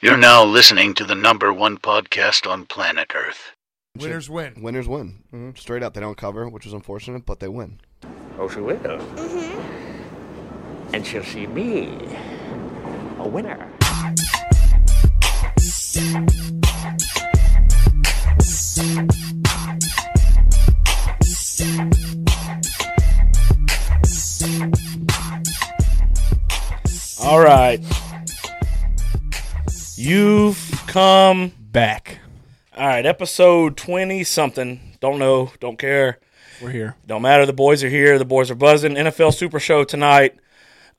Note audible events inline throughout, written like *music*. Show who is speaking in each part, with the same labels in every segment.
Speaker 1: You're now listening to the number one podcast on planet Earth.
Speaker 2: Winners win.
Speaker 3: Winners win. Straight up, they don't cover, which was unfortunate, but they win.
Speaker 4: Oh, she will. And shall she be a winner?
Speaker 5: All right. You've come back. All right, episode 20 something. Don't know, don't care.
Speaker 2: We're here.
Speaker 5: Don't matter. The boys are here. The boys are buzzing. NFL Super Show tonight.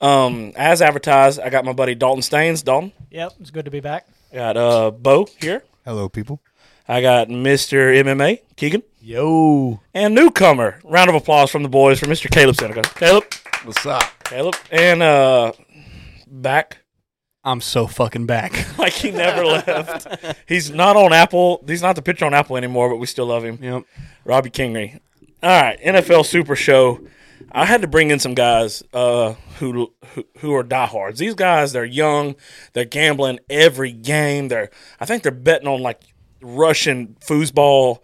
Speaker 5: Um, as advertised, I got my buddy Dalton Staines. Dalton.
Speaker 6: Yep, it's good to be back.
Speaker 5: I got uh Bo here.
Speaker 7: Hello, people.
Speaker 5: I got Mr. MMA, Keegan.
Speaker 2: Yo.
Speaker 5: And newcomer. Round of applause from the boys for Mr. Caleb Seneca. Caleb.
Speaker 7: What's up?
Speaker 5: Caleb. And uh back
Speaker 2: I'm so fucking back. *laughs*
Speaker 5: like he never left. He's not on Apple. He's not the picture on Apple anymore, but we still love him.
Speaker 2: Yep.
Speaker 5: Robbie Kingery. All right, NFL Super Show. I had to bring in some guys uh, who, who who are diehards. These guys, they're young, they're gambling every game. They're I think they're betting on like Russian foosball.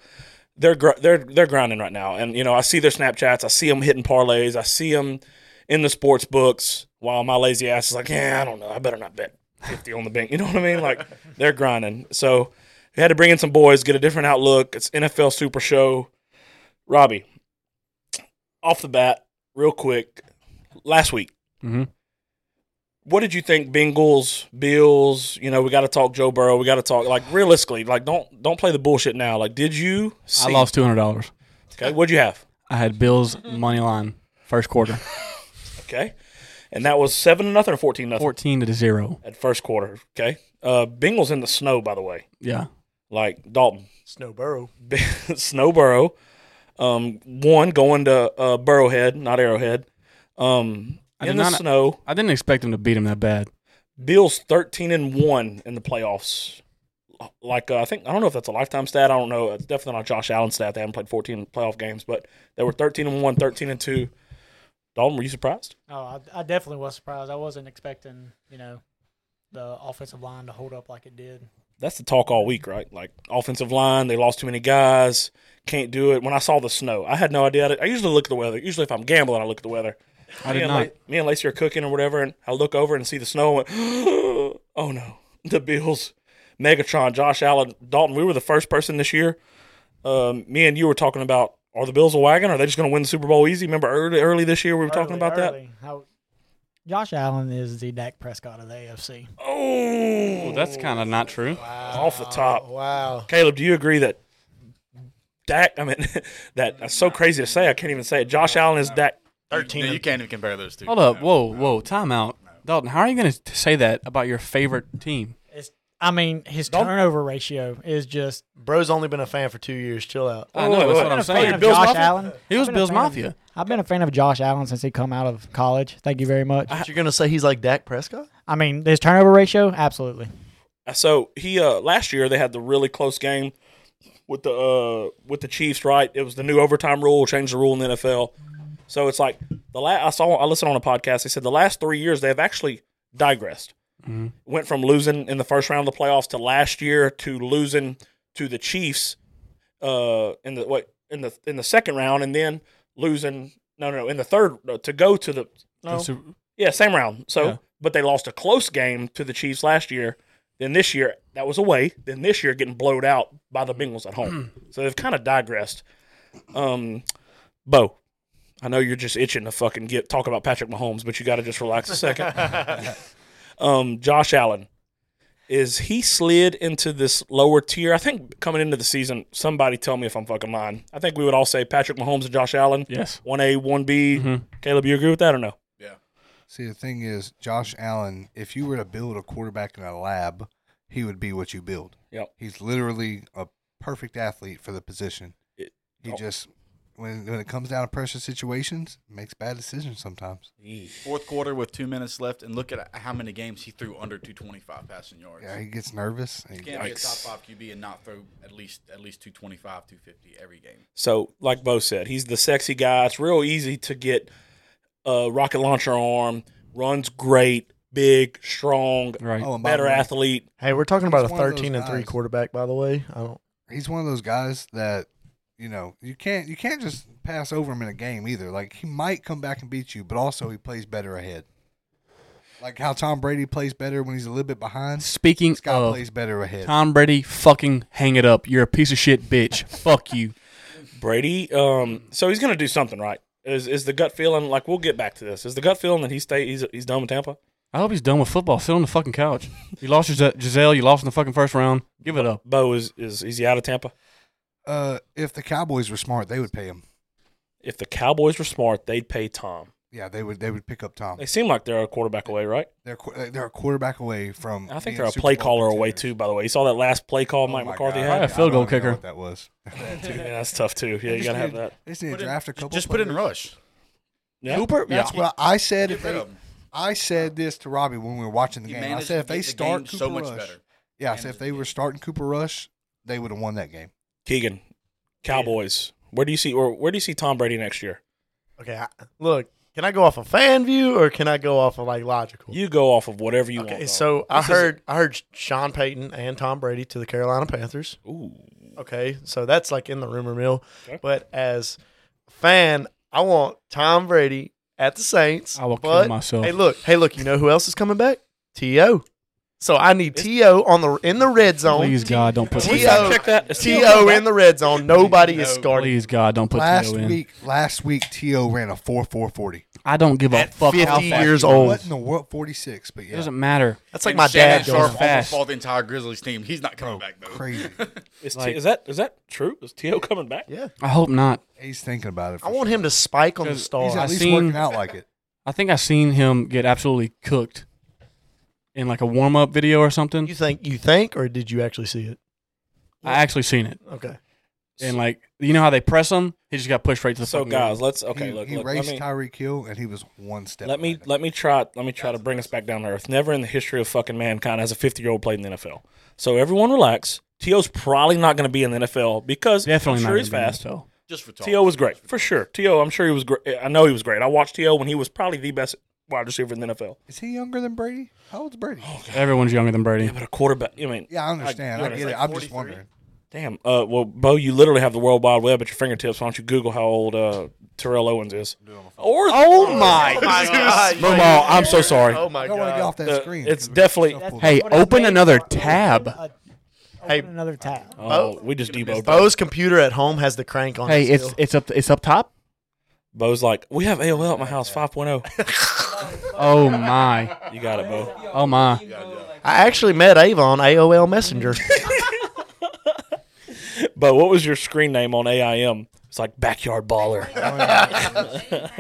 Speaker 5: They're gr- they're they're grinding right now, and you know I see their Snapchats. I see them hitting parlays. I see them in the sports books while my lazy ass is like, yeah, I don't know. I better not bet 50 on the bank. *laughs* You know what I mean? Like, they're grinding. So, we had to bring in some boys, get a different outlook. It's NFL Super Show. Robbie, off the bat, real quick, last week,
Speaker 2: Mhm.
Speaker 5: what did you think? Bengals, Bills, you know, we got to talk Joe Burrow. We got to talk, like, realistically, like, don't don't play the bullshit now. Like, did you see?
Speaker 2: I lost two hundred dollars.
Speaker 5: Okay, what'd you have?
Speaker 2: I had Bills money line first quarter,
Speaker 5: Okay. And that was 7 to nothing or 14 nothing
Speaker 2: fourteen to zero.
Speaker 5: at first quarter. Okay. Uh, Bengals in the snow, by the way.
Speaker 2: Yeah.
Speaker 5: like Dalton, *laughs*
Speaker 6: Snow Burrow.
Speaker 5: Snowborough, um, one going to uh, Burrowhead, not Arrowhead, um,
Speaker 2: I
Speaker 5: in
Speaker 2: did
Speaker 5: the
Speaker 2: not-
Speaker 5: snow.
Speaker 2: I didn't expect them to beat him that bad.
Speaker 5: Bills thirteen and one in the playoffs. Like uh, I think I don't know if that's a lifetime stat. I don't know. It's definitely not Josh Allen stat. They haven't played fourteen playoff games, but they were thirteen and one, 13 and two. Dalton, were you surprised?
Speaker 6: Oh, I, I definitely was surprised. I wasn't expecting, you know, the offensive line to hold up like it did.
Speaker 5: That's the talk all week, right? Like offensive line, they lost too many guys, can't do it. When I saw the snow, I had no idea. I usually look at the weather. Usually, if I'm gambling, I look at the weather.
Speaker 2: I
Speaker 5: me
Speaker 2: did
Speaker 5: and
Speaker 2: not.
Speaker 5: La- me and Lacey are cooking or whatever, and I look over and see the snow. And went, *gasps* oh no, the Bills, Megatron, Josh Allen, Dalton. We were the first person this year. Um, me and you were talking about are the Bills a wagon? Are they just going to win the Super Bowl easy? Remember early, early this year we were talking about that.
Speaker 6: How Josh Allen is the Dak Prescott of the AFC.
Speaker 5: Oh,
Speaker 2: Well, that's kind of not true.
Speaker 5: off the top.
Speaker 7: Wow.
Speaker 5: Caleb, do you agree that Dak? I mean, *laughs* that that's so crazy to say. I can't even say it. Josh Allen is Dak.
Speaker 7: 13. You, can't even compare those two.
Speaker 2: Hold up. Whoa, whoa. Time out. Dalton, how are you going to say that about your favorite team?
Speaker 6: It's, I mean, his turnover ratio is just.
Speaker 7: Bro's only been a fan for two years. Chill out.
Speaker 2: I know. That's what I'm
Speaker 6: I've been a fan
Speaker 2: saying.
Speaker 6: of
Speaker 5: Bills
Speaker 6: Josh
Speaker 5: Mafia?
Speaker 6: Allen.
Speaker 2: He was
Speaker 6: I've been a
Speaker 2: Bills
Speaker 6: fan of-
Speaker 2: Mafia.
Speaker 6: I've been a fan of Josh Allen since he come out of college. Thank you very much.
Speaker 7: You're going to say he's like Dak Prescott?
Speaker 6: I mean, his turnover ratio, absolutely.
Speaker 5: So he uh last year they had the really close game with the uh with the Chiefs, right? It was the new overtime rule, changed the rule in the NFL. So it's like the last I saw I listened on a podcast. They said the last three years they have actually digressed. Went from losing in the first round of the playoffs to last year to losing to the Chiefs uh in the what in the in the second round and then losing no no no in the third uh, to go to the no.
Speaker 2: So-
Speaker 5: Yeah, same round. So,
Speaker 2: Yeah.
Speaker 5: but they lost a close game to the Chiefs last year. Then this year, that was away. Then this year, getting blowed out by the Bengals at home.
Speaker 2: Mm.
Speaker 5: so they've kind of digressed. Um, Bo, I know you're just itching to fucking get talk about Patrick Mahomes, but you got to just relax a second.
Speaker 2: *laughs*
Speaker 5: um, Josh Allen, is he slid into this lower tier? I think coming into the season, somebody tell me if I'm fucking lying. I think we would all say Patrick Mahomes and Josh Allen,
Speaker 2: Yes. Mm-hmm.
Speaker 5: one A, one B. Caleb, you agree with that or no?
Speaker 8: See, the thing is, Josh Allen, if you were to build a quarterback in a lab, he would be what you build.
Speaker 5: Yep.
Speaker 8: He's literally a perfect athlete for the position.
Speaker 5: It-
Speaker 8: he
Speaker 5: oh.
Speaker 8: just, when, when it comes down to pressure situations, makes bad decisions sometimes.
Speaker 7: Fourth quarter with two minutes left, and look at how many games he threw under 225 passing yards.
Speaker 8: Yeah, he gets nervous. and he-
Speaker 7: can't be a top
Speaker 5: Yikes.
Speaker 7: five QB and not throw at least at least 225, 250 every game.
Speaker 5: So, like Bo said, he's the sexy guy. It's real easy to get a rocket launcher arm. Runs great. big, strong,
Speaker 2: Right.
Speaker 8: Oh, and by the
Speaker 5: better
Speaker 8: way,
Speaker 5: athlete.
Speaker 9: Hey, we're talking about
Speaker 8: He's
Speaker 9: a
Speaker 8: one of those
Speaker 9: 13 and 3
Speaker 8: guys.
Speaker 9: quarterback, by the way. I don't.
Speaker 8: He's one of those guys that you know you can't you can't just pass over him in a game either. Like he might come back and beat you, but also he plays better ahead. Like how Tom Brady plays better when he's a little bit behind.
Speaker 2: Speaking
Speaker 8: Scott
Speaker 2: of
Speaker 8: plays better ahead.
Speaker 2: Tom Brady, fucking hang it up. You're a piece of shit, bitch. Fuck you.
Speaker 5: Brady, um, so he's gonna do something right. Is is the gut feeling like we'll get back to this? Is the gut feeling that he stay he's he's done with Tampa?
Speaker 2: I hope he's done with football. Sit on the fucking couch. You lost your Gis- Giselle. You lost in the fucking first round. Give it up.
Speaker 5: Bo is is is he out of Tampa?
Speaker 8: Uh, if the Cowboys were smart, they would pay him.
Speaker 5: If the Cowboys were smart, they'd pay Tom.
Speaker 8: Yeah, they would. They would pick up Tom.
Speaker 5: They seem like they're a quarterback away, right?
Speaker 8: They're qu- they're a quarterback away from.
Speaker 5: I
Speaker 8: being
Speaker 5: think they're a
Speaker 8: Mm-hmm. Super
Speaker 5: play
Speaker 8: Bowl
Speaker 5: caller away
Speaker 8: contenders.
Speaker 5: too. By the way, you saw that last play call
Speaker 8: Oh
Speaker 5: Mike
Speaker 8: my
Speaker 5: McCarthy
Speaker 8: God.
Speaker 5: had.
Speaker 2: Yeah, field
Speaker 8: I don't
Speaker 2: goal
Speaker 8: even know
Speaker 2: kicker.
Speaker 8: what that was. *laughs*
Speaker 5: Yeah, that's tough too. *laughs* Yeah,
Speaker 8: They
Speaker 5: you
Speaker 8: just
Speaker 5: gotta have
Speaker 8: need-
Speaker 5: that.
Speaker 8: They just need to
Speaker 7: Put in-
Speaker 8: draft a couple.
Speaker 7: Just put in
Speaker 8: players.
Speaker 7: Rush.
Speaker 5: Yeah.
Speaker 8: Cooper. That's
Speaker 5: Yeah.
Speaker 8: what I said. If
Speaker 7: Get rid
Speaker 8: they,
Speaker 7: of him.
Speaker 8: I said this to Robbie when we were watching the
Speaker 7: You
Speaker 8: game. I
Speaker 7: managed
Speaker 8: said
Speaker 7: to
Speaker 8: if they
Speaker 7: make the
Speaker 8: start
Speaker 7: game
Speaker 8: Cooper
Speaker 7: so much
Speaker 8: Rush,
Speaker 7: better.
Speaker 8: yeah, I said
Speaker 7: Managed
Speaker 8: if
Speaker 7: the
Speaker 8: they were
Speaker 7: game.
Speaker 8: starting Cooper Rush, they would have won that game.
Speaker 5: Keegan, Cowboys. Where do you see or where do you see Tom Brady next year?
Speaker 9: Okay, I, look, can I go off of fan view or can I go off of like logical?
Speaker 5: You go off of whatever you want.
Speaker 9: okay,
Speaker 5: dog.
Speaker 9: so I
Speaker 5: This is a-
Speaker 9: heard I heard Sean Payton and Tom Brady to the Carolina Panthers.
Speaker 5: Ooh.
Speaker 9: Okay, so that's like in the rumor mill.
Speaker 5: Okay.
Speaker 9: But as fan, I want Tom Brady at the Saints.
Speaker 2: I will kill
Speaker 9: but,
Speaker 2: myself.
Speaker 9: Hey, look, hey, look. You know who else is coming back? To. So I need To on the in the red zone.
Speaker 2: Please God, don't put
Speaker 9: T.O.
Speaker 5: Can we
Speaker 2: T.O.
Speaker 5: fact check that? Is
Speaker 9: To in the red zone. Nobody is starting.
Speaker 2: Please God, don't put
Speaker 8: last
Speaker 2: T.O. in.
Speaker 8: week, last week, To ran a four four forty.
Speaker 2: I don't give a
Speaker 9: At
Speaker 2: fuck how
Speaker 9: 50
Speaker 2: fast
Speaker 9: years
Speaker 2: you are.
Speaker 9: old.
Speaker 8: What in the world? Forty six, but
Speaker 2: It
Speaker 8: yeah,
Speaker 2: doesn't matter.
Speaker 9: That's like
Speaker 7: And
Speaker 9: my
Speaker 7: Shannon
Speaker 9: dad.
Speaker 7: Sharp
Speaker 9: Going
Speaker 7: almost
Speaker 2: fast.
Speaker 7: bought the entire Grizzlies team. He's not coming back though. *laughs*
Speaker 8: crazy.
Speaker 5: Is,
Speaker 2: Like-
Speaker 5: T, is that is that true? Is T.O. coming back?
Speaker 9: yeah,
Speaker 2: I hope not.
Speaker 8: He's thinking about it. for
Speaker 9: I want him to spike on the
Speaker 2: Because
Speaker 8: sure.
Speaker 9: star.
Speaker 8: He's
Speaker 2: I
Speaker 8: at least
Speaker 2: seen-
Speaker 8: working out like it.
Speaker 2: I think I seen him get absolutely cooked in like a warm up video or something.
Speaker 9: You think you think, or did you actually see it?
Speaker 2: I actually seen it.
Speaker 9: Okay.
Speaker 2: And like you know how they press him, he just got pushed right to the
Speaker 5: So
Speaker 2: fucking
Speaker 5: guys, let's okay.
Speaker 8: he,
Speaker 5: look,
Speaker 8: he
Speaker 5: look let
Speaker 8: raced
Speaker 5: me
Speaker 8: Tyreek Hill, and he was one step.
Speaker 5: let me
Speaker 8: behind him.
Speaker 5: let me try let me try to bring us back down to earth. Never in the history of fucking mankind has a fifty year old played in the NFL. So everyone relax. T.O.'s probably not going to be in the NFL because
Speaker 2: Definitely
Speaker 5: I'm
Speaker 2: not
Speaker 5: sure
Speaker 2: gonna
Speaker 5: he's
Speaker 2: be in the
Speaker 5: fast.
Speaker 2: NFL.
Speaker 7: Just for talk.
Speaker 5: T.O. was great for sure. T.O. I'm sure he was great. I know he was great. I watched T.O. when he was probably the best wide receiver in the NFL.
Speaker 8: Is he younger than Brady? How old's Brady?
Speaker 2: Everyone's younger than Brady.
Speaker 5: Yeah, but a quarterback. I mean,
Speaker 8: yeah, I understand. I, get it. I'm just wondering.
Speaker 5: damn. Uh, well, Bo, you literally have the World Wide Web at your fingertips. Why don't you Google how old uh, Terrell Owens is? Or oh my,
Speaker 9: my God.
Speaker 5: Mo, Mo, I'm so sorry.
Speaker 9: Oh my
Speaker 8: I don't want to
Speaker 9: god!
Speaker 8: get off that
Speaker 5: Uh,
Speaker 8: screen.
Speaker 5: it's definitely-
Speaker 8: Shuffle.
Speaker 2: Hey,
Speaker 6: what his
Speaker 2: open
Speaker 6: name-
Speaker 2: another
Speaker 6: open
Speaker 2: tab.
Speaker 6: a-
Speaker 9: Hey.
Speaker 6: Open another tab.
Speaker 5: Oh, we just deboed. Bo.
Speaker 9: Bo's computer at home has the crank on.
Speaker 2: Hey,
Speaker 9: it
Speaker 2: it's
Speaker 9: still.
Speaker 2: it's up it's up top.
Speaker 5: Bo's like, we have AOL at my house 5.0.
Speaker 2: Oh my.
Speaker 5: You got
Speaker 7: *laughs*
Speaker 5: it, Bo.
Speaker 2: Oh my.
Speaker 9: I actually met Ava on AOL Messenger.
Speaker 5: Bo, what was your screen name on AIM? It's like backyard baller, *laughs*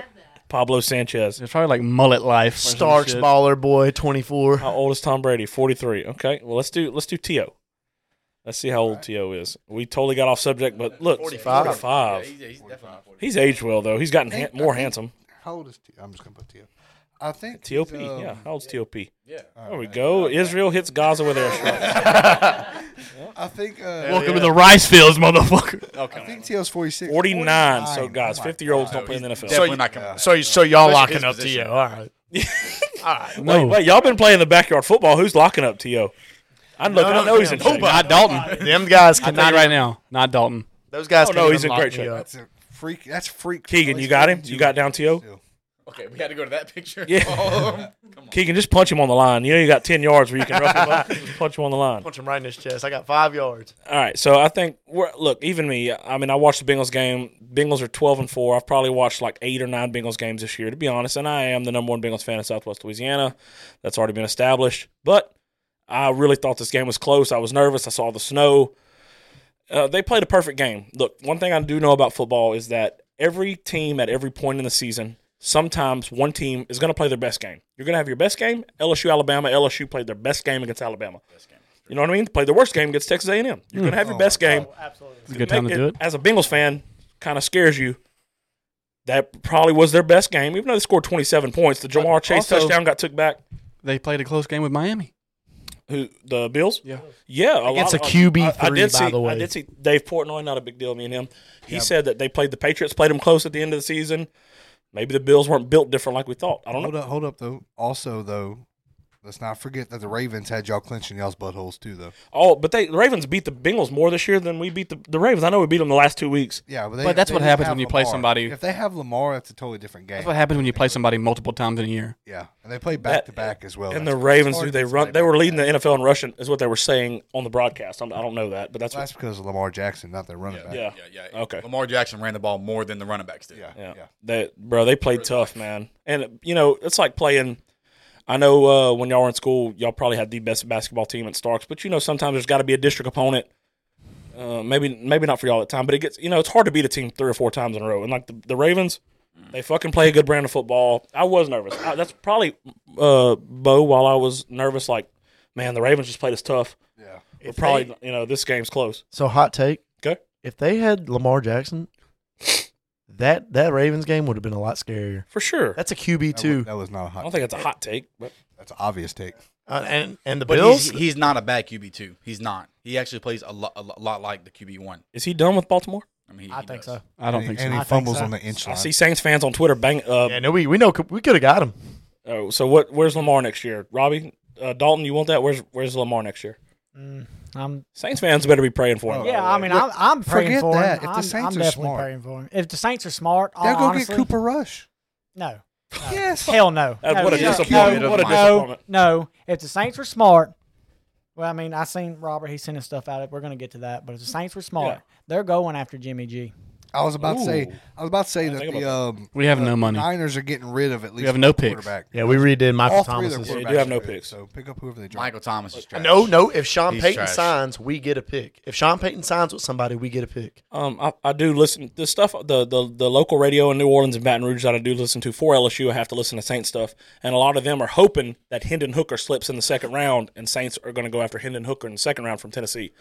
Speaker 5: Pablo Sanchez.
Speaker 2: It's probably like mullet life. or some
Speaker 9: Starks
Speaker 2: shit.
Speaker 9: Baller Boy 24.
Speaker 5: How old is Tom Brady? 43. Okay. Well, let's do let's do T.O. Let's see how old T.O. is. We totally got off subject, but look, 45.
Speaker 7: Yeah, he's, he's definitely not 40.
Speaker 5: He's aged well, though. He's gotten
Speaker 8: I
Speaker 5: ha-
Speaker 8: think- I
Speaker 5: more
Speaker 8: think-
Speaker 5: handsome.
Speaker 8: How old is T? I'm just gonna put T. I think
Speaker 5: T.O.P.
Speaker 8: he's, um,
Speaker 5: Yeah. How old's T.O.P.?
Speaker 7: Yeah.
Speaker 5: There we go. Israel hits Gaza with air strikes.
Speaker 8: I think. Uh,
Speaker 2: Welcome to the rice fields, motherfucker.
Speaker 7: Oh,
Speaker 8: I think T.O.'s 46.
Speaker 5: 49. So, guys,
Speaker 8: Oh my
Speaker 5: 50 year olds
Speaker 8: God.
Speaker 5: don't play in the NFL.
Speaker 7: Definitely not coming back.
Speaker 9: So, so y'all
Speaker 7: Especially his
Speaker 9: locking up to you.
Speaker 7: position.
Speaker 9: All right.
Speaker 5: Wait,
Speaker 2: No.
Speaker 5: wait, y'all been playing the backyard football. Who's locking up T.O.? I know, I know he's in shape.
Speaker 2: Not Dalton.
Speaker 9: Them guys
Speaker 2: I tell
Speaker 9: cannot.
Speaker 2: you right now, not Dalton.
Speaker 9: Those guys
Speaker 5: Oh,
Speaker 9: can
Speaker 5: no, he's in great shape.
Speaker 8: That's a freak. That's freak.
Speaker 5: Keegan, you got him? You got down T.O.?
Speaker 7: Okay, we had to go to that picture.
Speaker 5: Yeah. *laughs*
Speaker 7: Oh, come on.
Speaker 5: Keegan, just punch him on the line. You know you got 10 yards where you can rough him up. *laughs* Just punch him on the line.
Speaker 9: Punch him right in his chest. I got five yards.
Speaker 7: Uh,
Speaker 5: All right, so I think we're look. Even me, I mean, I watched the Bengals game. Bengals are twelve and four. I've probably watched like eight or nine Bengals games this year, to be honest. And I am the number one Bengals fan in Southwest Louisiana. That's already been established. But I really thought this game was close. I was nervous. I saw the snow. Uh, they played a perfect game. Look, one thing I do know about football is that every team at every point in the season, sometimes one team is going to play their best game. You're going to have your best game. LSU, Alabama. LSU played their best game Oh, against Alabama. You know what I mean? Play their worst game against Texas A&M. You're going to have your best game.
Speaker 6: Absolutely.
Speaker 2: It's a Hmm. good time to
Speaker 5: Make
Speaker 2: do
Speaker 5: it-
Speaker 2: it.
Speaker 5: As a Bengals fan, kind of scares you. That probably was their best game, even though they scored 27 points. The Jamar Chase
Speaker 2: also-
Speaker 5: touchdown got took back.
Speaker 2: They played a close game with Miami.
Speaker 5: Who the Bills?
Speaker 2: Yeah.
Speaker 5: yeah. A
Speaker 9: Against
Speaker 5: lot
Speaker 9: a
Speaker 5: of-
Speaker 9: QB
Speaker 5: I, I
Speaker 9: three,
Speaker 5: did see.
Speaker 9: by the way.
Speaker 5: I did see Dave Portnoy. Not a big deal. Me and him. He said that they played the Patriots, played them close at the end of the season. Maybe the Bills weren't built different like we thought. I don't
Speaker 8: Hold
Speaker 5: know.
Speaker 8: up, hold up though. Also though, Let's not forget that the Ravens had y'all clenching y'all's buttholes too, though.
Speaker 5: Oh, but they the Ravens beat the Bengals more this year than we beat the, the Ravens. I know we beat them the last two weeks.
Speaker 8: Yeah, but, they,
Speaker 2: But that's
Speaker 8: they
Speaker 2: what
Speaker 8: didn't
Speaker 2: happens
Speaker 8: have
Speaker 2: when you play
Speaker 8: Lamar.
Speaker 2: somebody-
Speaker 8: If they have Lamar, that's a totally different game.
Speaker 2: That's what happens when you play somebody multiple times in a year.
Speaker 8: Yeah, and they play back to back as
Speaker 9: Oh,
Speaker 8: well.
Speaker 5: and
Speaker 8: That's-
Speaker 5: the Ravens,
Speaker 8: it's
Speaker 5: dude,
Speaker 8: hard
Speaker 5: they
Speaker 8: to
Speaker 5: run.
Speaker 8: play
Speaker 5: They were leading the
Speaker 8: back-to-back.
Speaker 5: NFL in rushing, is what they were saying on the broadcast. I'm, I don't know that, but that's what,
Speaker 8: That's because of Lamar Jackson, not their running back.
Speaker 5: yeah,
Speaker 7: yeah, yeah.
Speaker 5: Okay.
Speaker 7: Lamar Jackson ran the ball more than the running backs did.
Speaker 8: Yeah,
Speaker 5: Yeah.
Speaker 8: yeah,
Speaker 5: that bro. They played tough, man. And you know, it's like playing. I know uh, when y'all were in school, y'all probably had the best basketball team at Starks, but you know, sometimes there's got to be a district opponent. Uh, maybe maybe not for y'all at the time, but it gets you know it's hard to beat a team three or four times in a row. And like the, the Ravens,
Speaker 8: Mm.
Speaker 5: they fucking play a good brand of football. I was nervous. I, that's probably uh, Bo. While I was nervous, like man, the Ravens just played us tough.
Speaker 8: Yeah.
Speaker 5: We're probably you know this game's close.
Speaker 9: So hot take.
Speaker 5: Okay.
Speaker 9: If they had Lamar Jackson, that that Ravens game would have been a lot scarier.
Speaker 5: For sure.
Speaker 9: That's a QB
Speaker 8: That,
Speaker 9: two,
Speaker 8: was, that was not a hot.
Speaker 5: I don't think it's a hot take, but
Speaker 8: That's an obvious take.
Speaker 9: uh, and and the
Speaker 7: But
Speaker 9: Bills.
Speaker 7: he's, he's not a bad QB two. He's not. He actually plays a lot, a lo- lot like the QB one.
Speaker 5: is he done with Baltimore?
Speaker 7: I mean, he,
Speaker 6: I
Speaker 7: he
Speaker 6: think
Speaker 7: does.
Speaker 6: so.
Speaker 2: I don't
Speaker 8: and,
Speaker 2: think
Speaker 8: and
Speaker 2: so.
Speaker 8: he
Speaker 6: I think
Speaker 8: fumbles
Speaker 6: so.
Speaker 8: on the inch
Speaker 5: I
Speaker 8: line.
Speaker 5: see Saints fans on Twitter bang. Uh,
Speaker 9: yeah, no, we we know we could have got him.
Speaker 5: oh, so what? Where's Lamar next year, Robbie? Uh, Dalton, you want that? Where's Where's Lamar next year?
Speaker 6: Mm, I'm
Speaker 5: Saints fans better be praying for him. by
Speaker 6: Yeah,
Speaker 5: the
Speaker 6: I
Speaker 5: way.
Speaker 6: mean, I'm, I'm praying
Speaker 8: forget
Speaker 6: for
Speaker 8: that.
Speaker 6: him.
Speaker 8: If the
Speaker 6: I'm,
Speaker 8: Saints
Speaker 6: I'm
Speaker 8: are
Speaker 6: definitely
Speaker 8: smart-
Speaker 6: praying for him. If the Saints are smart, I'll
Speaker 8: They'll go
Speaker 6: honestly,
Speaker 8: get Cooper Rush.
Speaker 6: No,
Speaker 8: Yes.
Speaker 6: hell no.
Speaker 5: That-
Speaker 6: no
Speaker 5: what a
Speaker 6: no,
Speaker 5: disappointment
Speaker 6: No,
Speaker 5: of mine.
Speaker 6: no, no. If the Saints were smart, well, I mean, I seen Robert. He's sending stuff out. We're gonna get to that. But if the Saints were smart, they're going after Jimmy G.
Speaker 8: I was about to say. I was about to say that
Speaker 5: think
Speaker 8: the um,
Speaker 2: We have
Speaker 8: the
Speaker 2: no money.
Speaker 8: Niners are getting rid of at least
Speaker 2: have no
Speaker 8: one
Speaker 2: picks.
Speaker 8: quarterback.
Speaker 9: Yeah, we redid Michael
Speaker 8: All three of their
Speaker 9: Thomas's.
Speaker 5: Yeah,
Speaker 8: quarterbacks.
Speaker 5: you do have no
Speaker 8: are good,
Speaker 5: picks.
Speaker 8: So pick up whoever they draft.
Speaker 7: Michael Thomas is trash.
Speaker 9: No, no. If Sean
Speaker 7: He's
Speaker 9: Payton
Speaker 7: trash.
Speaker 9: signs, we get a pick. If Sean Payton signs with somebody, we get a pick.
Speaker 5: um, I, I do listen the stuff the, the the local radio in New Orleans and Baton Rouge that I do listen to for LSU. I have to listen to Saints stuff, and a lot of them are hoping that Hendon Hooker slips in the second round, and Saints are going to go after Hendon Hooker in the second round from Tennessee.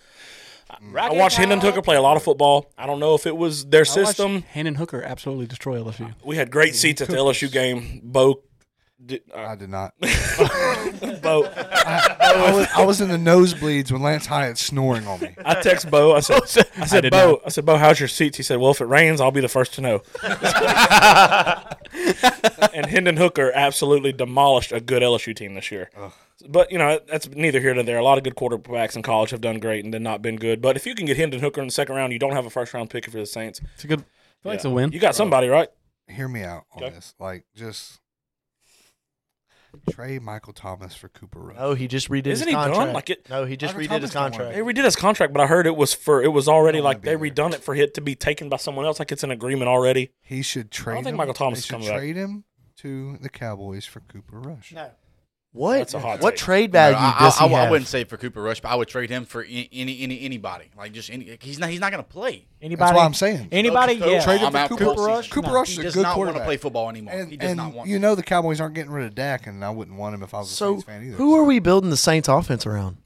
Speaker 5: I- I watched Hendon Hooker play a lot of football. I don't know if it was their system.
Speaker 2: Hannon Hooker absolutely destroy LSU.
Speaker 5: We had great seats at the LSU game. Bo, did, uh,
Speaker 8: I did not. *laughs*
Speaker 5: Bo,
Speaker 8: I was, I was in the nosebleeds when Lance Hyatt snoring on me.
Speaker 5: I text Bo.
Speaker 2: *laughs*
Speaker 5: I said, I said,
Speaker 2: did
Speaker 5: Bo, I said, Bo, how's your seats? He said, Well, if it rains, I'll be the first to
Speaker 2: *laughs*
Speaker 5: know. and Hendon Hooker absolutely demolished a good LSU team this year. But you know that's neither here nor there. A lot of good quarterbacks in college have done great and then not been good. But if you can get Hendon Hooker in the second round, you don't have a first round pick if you're the Saints.
Speaker 2: It's a good. I feel like it's
Speaker 5: Yeah.
Speaker 2: a win.
Speaker 5: You got somebody right.
Speaker 8: Hear me out on
Speaker 5: Okay.
Speaker 8: this. Like, just trade Michael Thomas for Cooper Rush.
Speaker 9: No, he just redid.
Speaker 5: Isn't
Speaker 9: his
Speaker 5: he done?
Speaker 9: contract.
Speaker 5: Like it-
Speaker 9: No, he just
Speaker 8: Michael
Speaker 9: redid his
Speaker 8: Thomas don't wanna
Speaker 5: They
Speaker 9: contract.
Speaker 5: redid his contract, but I heard it was for it was already
Speaker 8: Don't wanna
Speaker 5: like
Speaker 8: be
Speaker 5: they
Speaker 8: there.
Speaker 5: redone it for it to be taken by someone else. Like it's an agreement already.
Speaker 8: He should trade.
Speaker 5: think
Speaker 8: him.
Speaker 5: Michael Thomas
Speaker 8: they
Speaker 5: is
Speaker 8: should
Speaker 5: coming back.
Speaker 8: trade him to the Cowboys for Cooper Rush.
Speaker 6: No,
Speaker 9: What?
Speaker 5: That's a hot
Speaker 9: what
Speaker 5: take.
Speaker 9: trade
Speaker 7: No, I,
Speaker 9: value
Speaker 7: I,
Speaker 9: does he
Speaker 7: I- I
Speaker 9: have?
Speaker 7: wouldn't say for Cooper Rush, but I would trade him for any any, any anybody. Like just any. He's not. He's not going to play.
Speaker 6: anybody.
Speaker 8: That's what I'm saying.
Speaker 6: Anybody?
Speaker 7: Coach,
Speaker 6: Yeah.
Speaker 7: trade him
Speaker 6: I'm
Speaker 7: for
Speaker 6: out
Speaker 7: Cooper
Speaker 6: for the
Speaker 7: Rush.
Speaker 6: season.
Speaker 8: Cooper
Speaker 6: No.
Speaker 8: Rush
Speaker 7: He
Speaker 8: is a
Speaker 7: does
Speaker 8: good
Speaker 7: not want to
Speaker 8: quarterback.
Speaker 7: play football anymore.
Speaker 8: And,
Speaker 7: he does
Speaker 8: and
Speaker 7: not want.
Speaker 8: you know the Cowboys aren't getting rid of Dak, and I wouldn't want him if I was a
Speaker 9: So,
Speaker 8: Saints fan either.
Speaker 9: who are we building the Saints offense around?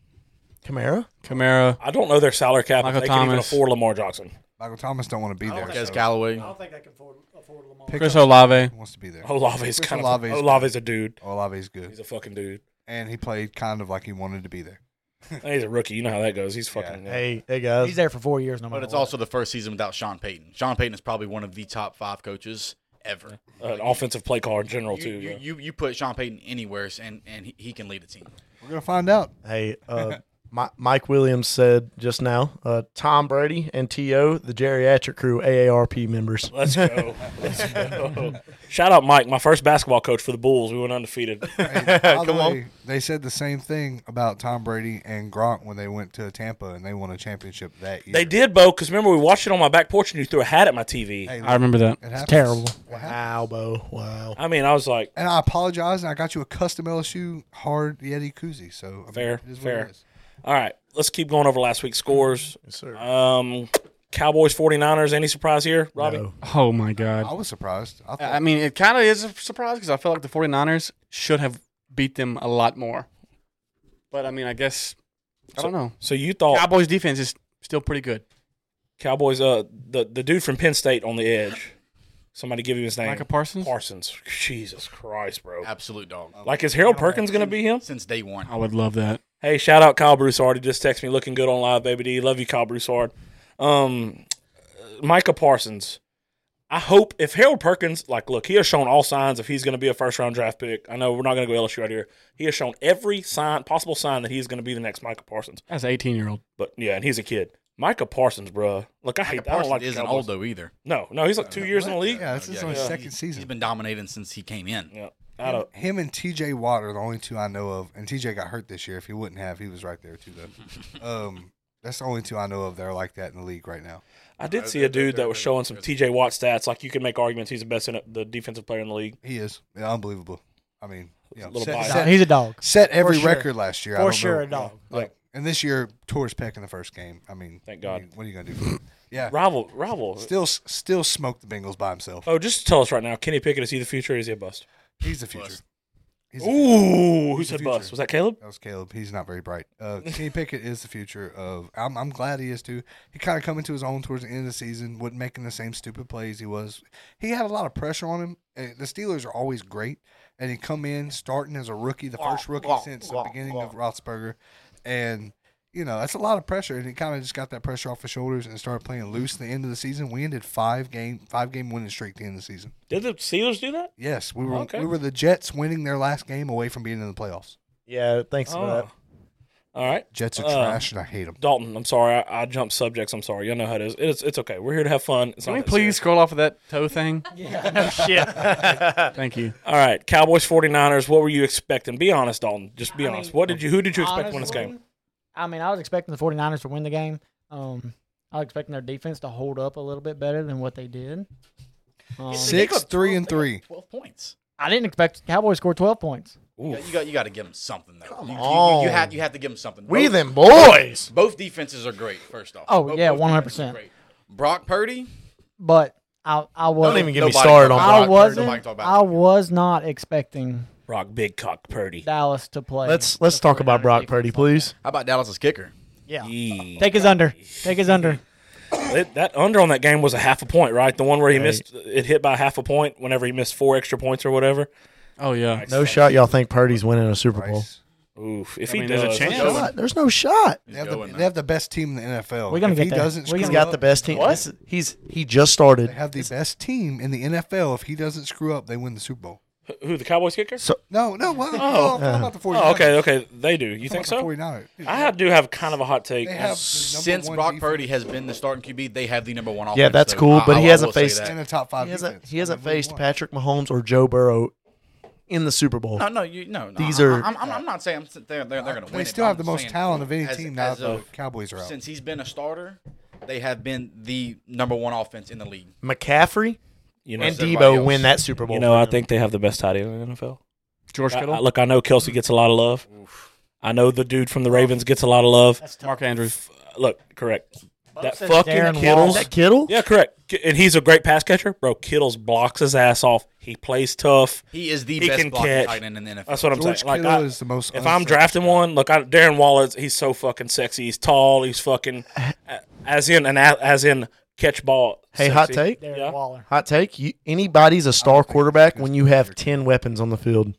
Speaker 9: Kamara?
Speaker 2: Camara.
Speaker 5: I don't know their salary cap.
Speaker 2: Michael
Speaker 5: if they can even
Speaker 2: Thomas.
Speaker 5: afford Lamar Jackson.
Speaker 8: Michael Thomas don't want to be there.
Speaker 7: Marquez
Speaker 8: so
Speaker 7: Callaway.
Speaker 6: I don't think they can afford, afford Lamar.
Speaker 8: Pick
Speaker 2: Chris
Speaker 8: up-
Speaker 2: Olave.
Speaker 8: he wants to be there.
Speaker 5: Olave's
Speaker 8: Chris
Speaker 5: kind
Speaker 8: Olave's
Speaker 5: of
Speaker 8: good.
Speaker 5: Olave's a dude.
Speaker 8: Olave's
Speaker 5: He's
Speaker 8: good,
Speaker 5: a fucking dude.
Speaker 8: and he played kind of like he wanted to be there.
Speaker 5: And he's a rookie. You know how that goes. He's fucking. uh, Yeah.
Speaker 9: Hey, hey guys.
Speaker 6: He's there for four years, no matter.
Speaker 7: But it's
Speaker 6: what.
Speaker 7: also the first season without Sean Payton. Sean Payton is probably one of the top five coaches ever.
Speaker 5: An offensive play call in general
Speaker 7: You,
Speaker 5: too.
Speaker 7: you,
Speaker 5: yeah.
Speaker 7: you, you put Sean Payton anywhere, and, and he, he can lead a team.
Speaker 8: We're gonna find out.
Speaker 9: Hey, uh, Mi- Mike Williams said just now, uh, Tom Brady and T.O., the geriatric crew, AARP members.
Speaker 5: Let's go. Let's go. Shout out Mike, my first basketball coach for the Bulls. We went undefeated.
Speaker 8: Hey, by the
Speaker 9: Come on.
Speaker 8: way, They said the same thing about Tom Brady and Gronk when they went to Tampa and they won a championship that year.
Speaker 5: they did, Bo, because remember we watched it on my back porch and you threw a hat at my TV.
Speaker 8: Hey,
Speaker 2: I remember that.
Speaker 8: it happens.
Speaker 6: terrible.
Speaker 8: It happens.
Speaker 9: Wow, Bo. Wow.
Speaker 5: I mean, I was like,
Speaker 8: And I apologize. And I got you a custom LSU hard Yeti koozie. So I mean,
Speaker 5: Fair,
Speaker 8: it is what
Speaker 5: fair.
Speaker 8: it is.
Speaker 5: all right, let's keep going over last week's scores.
Speaker 9: sir.
Speaker 5: Um, Cowboys 49ers. Any surprise here, Robbie?
Speaker 9: No.
Speaker 2: Oh my
Speaker 8: I
Speaker 2: god.
Speaker 8: was surprised. I thought
Speaker 2: I mean, it kind of is a surprise because I feel like the 49ers should have beat them a lot more. But I mean, I guess I don't know.
Speaker 5: So you
Speaker 7: oh.
Speaker 5: thought
Speaker 2: Cowboys defense is still pretty good.
Speaker 5: Cowboys? Uh, the the dude from Penn State on the edge. Somebody give him his name.
Speaker 2: Micah Parsons.
Speaker 5: Parsons. Jesus Christ, bro.
Speaker 7: Absolute dog.
Speaker 5: Like is Harold Perkins gonna be him?
Speaker 7: Since day one.
Speaker 2: I would love that.
Speaker 5: Hey, shout out Kyle Broussard. He just texted me looking good on live, baby D. Love you, Kyle Broussard. Um, Micah Parsons. I hope if Harold Perkins, like, look, he has shown all signs if he's going to be a first round draft pick. I know we're not going to go LSU right here. He has shown every sign, possible sign that he's going to be the next Michael Parsons.
Speaker 2: As an 18 year old,
Speaker 5: But yeah, and he's a kid. Micah Parsons, bruh. Look, I hate. I don't like. the
Speaker 7: isn't
Speaker 5: Cowboys.
Speaker 7: old though either.
Speaker 5: No, no, he's like two years in the league.
Speaker 8: Yeah, this is
Speaker 7: Yeah,
Speaker 8: only
Speaker 5: yeah.
Speaker 8: second
Speaker 7: He's
Speaker 8: season.
Speaker 7: been dominating since he came in.
Speaker 5: Yeah, I don't.
Speaker 8: Him and TJ Watt are the only two I know of, and TJ got hurt this year. If he wouldn't have, he was right there too.
Speaker 5: *laughs*
Speaker 8: Though, um, that's the only two I know of that are like that in the league right now.
Speaker 5: I did see a dude that was showing some T.J. Watt stats. Like you can make arguments he's the best in it- the defensive player in the league.
Speaker 8: He is yeah, unbelievable. I mean, you know,
Speaker 5: little
Speaker 8: set,
Speaker 5: biased.
Speaker 8: set-
Speaker 6: He's a dog.
Speaker 8: set every
Speaker 6: For sure.
Speaker 8: record last year. I
Speaker 6: For
Speaker 8: don't
Speaker 6: sure
Speaker 8: know,
Speaker 6: a dog.
Speaker 8: yeah, Like, and this year, Torres Peck in the first game. I mean,
Speaker 5: Thank
Speaker 8: I
Speaker 5: God.
Speaker 8: mean, what are you gonna do? yeah,
Speaker 5: Rival, rival.
Speaker 8: still, still smoke the Bengals by himself.
Speaker 5: Oh, just tell us right now, Kenny Pickett is he the future? or Is he a bust?
Speaker 8: He's the future. He's the future.
Speaker 5: Ooh, who
Speaker 8: He's the
Speaker 5: said bust?
Speaker 8: future.
Speaker 5: Was that Caleb?
Speaker 8: That was Caleb. He's not very bright. Uh, Kenny Pickett is the future of. I'm, I'm glad he is too. He kind of come into his own towards the end of the season. wasn't making the same stupid plays he was. He had a lot of pressure on him. Uh, The Steelers are always great, and he come in starting as a rookie, the first rookie since the beginning of Roethlisberger, and you know that's a lot of pressure. And he kind of just got that pressure off his shoulders and started playing loose. At the end of the season, we ended five game five game winning streak. At the end of the season,
Speaker 5: Did the Steelers do that?
Speaker 8: yes, we were
Speaker 5: Okay.
Speaker 8: we were the Jets winning their last game away from being in the playoffs.
Speaker 9: Yeah, thanks for that.
Speaker 5: Oh. All right.
Speaker 8: Jets are
Speaker 5: Uh,
Speaker 8: trash, and I hate them.
Speaker 5: Dalton, I'm sorry. I, I jumped subjects. I'm sorry. Y'all know how it is. It's, it's okay. We're here to have fun. It's
Speaker 2: can
Speaker 5: not
Speaker 2: we
Speaker 5: that
Speaker 2: please
Speaker 5: serious.
Speaker 2: scroll off of that toe thing?
Speaker 6: Yeah. No shit.
Speaker 9: *laughs*
Speaker 2: Thank you.
Speaker 5: All right. Cowboys 49ers, what were you expecting? Be honest, Dalton. Just be
Speaker 6: I mean,
Speaker 5: honest. What did you, who did you expect to win this game?
Speaker 6: Honestly, I mean, I was expecting the 49ers to win the game. Um, I was expecting their defense to hold up a little bit better than what they did. Um,
Speaker 7: They
Speaker 8: Six,
Speaker 7: gave up
Speaker 8: three,
Speaker 7: 12
Speaker 8: and
Speaker 7: they gave
Speaker 8: three.
Speaker 7: up Twelve points.
Speaker 6: I didn't expect the Cowboys to score 12 points.
Speaker 7: You got, you got you got to give them something though. you, you-
Speaker 9: on.
Speaker 7: you have you have to give them something.
Speaker 9: Oh. We
Speaker 7: Both-
Speaker 9: them boys.
Speaker 7: Both defenses are great. First off.
Speaker 6: Oh,
Speaker 7: Both-
Speaker 6: yeah,
Speaker 7: both defenses
Speaker 6: 100%.
Speaker 7: are great. Brock Purdy.
Speaker 6: But I, I was,
Speaker 9: Don't even get me
Speaker 7: Nobody
Speaker 9: started
Speaker 7: talk
Speaker 9: on
Speaker 6: I
Speaker 7: about
Speaker 9: Brock.
Speaker 7: Purdy. Nobody
Speaker 6: wasn't,
Speaker 7: talk
Speaker 6: I
Speaker 7: about him.
Speaker 6: was not expecting
Speaker 5: Rock Big Cock Purdy.
Speaker 6: Dallas to play.
Speaker 9: Let's let's talk about Brock Purdy, please.
Speaker 7: How about Dallas's kicker?
Speaker 6: yeah.
Speaker 5: Yee.
Speaker 6: Take his under. Take his under.
Speaker 5: That, that under on that game was a half a point, right? The one where he missed, it hit by half a point whenever he missed four extra points or whatever.
Speaker 2: Oh yeah.
Speaker 9: No shot. Y'all think Purdy's winning a Super Bowl?
Speaker 5: Oof. If
Speaker 2: I
Speaker 5: he
Speaker 2: mean,
Speaker 5: does,
Speaker 2: there's a chance.
Speaker 5: He's going.
Speaker 9: Shot. There's no shot.
Speaker 7: He's
Speaker 8: They have, the,
Speaker 7: going
Speaker 8: they
Speaker 7: now.
Speaker 8: have the best team in the NFL.
Speaker 6: We're gonna
Speaker 8: if
Speaker 6: get
Speaker 8: he
Speaker 6: there.
Speaker 8: doesn't
Speaker 6: We're
Speaker 8: screw
Speaker 6: gonna
Speaker 9: He's got
Speaker 8: up,
Speaker 9: the best team. This is- he's he just started.
Speaker 8: They have the best team in the NFL. If he doesn't screw up, they win the Super Bowl.
Speaker 5: Who, the Cowboys kicker?
Speaker 8: No, no, well, oh, I'm talking about the 49ers.
Speaker 5: Oh, okay, okay. They do. You
Speaker 8: I'm talking
Speaker 5: think so?
Speaker 8: about the 49ers.
Speaker 5: I have- do have kind of a hot take.
Speaker 8: They have the number
Speaker 7: Since
Speaker 8: one
Speaker 7: Brock
Speaker 8: defense
Speaker 7: Purdy has been the starting QB, they have the number one offense.
Speaker 9: Yeah, that's
Speaker 7: so
Speaker 9: cool,
Speaker 7: I-
Speaker 9: but
Speaker 7: I-
Speaker 9: he
Speaker 7: I
Speaker 9: hasn't
Speaker 7: will say
Speaker 9: faced-
Speaker 7: that.
Speaker 8: and a top five.
Speaker 9: He hasn't
Speaker 8: defense.
Speaker 9: he hasn't
Speaker 8: I mean, what do you
Speaker 9: faced
Speaker 8: want?
Speaker 9: Patrick Mahomes or Joe Burrow in the Super Bowl.
Speaker 7: No, no, you no. no
Speaker 9: These
Speaker 7: I,
Speaker 9: are-
Speaker 7: I'm, I'm, I'm not saying I'm, they're they're, they're going to win.
Speaker 8: They
Speaker 7: it,
Speaker 8: still
Speaker 7: but
Speaker 8: have
Speaker 7: I'm just
Speaker 8: the most
Speaker 7: saying,
Speaker 8: talent of any
Speaker 7: as-
Speaker 8: team now
Speaker 7: as
Speaker 8: that the
Speaker 7: of-
Speaker 8: Cowboys are out.
Speaker 7: Since he's been a starter, they have been the number one offense in the league.
Speaker 9: McCaffrey
Speaker 5: You know,
Speaker 9: and
Speaker 7: Versus
Speaker 9: Debo
Speaker 7: everybody else.
Speaker 9: win that Super Bowl.
Speaker 5: you know, I
Speaker 9: for them.
Speaker 5: think they have the best tight end in the NFL.
Speaker 2: George
Speaker 5: I-
Speaker 2: Kittle,
Speaker 5: I- look, I know Kelsey gets a lot of love. I know the dude from the Ravens gets a lot of love.
Speaker 2: Mark Andrews.
Speaker 5: Look, correct. That
Speaker 6: says
Speaker 5: fucking
Speaker 6: Darren
Speaker 5: Kittle's.
Speaker 9: Is that Kittle.
Speaker 5: Yeah, correct. K- And he's a great pass catcher, bro. Kittle's blocks his ass off. He plays tough.
Speaker 7: He is the
Speaker 5: He
Speaker 7: best
Speaker 5: can
Speaker 7: blocking
Speaker 5: catch.
Speaker 7: tight end in the NFL.
Speaker 5: That's what I'm
Speaker 8: George
Speaker 5: saying. Like,
Speaker 8: Kittle
Speaker 5: I-
Speaker 8: is the most.
Speaker 5: if I'm
Speaker 8: unsexy-
Speaker 5: drafting one, look, I, Darren Waller, he's so fucking sexy. He's tall. He's fucking, a- as in, and a- as in, catch ball.
Speaker 9: Hey, hot
Speaker 5: sexy.
Speaker 9: take.
Speaker 6: Darren
Speaker 5: Yeah.
Speaker 6: Waller.
Speaker 9: Hot take. You, anybody's a star quarterback when you have ten weapons on the field.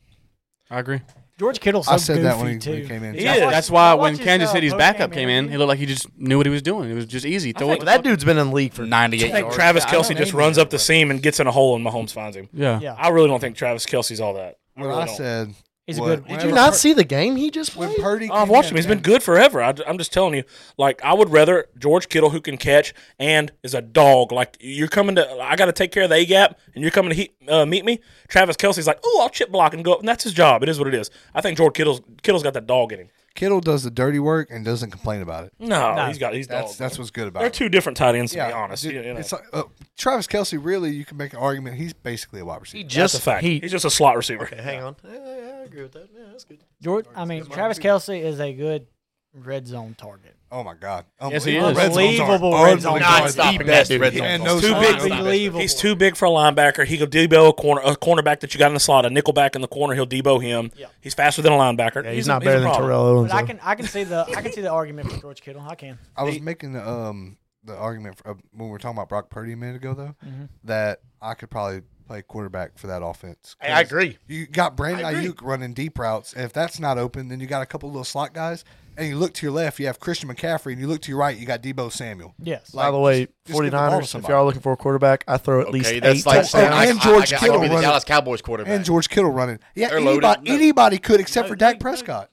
Speaker 2: I agree.
Speaker 6: George Kittle's so
Speaker 8: I said
Speaker 6: goofy,
Speaker 8: that when he,
Speaker 6: too.
Speaker 8: when he came in.
Speaker 5: He
Speaker 2: That's,
Speaker 5: is.
Speaker 2: that's why
Speaker 6: Watch
Speaker 2: when
Speaker 6: his,
Speaker 2: Kansas
Speaker 6: uh,
Speaker 2: City's
Speaker 6: postgame
Speaker 2: backup came in,
Speaker 6: interview.
Speaker 2: he looked like he just knew what he was doing. It was just easy. Throw it.
Speaker 9: Well, that dude's been in the league for.
Speaker 7: 98
Speaker 5: I think
Speaker 7: yards.
Speaker 5: Travis
Speaker 2: I
Speaker 5: Kelsey
Speaker 2: don't
Speaker 5: just
Speaker 2: mean
Speaker 5: runs up the seam and gets in a hole, and Mahomes finds him.
Speaker 2: Yeah.
Speaker 6: Yeah.
Speaker 5: I really don't think Travis Kelsey's all that. I
Speaker 8: What
Speaker 5: really
Speaker 8: I
Speaker 5: don't.
Speaker 8: said.
Speaker 6: He's a
Speaker 8: was-
Speaker 6: good-
Speaker 9: Did
Speaker 8: whenever
Speaker 9: you not Oh,
Speaker 8: Pur-
Speaker 9: see the game he just
Speaker 8: when
Speaker 9: played?
Speaker 8: Purdy?
Speaker 5: I've
Speaker 8: came
Speaker 5: watched
Speaker 8: in,
Speaker 5: him. He's been
Speaker 8: man,
Speaker 5: good forever. I, am just telling you. Like, I would rather George Kittle, who can catch and is a dog. Like, you're coming to, I got to take care of the A gap, and you're coming to heat, uh, meet me. Travis Kelsey's like, oh, I'll chip block and go up, and that's his job. It is what it is. I think George Kittle's Kittle's got that dog in him.
Speaker 8: Kittle does the dirty work and doesn't complain about it.
Speaker 5: No, he's got he's
Speaker 8: That's
Speaker 5: dog.
Speaker 8: that's what's good about
Speaker 5: They're
Speaker 8: it.
Speaker 5: two different tight ends, to be honest.
Speaker 8: dude,
Speaker 5: You know,
Speaker 8: it's like, uh, Travis Kelsey. Really, you can make an argument. He's basically a wide receiver.
Speaker 5: that's
Speaker 9: just
Speaker 5: a fact.
Speaker 9: He,
Speaker 5: he's just a slot receiver.
Speaker 9: hang on. Yeah, I agree with that. Yeah, that's good.
Speaker 6: George, I mean, Travis Kelsey is a good red zone target.
Speaker 8: oh my god!
Speaker 2: Yes, he
Speaker 8: Unbelievable.
Speaker 2: is.
Speaker 8: Red zones are
Speaker 6: Unbelievable red zone.
Speaker 8: unbelievable.
Speaker 9: Non-stop.
Speaker 8: The
Speaker 9: That
Speaker 8: best
Speaker 9: dude.
Speaker 8: red
Speaker 9: Yeah,
Speaker 8: zone.
Speaker 7: no
Speaker 8: Too
Speaker 7: stop.
Speaker 8: big.
Speaker 6: Unbelievable.
Speaker 5: He's too big for a linebacker. He could debo a corner, a cornerback that you got in the slot, a nickelback in the corner. He'll debo him.
Speaker 6: Yeah.
Speaker 5: He's faster than a linebacker.
Speaker 9: Yeah, he's,
Speaker 5: a-
Speaker 9: not better
Speaker 5: a
Speaker 9: than
Speaker 5: problem.
Speaker 9: Terrell Owens.
Speaker 6: But I
Speaker 9: though.
Speaker 6: can I can see the I can see the argument for George Kittle. I can.
Speaker 8: I was making the
Speaker 5: Mm-hmm.
Speaker 8: um the argument for, uh, when we were talking about Brock Purdy a minute ago though that I could probably play quarterback for that offense.
Speaker 9: Hey, I agree.
Speaker 8: You got Brandon
Speaker 5: I agree.
Speaker 8: Ayuk running deep routes, and if that's not open, then you got a couple little slot guys. And you look to your left, you have Christian McCaffrey, and you look to your right, you got Debo Samuel.
Speaker 6: Yes.
Speaker 9: By
Speaker 8: Like,
Speaker 9: the way,
Speaker 8: just- just give the ball to
Speaker 9: 49ers, if
Speaker 8: somebody.
Speaker 9: y'all are looking for a quarterback, I throw at least
Speaker 10: Okay,
Speaker 9: eight
Speaker 10: that's like saying
Speaker 9: touchdowns.
Speaker 10: I,
Speaker 8: And George
Speaker 10: I, I, I
Speaker 8: Kittle
Speaker 10: can be the
Speaker 8: running-
Speaker 10: Dallas Cowboys quarterback.
Speaker 8: And George Kittle running. Yeah,
Speaker 7: They're loaded.
Speaker 8: anybody,
Speaker 7: No.
Speaker 8: anybody could except for Dak Prescott.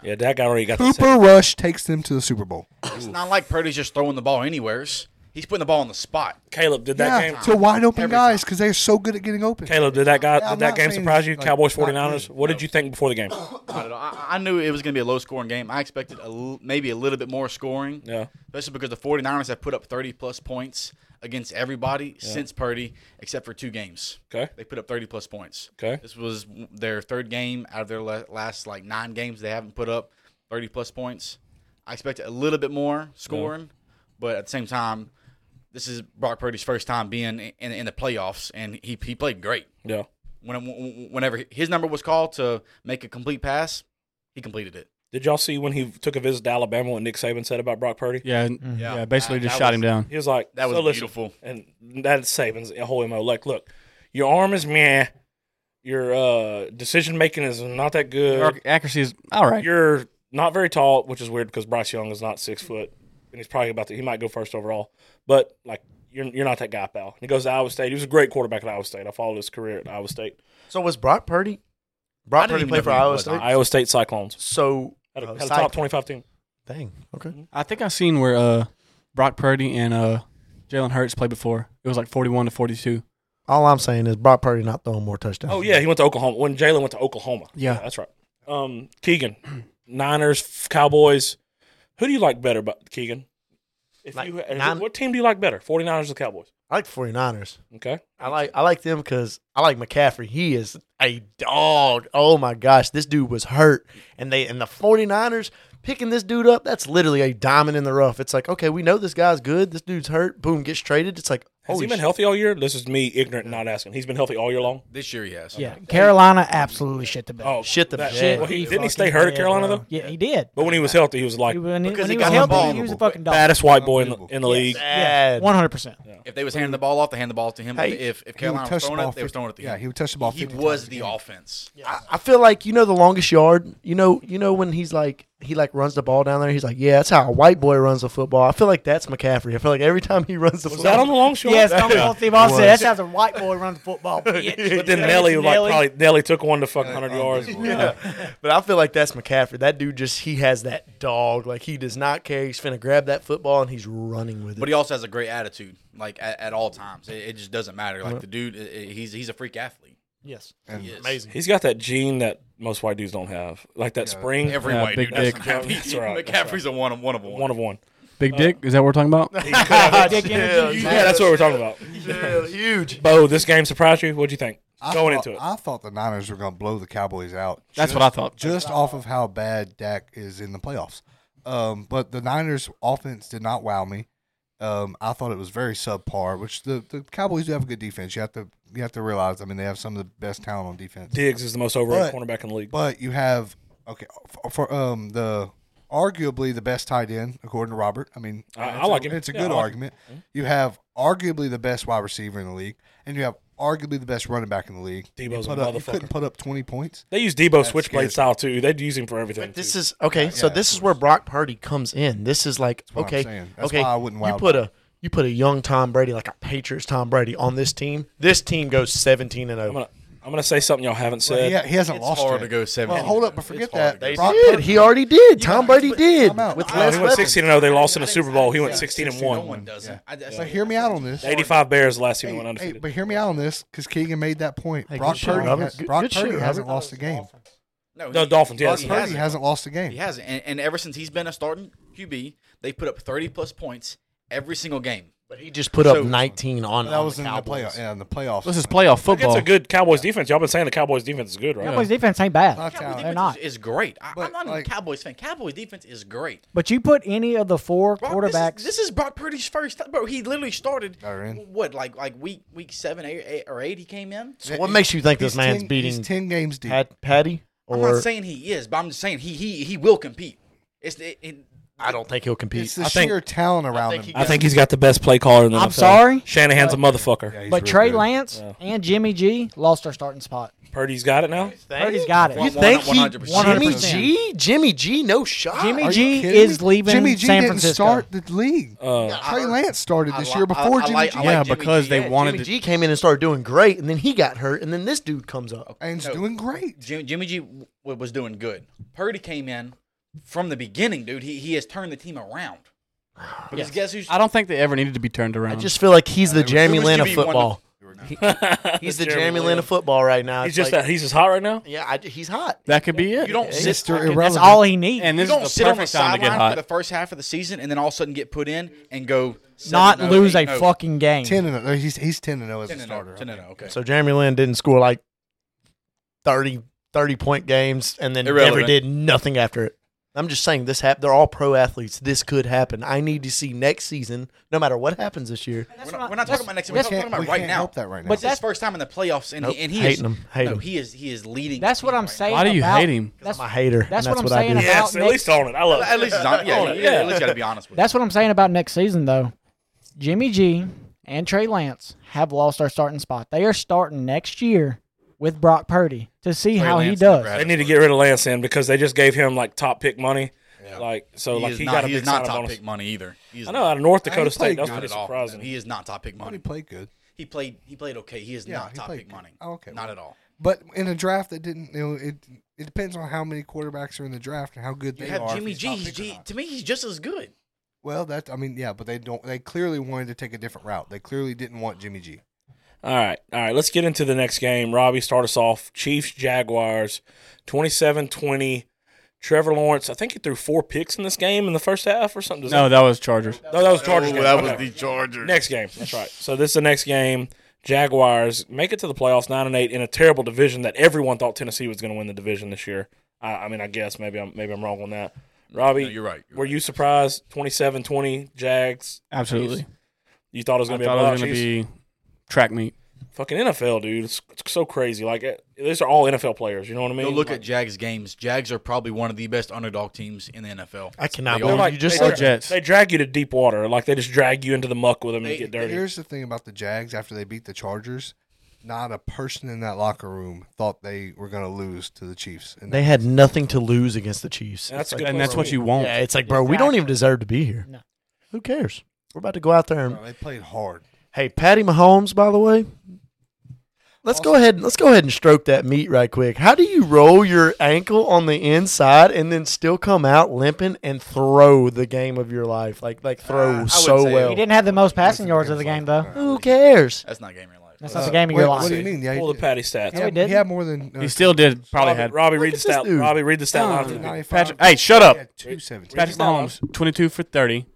Speaker 5: Yeah, that guy already got the
Speaker 8: Cooper
Speaker 5: sack.
Speaker 8: Rush takes them to the Super Bowl.
Speaker 7: It's not like Purdy's just throwing the ball anywheres. He's putting the ball on the spot.
Speaker 5: Caleb, did that
Speaker 8: Yeah,
Speaker 5: game
Speaker 8: to wide open
Speaker 7: Every
Speaker 8: guys because they're so good at getting open.
Speaker 5: Caleb, did that guy
Speaker 8: Yeah,
Speaker 5: did
Speaker 8: I'm
Speaker 5: that
Speaker 8: not
Speaker 5: game
Speaker 8: saying
Speaker 5: surprise you?
Speaker 8: it's, like,
Speaker 5: Cowboys
Speaker 8: not
Speaker 5: 49ers?
Speaker 8: good.
Speaker 5: What did you think before the game?
Speaker 7: Not at all. I, I knew it was going to be a low scoring game. I expected a l- maybe a little bit more scoring.
Speaker 5: Yeah.
Speaker 7: Especially because the 49ers have put up 30 plus points against everybody since Purdy, except for two games.
Speaker 5: Okay.
Speaker 7: They put up 30 plus points.
Speaker 5: Okay.
Speaker 7: This was w- their third game out of their la- last like nine games. They haven't put up 30 plus points. I expected a little bit more scoring, but at the same time, this is Brock Purdy's first time being in, in, in the playoffs, and he, he played great
Speaker 5: Yeah.
Speaker 7: when, when- whenever his number was called to make a complete pass, he completed it.
Speaker 5: Did y'all see when he took a visit to Alabama what Nick Saban said about Brock Purdy?
Speaker 2: Yeah, yeah, basically just shot him down.
Speaker 5: He was like,
Speaker 7: That was
Speaker 5: so listen,
Speaker 7: beautiful.
Speaker 5: and that's Saban's whole mo. Like, look, your arm is meh. Your uh, decision making is not that good.
Speaker 2: Ac- Accuracy is all right.
Speaker 5: You're not very tall, which is weird because Bryce Young is not six foot, and he's probably about to. He might go first overall, but like, you're you're not that guy, pal. And he goes to Iowa State. He was a great quarterback at Iowa State. I followed his career at Iowa State. uh,
Speaker 9: So was Brock Purdy? Brock
Speaker 7: didn't
Speaker 9: Purdy
Speaker 7: even
Speaker 9: played
Speaker 7: know
Speaker 9: for
Speaker 7: who he
Speaker 9: Iowa
Speaker 7: was.
Speaker 9: State.
Speaker 5: Iowa State Cyclones
Speaker 9: so
Speaker 5: had a,
Speaker 9: uh, Mm-hmm.
Speaker 5: had a
Speaker 9: Cyclone.
Speaker 5: top twenty five team.
Speaker 9: Dang. Okay.
Speaker 2: I think I've seen where uh, Brock Purdy and uh, Jalen Hurts played before. It was like forty-one to forty-two.
Speaker 9: All I'm saying is Brock Purdy not throwing more touchdowns.
Speaker 5: Oh yeah, he went to Oklahoma when Jalen went to Oklahoma.
Speaker 2: Yeah.
Speaker 5: that's right. Um, Keegan, *clears throat* Niners, Cowboys. Who do you like better, but Keegan? If
Speaker 9: Like,
Speaker 5: you, is-
Speaker 9: nine-
Speaker 5: what team do you like better, 49ers or Cowboys?
Speaker 9: I like the 49ers.
Speaker 5: Okay,
Speaker 9: I like I like them because I like McCaffrey. He is a dog. Oh my gosh, this dude was hurt, and they and the 49ers picking this dude up. That's literally a diamond in the rough. It's like okay, we know this guy's good. This dude's hurt. Boom, gets traded. It's like
Speaker 5: has
Speaker 9: holy
Speaker 5: he been
Speaker 9: sh-
Speaker 5: healthy all year? This is me ignorant, not asking. He's been healthy all year long.
Speaker 7: This year he has.
Speaker 6: Yeah. Carolina absolutely shit the bed.
Speaker 5: Oh,
Speaker 9: Shit the
Speaker 5: that-
Speaker 9: bed.
Speaker 5: well, he- didn't
Speaker 6: Shit
Speaker 5: he
Speaker 6: fucking
Speaker 5: stay hurt at
Speaker 6: bed,
Speaker 5: Carolina
Speaker 6: bro.
Speaker 5: though?
Speaker 6: Yeah, he did.
Speaker 5: But when he was healthy, he was like
Speaker 6: He- when he,
Speaker 7: Because
Speaker 6: when
Speaker 7: he
Speaker 6: he was
Speaker 7: got
Speaker 6: healthy,
Speaker 7: vulnerable.
Speaker 6: he was a fucking dog.
Speaker 5: baddest white boy in the, in the
Speaker 7: Yes.
Speaker 5: league.
Speaker 9: Bad.
Speaker 6: One hundred percent.
Speaker 7: If they was handing the ball off, they hand the ball to him. if if
Speaker 8: He would
Speaker 7: Carolina
Speaker 8: touch
Speaker 7: was
Speaker 8: the
Speaker 7: throwing
Speaker 8: ball
Speaker 7: it, they was
Speaker 8: fifty-
Speaker 7: throwing it to
Speaker 8: yeah,
Speaker 7: him.
Speaker 8: he would touch the ball
Speaker 7: He
Speaker 8: 50
Speaker 7: was
Speaker 8: times a
Speaker 7: the
Speaker 8: game.
Speaker 7: offense.
Speaker 9: I, I feel like you know the longest yard. You know, you know when he's like he like runs the ball down there. He's like, yeah, that's how a white boy runs the football. I feel like that's McCaffrey. I feel like every time he runs the
Speaker 5: Was
Speaker 9: football,
Speaker 5: that on the long shot?
Speaker 6: Yes, Stone Cold Steve Austin.
Speaker 9: Was.
Speaker 6: That's how the white boy run the football.
Speaker 5: *laughs*
Speaker 6: bitch.
Speaker 5: But then Nelly, like
Speaker 6: Nelly.
Speaker 5: probably Nelly took one to fuck hundred yards.
Speaker 9: *laughs* but I feel like that's McCaffrey. That dude just he has that dog. Like he does not care. He's finna grab that football and he's running with it.
Speaker 7: But he also has a great attitude, like at, at all times. It, it just doesn't matter. Like the dude, i- i- he's he's a freak athlete. *laughs*
Speaker 9: yes,
Speaker 7: He is.
Speaker 9: amazing.
Speaker 5: He's got that gene that most white dudes don't have, like that
Speaker 8: *laughs*
Speaker 5: spring.
Speaker 7: Every
Speaker 2: Yeah,
Speaker 7: white
Speaker 2: big
Speaker 7: dude doesn't
Speaker 2: dick.
Speaker 7: have.
Speaker 5: That's right, that's
Speaker 7: *laughs* McCaffrey's a one of one of one.
Speaker 5: One of one.
Speaker 2: Big Dick, is that what we're talking about?
Speaker 6: Dick energy.
Speaker 5: Yeah, that's what we're talking about.
Speaker 9: huge.
Speaker 5: Bo, this game surprised you. What'd you think
Speaker 8: I
Speaker 5: going
Speaker 8: thought,
Speaker 5: into it?
Speaker 8: I thought the Niners were going to blow the Cowboys out.
Speaker 2: That's what I thought.
Speaker 8: just off of how bad Dak is in the playoffs. Um, but the Niners' offense did not wow me. Um, I thought it was very subpar. Which the, the Cowboys do have a good defense. You have to you have to realize. I mean, they have some of the best talent on defense.
Speaker 5: Diggs is the most overrated
Speaker 8: But-
Speaker 5: cornerback in the league.
Speaker 8: But you have okay for, for um the arguably the best tight end according to Robert. I mean,
Speaker 5: I- I
Speaker 8: it's a-
Speaker 5: like him.
Speaker 8: It's a
Speaker 5: Yeah,
Speaker 8: good
Speaker 5: I like him.
Speaker 8: argument. You have arguably the best wide receiver in the league, and you have arguably the best running back in the league. You
Speaker 5: Debo's a
Speaker 8: put up- you couldn't
Speaker 5: motherfucker.
Speaker 8: put up twenty points.
Speaker 5: They use Debo switchblade
Speaker 8: scares
Speaker 5: style too. They use him for everything.
Speaker 9: But this
Speaker 5: too.
Speaker 9: is okay. so this is where Brock Purdy comes in. This is like
Speaker 8: what I'm
Speaker 9: okay,
Speaker 8: saying. That's
Speaker 9: okay.
Speaker 8: why I wouldn't
Speaker 9: you
Speaker 8: wow
Speaker 9: put a you put a young Tom Brady like a Patriots Tom Brady on this team. This team goes seventeen and oh.
Speaker 5: I'm
Speaker 9: zero.
Speaker 5: gonna I'm gonna say something y'all haven't said.
Speaker 8: Yeah, he hasn't
Speaker 7: It's
Speaker 8: lost
Speaker 7: hard to
Speaker 8: yet.
Speaker 7: go oh. seven.
Speaker 8: Well, hold up, but forget that.
Speaker 9: They
Speaker 8: Brock
Speaker 9: did.
Speaker 8: Purdy-
Speaker 9: He already did. Tom Brady did
Speaker 8: out.
Speaker 9: with
Speaker 8: No,
Speaker 5: he
Speaker 9: less
Speaker 5: went
Speaker 9: weapons.
Speaker 5: 16 and 0. They lost in the Super Bowl. He went 16 and
Speaker 7: No one
Speaker 5: 1.
Speaker 7: doesn't. I, that's-
Speaker 8: So hear me out on this.
Speaker 5: 85 Bears last year
Speaker 8: Hey,
Speaker 5: went
Speaker 8: hey,
Speaker 5: undefeated.
Speaker 8: but hear me out on this because Keegan made that point.
Speaker 9: Hey,
Speaker 8: Brock
Speaker 9: good shit,
Speaker 8: Purdy,
Speaker 9: Robert.
Speaker 8: has,
Speaker 9: Good-
Speaker 8: Brock
Speaker 9: good shit,
Speaker 8: Purdy
Speaker 9: Robert.
Speaker 8: hasn't lost a game.
Speaker 5: No, Dolphins, yes.
Speaker 8: Brock
Speaker 7: he
Speaker 8: Purdy
Speaker 7: hasn't.
Speaker 8: hasn't lost a game.
Speaker 7: He hasn't. And, and ever since he's been a starting QB, they put up 30 plus points every single game.
Speaker 9: But he just put up
Speaker 7: So-
Speaker 9: nineteen on.
Speaker 8: That
Speaker 9: on
Speaker 8: was in the
Speaker 9: Cowboys.
Speaker 8: playoffs. Yeah, in the playoffs.
Speaker 2: This is playoff
Speaker 5: Look, it's
Speaker 2: football.
Speaker 5: a good Cowboys defense. Y'all been saying the Cowboys defense is good, right?
Speaker 6: Cowboys defense ain't bad.
Speaker 7: Cowboys
Speaker 8: Not talent.
Speaker 6: They're
Speaker 7: defense
Speaker 6: not.
Speaker 7: Is, is great. I,
Speaker 8: But,
Speaker 7: I'm not
Speaker 8: like-
Speaker 7: even a Cowboys fan. Cowboys defense is great.
Speaker 6: But you put any of the four
Speaker 7: Brock- this is-
Speaker 6: quarterbacks.
Speaker 7: This is, Brock Purdy's first. Bro, he literally started.
Speaker 8: They're in.
Speaker 7: What like like week week seven eight, eight, or eight? He came in.
Speaker 9: So what makes you think
Speaker 8: He's
Speaker 9: this man's
Speaker 8: ten,
Speaker 9: beating
Speaker 8: He's ten games deep.
Speaker 9: Pat, Patty?
Speaker 7: I'm
Speaker 9: Or
Speaker 7: not saying he is, but I'm just saying he he he will compete. It's it, it,
Speaker 9: I don't think he'll compete.
Speaker 8: It's the
Speaker 5: I think-
Speaker 8: sheer talent around
Speaker 9: think
Speaker 8: him.
Speaker 9: he-
Speaker 5: I think he's got the best play caller in the
Speaker 6: I'm
Speaker 5: NFL.
Speaker 6: sorry?
Speaker 5: Shanahan's a motherfucker.
Speaker 8: Yeah, he's
Speaker 6: But
Speaker 8: real
Speaker 6: Trey
Speaker 8: good.
Speaker 6: Lance
Speaker 5: Yeah.
Speaker 6: and Jimmy G lost their starting spot.
Speaker 5: Purdy's got it now.
Speaker 6: Purdy's got it.
Speaker 9: You
Speaker 7: One-
Speaker 9: think he?
Speaker 7: 100%.
Speaker 9: Jimmy
Speaker 6: 100%.
Speaker 9: G? Jimmy G? No shot.
Speaker 6: Jimmy
Speaker 8: Are you
Speaker 6: G
Speaker 8: kidding
Speaker 6: is leaving
Speaker 8: Jimmy G
Speaker 6: San
Speaker 8: didn't
Speaker 6: Francisco.
Speaker 8: start the league.
Speaker 5: Uh,
Speaker 8: Trey Lance started
Speaker 7: I
Speaker 8: this
Speaker 7: li-
Speaker 8: year before
Speaker 7: I- I
Speaker 8: Jimmy
Speaker 7: like-
Speaker 8: G.
Speaker 7: I
Speaker 2: yeah,
Speaker 7: like Jimmy
Speaker 2: because
Speaker 7: G,
Speaker 2: they
Speaker 7: yeah.
Speaker 2: wanted to.
Speaker 9: Jimmy G came in and started doing great, and then he got hurt, and then this dude comes up.
Speaker 8: and he's
Speaker 7: No.
Speaker 8: doing great.
Speaker 7: Jim, Jimmy G w- was doing good. Purdy came in from the beginning, dude. He he has turned the team around. Because guess who's
Speaker 2: I don't think they ever needed to be turned
Speaker 9: I
Speaker 2: around.
Speaker 9: just feel like he's the Jeremy
Speaker 7: who Uh, was
Speaker 9: Lin of
Speaker 7: QB1?
Speaker 9: football. He's
Speaker 5: he's
Speaker 9: the Jeremy Lin of football right now.
Speaker 5: He's
Speaker 9: It's
Speaker 5: just
Speaker 9: like-
Speaker 5: that. He's just hot right now.
Speaker 9: Yeah, I, he's hot.
Speaker 2: that could be it.
Speaker 7: you don't sit
Speaker 8: Mr.
Speaker 6: That's
Speaker 8: Irrelevant.
Speaker 6: all he needs.
Speaker 2: and this
Speaker 7: you don't
Speaker 2: is the
Speaker 7: sit on the
Speaker 2: perfect time to get
Speaker 7: sideline for the
Speaker 2: hot.
Speaker 7: first half of the season and then all of a sudden get put in and go oh,
Speaker 6: not
Speaker 7: 7-0,
Speaker 6: lose a
Speaker 7: 8-0.
Speaker 6: fucking game.
Speaker 8: ten and oh, he's he's ten and zero as a
Speaker 7: 10 and oh.
Speaker 8: starter.
Speaker 7: 0, 10 and 0, okay.
Speaker 9: So Jeremy Lin didn't score like 30, 30 point games and then never
Speaker 7: Irrelevant.
Speaker 9: did nothing after it. I'm just saying this hap- they're all pro athletes. This could happen. I need to see next season, no matter what happens this year.
Speaker 7: we're
Speaker 6: That's what I-
Speaker 7: not, we're not
Speaker 6: that's-
Speaker 7: talking about next.
Speaker 8: We
Speaker 7: We're
Speaker 6: that's-
Speaker 7: talking
Speaker 8: can't,
Speaker 7: about
Speaker 8: we
Speaker 7: right
Speaker 8: can't
Speaker 7: now.
Speaker 8: help that right now.
Speaker 7: But his first time in the playoffs, and
Speaker 9: Nope,
Speaker 7: he, and he
Speaker 9: hating
Speaker 7: is
Speaker 9: him, hating
Speaker 7: no,
Speaker 9: him.
Speaker 7: he is he is leading.
Speaker 6: That's
Speaker 7: the
Speaker 6: what
Speaker 7: team
Speaker 6: I'm
Speaker 7: right
Speaker 6: saying.
Speaker 2: Why do you
Speaker 6: about-
Speaker 2: hate him?
Speaker 6: That's
Speaker 9: I'm a hater. and
Speaker 6: that's
Speaker 9: That's,
Speaker 6: what
Speaker 9: what,
Speaker 6: I'm
Speaker 9: I
Speaker 6: saying
Speaker 9: do.
Speaker 6: about-
Speaker 5: Yes, at
Speaker 6: next-
Speaker 5: least on it. I
Speaker 7: now.
Speaker 5: love it.
Speaker 7: At least he's on. Yeah,
Speaker 6: Oh,
Speaker 5: On
Speaker 7: yeah,
Speaker 5: it,
Speaker 7: yeah.
Speaker 5: yeah.
Speaker 7: At least got to be honest with.
Speaker 6: That's what I'm saying about next season, though. Jimmy G and Trey Lance have lost their starting spot. They are starting next year with Brock Purdy to see
Speaker 7: Trey
Speaker 6: how he
Speaker 7: Lance never
Speaker 6: does.
Speaker 7: had-
Speaker 5: They need to get rid of Lance in because they just gave him like top pick money. Like so,
Speaker 7: you.
Speaker 5: like
Speaker 7: He is
Speaker 5: he
Speaker 7: not.
Speaker 5: got a
Speaker 7: He
Speaker 5: big
Speaker 7: is
Speaker 5: sign
Speaker 7: not
Speaker 5: on
Speaker 7: top
Speaker 5: bonus.
Speaker 7: pick money either. He is
Speaker 5: I know
Speaker 7: not.
Speaker 5: out of North
Speaker 8: he
Speaker 5: Dakota State,
Speaker 8: played
Speaker 5: that's
Speaker 8: good
Speaker 5: pretty
Speaker 7: Not at all.
Speaker 5: surprising.
Speaker 7: He is not top pick
Speaker 8: But he
Speaker 7: money.
Speaker 8: played good.
Speaker 7: He played. He played okay. He is
Speaker 8: Yeah,
Speaker 7: not
Speaker 8: he
Speaker 7: top
Speaker 8: played
Speaker 7: pick
Speaker 8: good.
Speaker 7: money.
Speaker 8: Oh, okay,
Speaker 7: Not
Speaker 8: well.
Speaker 7: at all.
Speaker 8: But in a draft that didn't, you know, it it depends on how many quarterbacks are in the draft and how good
Speaker 7: You
Speaker 8: they
Speaker 7: have
Speaker 8: are. if
Speaker 7: Jimmy
Speaker 8: he's
Speaker 7: G.
Speaker 8: top
Speaker 7: he's
Speaker 8: pick or
Speaker 7: G-
Speaker 8: not.
Speaker 7: To me, he's just as good.
Speaker 8: Well, that I mean, yeah, but they don't. They clearly wanted to take a different route. They clearly didn't want Jimmy G.
Speaker 5: All right. All right. Let's get into the next game. Robbie, start us off. Chiefs, Jaguars, 27 20. Trevor Lawrence, I think he threw four picks in this game in the first half or something. Does
Speaker 2: No, that was Chargers.
Speaker 5: that, no, that was
Speaker 7: Oh,
Speaker 5: Chargers. game. Okay.
Speaker 1: Chargers.
Speaker 5: Next game. That's right. So this is the next game. Jaguars make it to the playoffs nine and eight in a terrible division that everyone thought Tennessee was going to win the division this year. I, I mean, I guess maybe I'm maybe I'm wrong on that. Robbie,
Speaker 7: No, you're right. You're
Speaker 5: were you surprised? 27-20, Jags.
Speaker 2: Absolutely.
Speaker 5: You thought it was
Speaker 2: I
Speaker 5: going to be a
Speaker 2: thought it
Speaker 5: blowout.
Speaker 2: was going to
Speaker 5: Chiefs?
Speaker 2: be track meet.
Speaker 5: fucking NFL, dude. It's, it's so crazy. Like eh, these are all NFL players. You know what I mean?
Speaker 7: Go look
Speaker 5: Like,
Speaker 7: at Jags games. Jags are probably one of the best underdog teams in the NFL.
Speaker 9: I
Speaker 7: They
Speaker 9: cannot
Speaker 5: they're
Speaker 9: believe
Speaker 7: are.
Speaker 5: like-
Speaker 9: you just
Speaker 5: they,
Speaker 2: Or
Speaker 5: dra-
Speaker 2: Jets.
Speaker 5: They drag you to deep water. Like they just drag you into the muck with them
Speaker 7: They-
Speaker 5: and you get dirty.
Speaker 8: Here's the thing about the Jags after they beat the Chargers. Not a person in that locker room thought they were going to lose to the Chiefs. And
Speaker 9: They had nothing to lose against the Chiefs.
Speaker 5: That's
Speaker 9: It's
Speaker 5: a
Speaker 9: like,
Speaker 5: good.
Speaker 2: And
Speaker 5: place
Speaker 2: that's
Speaker 5: to
Speaker 2: what
Speaker 5: be.
Speaker 2: you want.
Speaker 9: yeah, it's like, bro, we don't even deserve to be here.
Speaker 6: No.
Speaker 9: Who cares? We're about to go out there and
Speaker 8: Bro, they played hard.
Speaker 9: Hey, Patty Mahomes, by the way. Let's go ahead. Let's go ahead and stroke that meat right quick. How do you roll your ankle on the inside and then still come out limping and throw the game of your life? Like, like throw
Speaker 7: wouldn't
Speaker 9: so
Speaker 7: Uh, say
Speaker 9: well.
Speaker 6: He didn't have the most passing yards of the game, though.
Speaker 9: Who cares?
Speaker 7: That's not game real life.
Speaker 6: That's not the game of
Speaker 8: Wait,
Speaker 6: your
Speaker 8: what do
Speaker 6: life.
Speaker 8: you mean? Yeah, he
Speaker 5: Pull the
Speaker 8: did.
Speaker 5: patty stats.
Speaker 6: No,
Speaker 8: He
Speaker 6: he
Speaker 8: had, he
Speaker 6: didn't.
Speaker 8: had more than uh,
Speaker 2: He still did. Probably
Speaker 5: Robbie,
Speaker 2: had.
Speaker 5: Robbie read the
Speaker 9: at this
Speaker 5: stat.
Speaker 9: dude.
Speaker 5: Robbie read the stat line.
Speaker 2: Oh,
Speaker 5: for the-
Speaker 8: 95.
Speaker 6: uh,
Speaker 2: Patrick- hey, shut up.
Speaker 8: He had 217.
Speaker 2: Patrick
Speaker 5: Read the
Speaker 2: Mahomes, 22 for 30,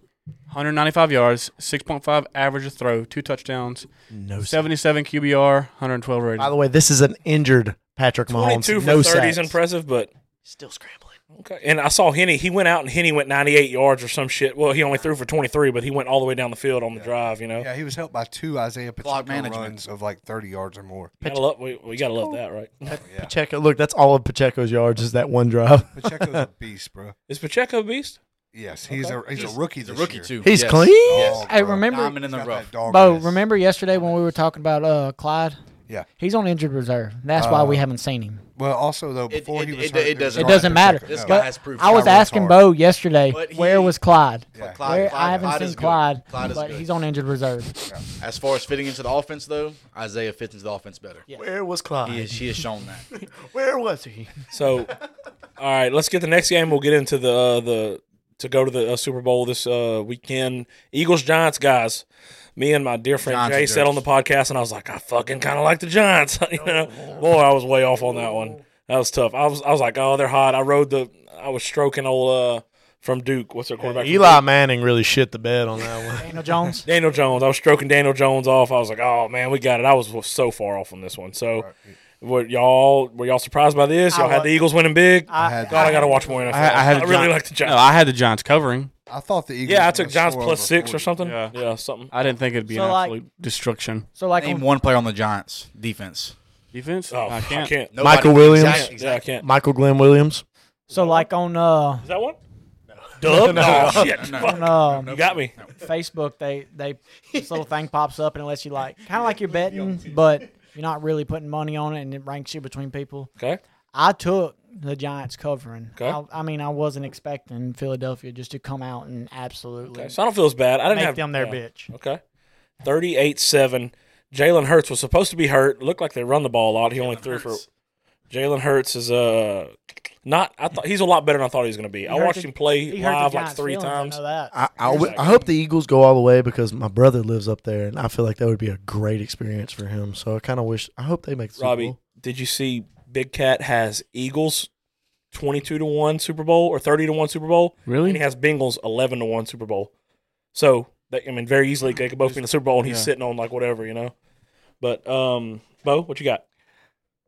Speaker 2: 195 yards, 6.5 average of throw, two touchdowns,
Speaker 9: No. sir.
Speaker 2: 77 QBR, 112 rating.
Speaker 9: By the way, this is an injured Patrick Mahomes.
Speaker 5: Twenty-two for
Speaker 9: no
Speaker 5: thirty is
Speaker 9: sacks.
Speaker 5: impressive, but
Speaker 9: Still scrambling.
Speaker 5: okay. And I saw Henny. He went out and Henny went ninety-eight yards or some shit. Well, he only threw for twenty-three, but he went all the way down the field on the drive. You know,
Speaker 8: Yeah, he was helped by two Isaiah
Speaker 7: Clock
Speaker 8: Pacheco
Speaker 7: management.
Speaker 8: runs of like 30 yards
Speaker 7: *laughs*
Speaker 8: or more.
Speaker 5: gotta love, we, we gotta love that, right?
Speaker 9: Pacheco, look, that's all of Pacheco's yards is that
Speaker 7: *laughs*
Speaker 9: one drive.
Speaker 8: Pacheco's a beast, bro.
Speaker 5: Is Pacheco a beast?
Speaker 8: Yes, he's a he's, a rookie.
Speaker 7: He's a
Speaker 8: this
Speaker 7: rookie
Speaker 8: year.
Speaker 7: too.
Speaker 9: *laughs* He's
Speaker 7: Yes.
Speaker 9: clean.
Speaker 8: Dog,
Speaker 6: Hey,
Speaker 8: bro.
Speaker 6: remember,
Speaker 7: Diamond in
Speaker 8: He's
Speaker 7: the
Speaker 8: got
Speaker 7: rough.
Speaker 8: that dog
Speaker 6: Bo,
Speaker 8: in his-
Speaker 6: remember yesterday when we were talking about uh, Clyde?
Speaker 8: Yeah.
Speaker 6: He's on injured reserve. That's why we haven't seen him.
Speaker 8: Well, also
Speaker 7: Uh,
Speaker 8: though,
Speaker 7: It-
Speaker 8: before
Speaker 7: it-
Speaker 8: he was
Speaker 7: it-
Speaker 8: hurt,
Speaker 7: it
Speaker 8: they were
Speaker 7: doesn't-
Speaker 6: It
Speaker 8: starting
Speaker 6: doesn't matter.
Speaker 8: Pacheco.
Speaker 7: This
Speaker 8: No.
Speaker 7: guy
Speaker 6: But
Speaker 7: has proved
Speaker 6: I was
Speaker 8: Clyde works
Speaker 6: asking
Speaker 8: hard.
Speaker 6: Bo yesterday,
Speaker 7: But he-
Speaker 6: where was Clyde?
Speaker 8: Yeah.
Speaker 7: Clyde-
Speaker 6: Where-
Speaker 7: Clyde-
Speaker 6: I haven't
Speaker 7: Clyde is
Speaker 6: seen
Speaker 7: good.
Speaker 6: Clyde,
Speaker 7: Clyde is
Speaker 6: but
Speaker 7: good.
Speaker 6: he's on injured reserve.
Speaker 7: *laughs* As far as fitting into the offense, though, Isaiah fits into the offense better.
Speaker 9: Where was
Speaker 7: He
Speaker 9: Clyde?
Speaker 7: is. He has shown that.
Speaker 9: *laughs* Where was he?
Speaker 5: So, all right, let's get the next game. We'll get into the uh, the to go to the uh, Super Bowl this uh, weekend. Eagles Giants guys. Me and my dear friend
Speaker 7: Giants
Speaker 5: Jay
Speaker 7: and
Speaker 5: said on the
Speaker 7: Giants.
Speaker 5: podcast, and I was like, I fucking kind of like the Giants. *laughs* you know, boy, I was way off on that one. That was tough. I was I was like, oh, they're hot. I rode the. I was stroking old uh, from Duke. What's their quarterback? from
Speaker 9: Eli Manning really shit the bed on that one.
Speaker 6: Daniel Jones.
Speaker 5: Daniel Jones. I was stroking Daniel Jones off. I was like, "Oh man, we got it." I was so far off on this one. So, were y'all were y'all surprised by this? Y'all had the Eagles winning big. I
Speaker 8: had
Speaker 5: God, I got to watch more NFL. I,
Speaker 2: had the
Speaker 5: really
Speaker 2: Gi-
Speaker 5: like the Giants.
Speaker 2: No, I had the Giants covering.
Speaker 8: I thought the Eagles.
Speaker 5: yeah, I
Speaker 8: were
Speaker 5: took
Speaker 8: gonna
Speaker 5: Giants
Speaker 8: score
Speaker 5: plus
Speaker 8: over
Speaker 5: six or
Speaker 8: 40.
Speaker 5: something. Yeah,
Speaker 2: Yeah.
Speaker 5: something.
Speaker 2: I didn't think it'd be
Speaker 6: So,
Speaker 2: an
Speaker 6: like-
Speaker 2: absolute destruction.
Speaker 6: So like
Speaker 7: Name
Speaker 6: on,
Speaker 7: one player on the Giants defense.
Speaker 2: Defense?
Speaker 5: Oh,
Speaker 2: I can't.
Speaker 7: Nobody.
Speaker 9: Michael Williams.
Speaker 7: Exactly.
Speaker 5: Yeah, I can't.
Speaker 9: Michael Glenn Williams.
Speaker 6: so like on uh
Speaker 5: Is that one? Dub?
Speaker 9: No.
Speaker 5: Oh, shit. Fuck.
Speaker 6: on, um,
Speaker 5: You got me.
Speaker 6: Facebook, they they this little thing pops up and it lets you like kind of like you're betting, but you're not really putting money on it, and it ranks you between people.
Speaker 5: Okay.
Speaker 6: I took the Giants covering.
Speaker 5: Okay.
Speaker 6: I, I mean, I wasn't expecting Philadelphia just to come out and absolutely
Speaker 5: Okay, So I don't feel as bad. I didn't
Speaker 6: make
Speaker 5: have
Speaker 6: them their
Speaker 5: yeah.
Speaker 6: bitch.
Speaker 5: Okay. 38 7. Jalen Hurts was supposed to be hurt. Looked like they run the ball a lot. He only threw
Speaker 7: Hurts.
Speaker 5: for. Jalen Hurts is uh not. I thought he's a lot better than I thought he was going to be. I
Speaker 6: hurt
Speaker 5: watched
Speaker 6: the-
Speaker 5: him play
Speaker 6: He hurt the
Speaker 5: live like
Speaker 6: Giants'
Speaker 5: three
Speaker 6: feelings,
Speaker 5: times.
Speaker 6: I know that.
Speaker 9: I, I, w- I hope the Eagles go all the way because my brother lives up there, and I feel like that would be a great experience for him. So I kind of wish. I hope they make the Super
Speaker 5: Robbie,
Speaker 9: Bowl.
Speaker 5: did you see Big Cat has Eagles 22 to 1 Super Bowl or 30 to 1 Super Bowl? And
Speaker 2: Really?
Speaker 5: he has Bengals 11 to 1 Super Bowl. So, they, I mean, very easily they could both be in the Super Bowl and he's
Speaker 2: Yeah.
Speaker 5: sitting on like whatever, you know? But, um, Bo, what you got?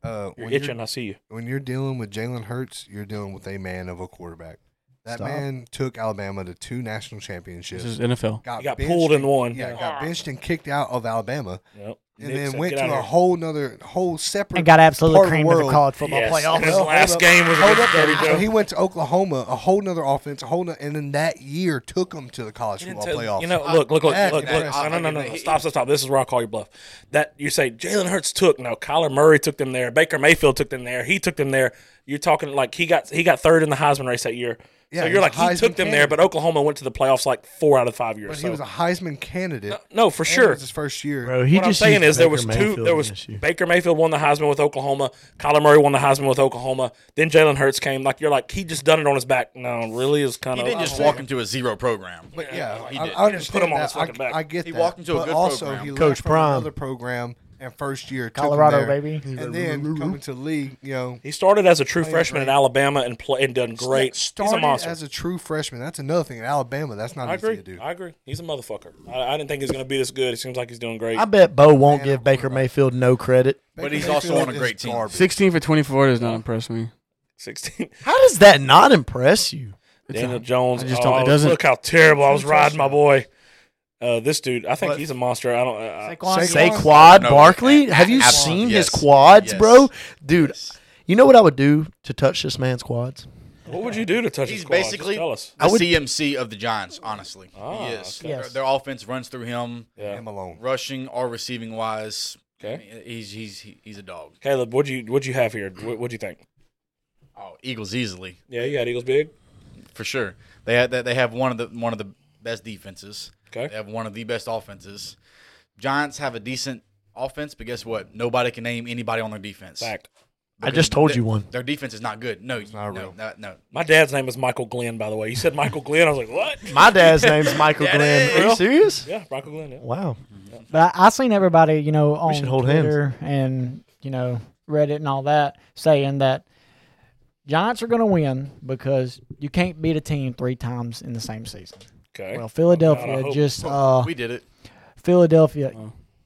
Speaker 8: Uh,
Speaker 5: You're
Speaker 8: when,
Speaker 5: itching.
Speaker 8: you're,
Speaker 5: I see you.
Speaker 8: when you're dealing with Jalen Hurts, you're dealing with a man of a quarterback. That
Speaker 9: Stop.
Speaker 8: man took Alabama to two national championships.
Speaker 2: This is NFL.
Speaker 5: He got pulled in
Speaker 8: and-
Speaker 5: one.
Speaker 8: Yeah, got benched and kicked out of Alabama,
Speaker 5: Yep.
Speaker 8: and
Speaker 5: Nick
Speaker 8: then
Speaker 5: said,
Speaker 8: went
Speaker 5: "Get out
Speaker 8: to a
Speaker 5: of here."
Speaker 8: whole nother, whole separate.
Speaker 6: And got absolutely
Speaker 8: part of
Speaker 6: creamed in the
Speaker 8: world.
Speaker 6: college football
Speaker 5: Yes.
Speaker 6: playoff.
Speaker 5: *laughs* His
Speaker 8: Hold
Speaker 5: last
Speaker 8: up.
Speaker 5: game was
Speaker 8: Hold
Speaker 5: against
Speaker 8: up.
Speaker 5: Dirty
Speaker 8: So
Speaker 5: Dozen.
Speaker 8: he went to Oklahoma, a whole nother offense, a whole nother, and then that year took him to the college
Speaker 5: You didn't
Speaker 8: football
Speaker 5: tell-
Speaker 8: playoff.
Speaker 5: You know, look, look, look,
Speaker 8: that's
Speaker 5: look, look.
Speaker 8: impressive.
Speaker 5: No, no, no, no. Stop, stop, stop. This is where I call your bluff. That you say Jalen Hurts took. No, Kyler Murray took them there. Baker Mayfield took them there. He took them there. You're talking like he got he got third in the Heisman race that year.
Speaker 8: Yeah,
Speaker 5: so
Speaker 8: he
Speaker 5: you're
Speaker 8: was
Speaker 5: like
Speaker 8: a
Speaker 5: he took
Speaker 8: Heisman
Speaker 5: them there,
Speaker 8: candidate.
Speaker 5: but Oklahoma went to the playoffs like four out of five years.
Speaker 8: but
Speaker 5: so.
Speaker 8: he was a Heisman candidate.
Speaker 5: no, for
Speaker 8: and it
Speaker 5: sure.
Speaker 8: was his first year.
Speaker 9: Bro, he
Speaker 5: what I'm
Speaker 9: just
Speaker 5: saying
Speaker 9: used
Speaker 5: is there
Speaker 9: Baker
Speaker 5: was two.
Speaker 9: Mayfield
Speaker 5: There was
Speaker 9: this year.
Speaker 5: Baker Mayfield won the Heisman with Oklahoma. Kyler Murray won the Heisman with Oklahoma. Then Jalen Hurts came. Like you're like he just done it on his back. No, really is kind
Speaker 7: He
Speaker 5: of
Speaker 7: didn't just walk into a zero program.
Speaker 8: But yeah,
Speaker 7: he
Speaker 8: I,
Speaker 7: did.
Speaker 8: I understand
Speaker 5: Put him on
Speaker 8: that.
Speaker 5: his fucking
Speaker 8: I,
Speaker 5: back.
Speaker 8: I get
Speaker 7: He
Speaker 8: that.
Speaker 7: walked into a
Speaker 8: but
Speaker 7: good
Speaker 8: also
Speaker 7: program.
Speaker 8: he left
Speaker 9: Coach
Speaker 8: from
Speaker 9: Prime.
Speaker 8: another program and first year took him
Speaker 6: Colorado,
Speaker 8: there.
Speaker 6: baby.
Speaker 8: and then coming to league, you know,
Speaker 5: He started as a true
Speaker 8: Played
Speaker 5: freshman in
Speaker 8: Oh, great.
Speaker 5: Alabama and play, and done great.
Speaker 8: Started
Speaker 5: He's a monster.
Speaker 8: as a true freshman. That's another thing in Alabama. That's not
Speaker 5: I
Speaker 8: easy
Speaker 5: agree.
Speaker 8: to do.
Speaker 5: I agree. He's a motherfucker. I, I didn't think he was going to be this good. It seems like he's doing great.
Speaker 9: I bet Bo won't
Speaker 8: Man,
Speaker 9: give
Speaker 8: I'm
Speaker 9: Baker Mayfield no credit.
Speaker 7: But
Speaker 8: Baker
Speaker 7: he's also on
Speaker 8: Mayfield
Speaker 7: a
Speaker 8: is
Speaker 7: great team.
Speaker 8: garbage.
Speaker 2: 16 for 24 does not impress me.
Speaker 8: *laughs*
Speaker 5: 16.
Speaker 9: How does that not impress you?
Speaker 2: It's
Speaker 5: Daniel
Speaker 2: not-
Speaker 5: Jones.
Speaker 2: I just
Speaker 5: oh,
Speaker 2: don't- it doesn't-
Speaker 5: Look how terrible I was riding my boy. Uh, this dude, I think he's a monster. I don't. Uh,
Speaker 6: Saquon-
Speaker 9: Saquad
Speaker 7: No,
Speaker 9: Barkley?
Speaker 7: a-
Speaker 9: Have you
Speaker 7: absol-
Speaker 9: seen
Speaker 7: yes.
Speaker 9: his quads,
Speaker 7: Yes.
Speaker 9: bro? Dude,
Speaker 7: Yes.
Speaker 9: you know what I would do to touch this man's quads?
Speaker 5: uh, what would you do to touch his
Speaker 7: He's
Speaker 5: squad? Just
Speaker 7: basically
Speaker 5: tell us.
Speaker 7: the CMC of the Giants, honestly.
Speaker 5: Ah,
Speaker 7: he is.
Speaker 5: okay.
Speaker 6: Yes.
Speaker 7: Their, their offense runs through him,
Speaker 5: Yeah.
Speaker 8: Him alone.
Speaker 7: rushing or receiving wise.
Speaker 5: Okay.
Speaker 7: I mean, he's he's he- he's a dog.
Speaker 5: Caleb, what'd you what'd you have here? What, what'd you think?
Speaker 7: Oh, Eagles easily
Speaker 5: Yeah, you had Eagles big.
Speaker 7: for sure. They had that. They have one of the one of the best defenses.
Speaker 5: Okay.
Speaker 7: They have one of the best offenses. Giants have a decent offense, but guess what? Nobody can name anybody on their defense.
Speaker 5: Fact.
Speaker 9: I just told
Speaker 7: Their-
Speaker 9: you one.
Speaker 7: Their defense is not good. No,
Speaker 8: not
Speaker 7: no,
Speaker 8: real.
Speaker 7: no, no.
Speaker 5: My dad's name is Michael Glenn, by the way. You said Michael Glenn. I was like, what?
Speaker 9: My dad's name's Michael
Speaker 7: That
Speaker 9: Glenn. Are you
Speaker 5: is.
Speaker 9: serious?
Speaker 5: Yeah, Michael Glenn. Yeah.
Speaker 9: Wow.
Speaker 6: But I, I seen everybody, you know, on
Speaker 9: should hold
Speaker 6: Twitter and you know Reddit and all that saying that Giants are going to win because you can't beat a team three times in the same season.
Speaker 5: Okay.
Speaker 6: Well,
Speaker 5: God, I
Speaker 6: Philadelphia
Speaker 5: hope
Speaker 6: just uh,
Speaker 7: We did it.
Speaker 6: Philadelphia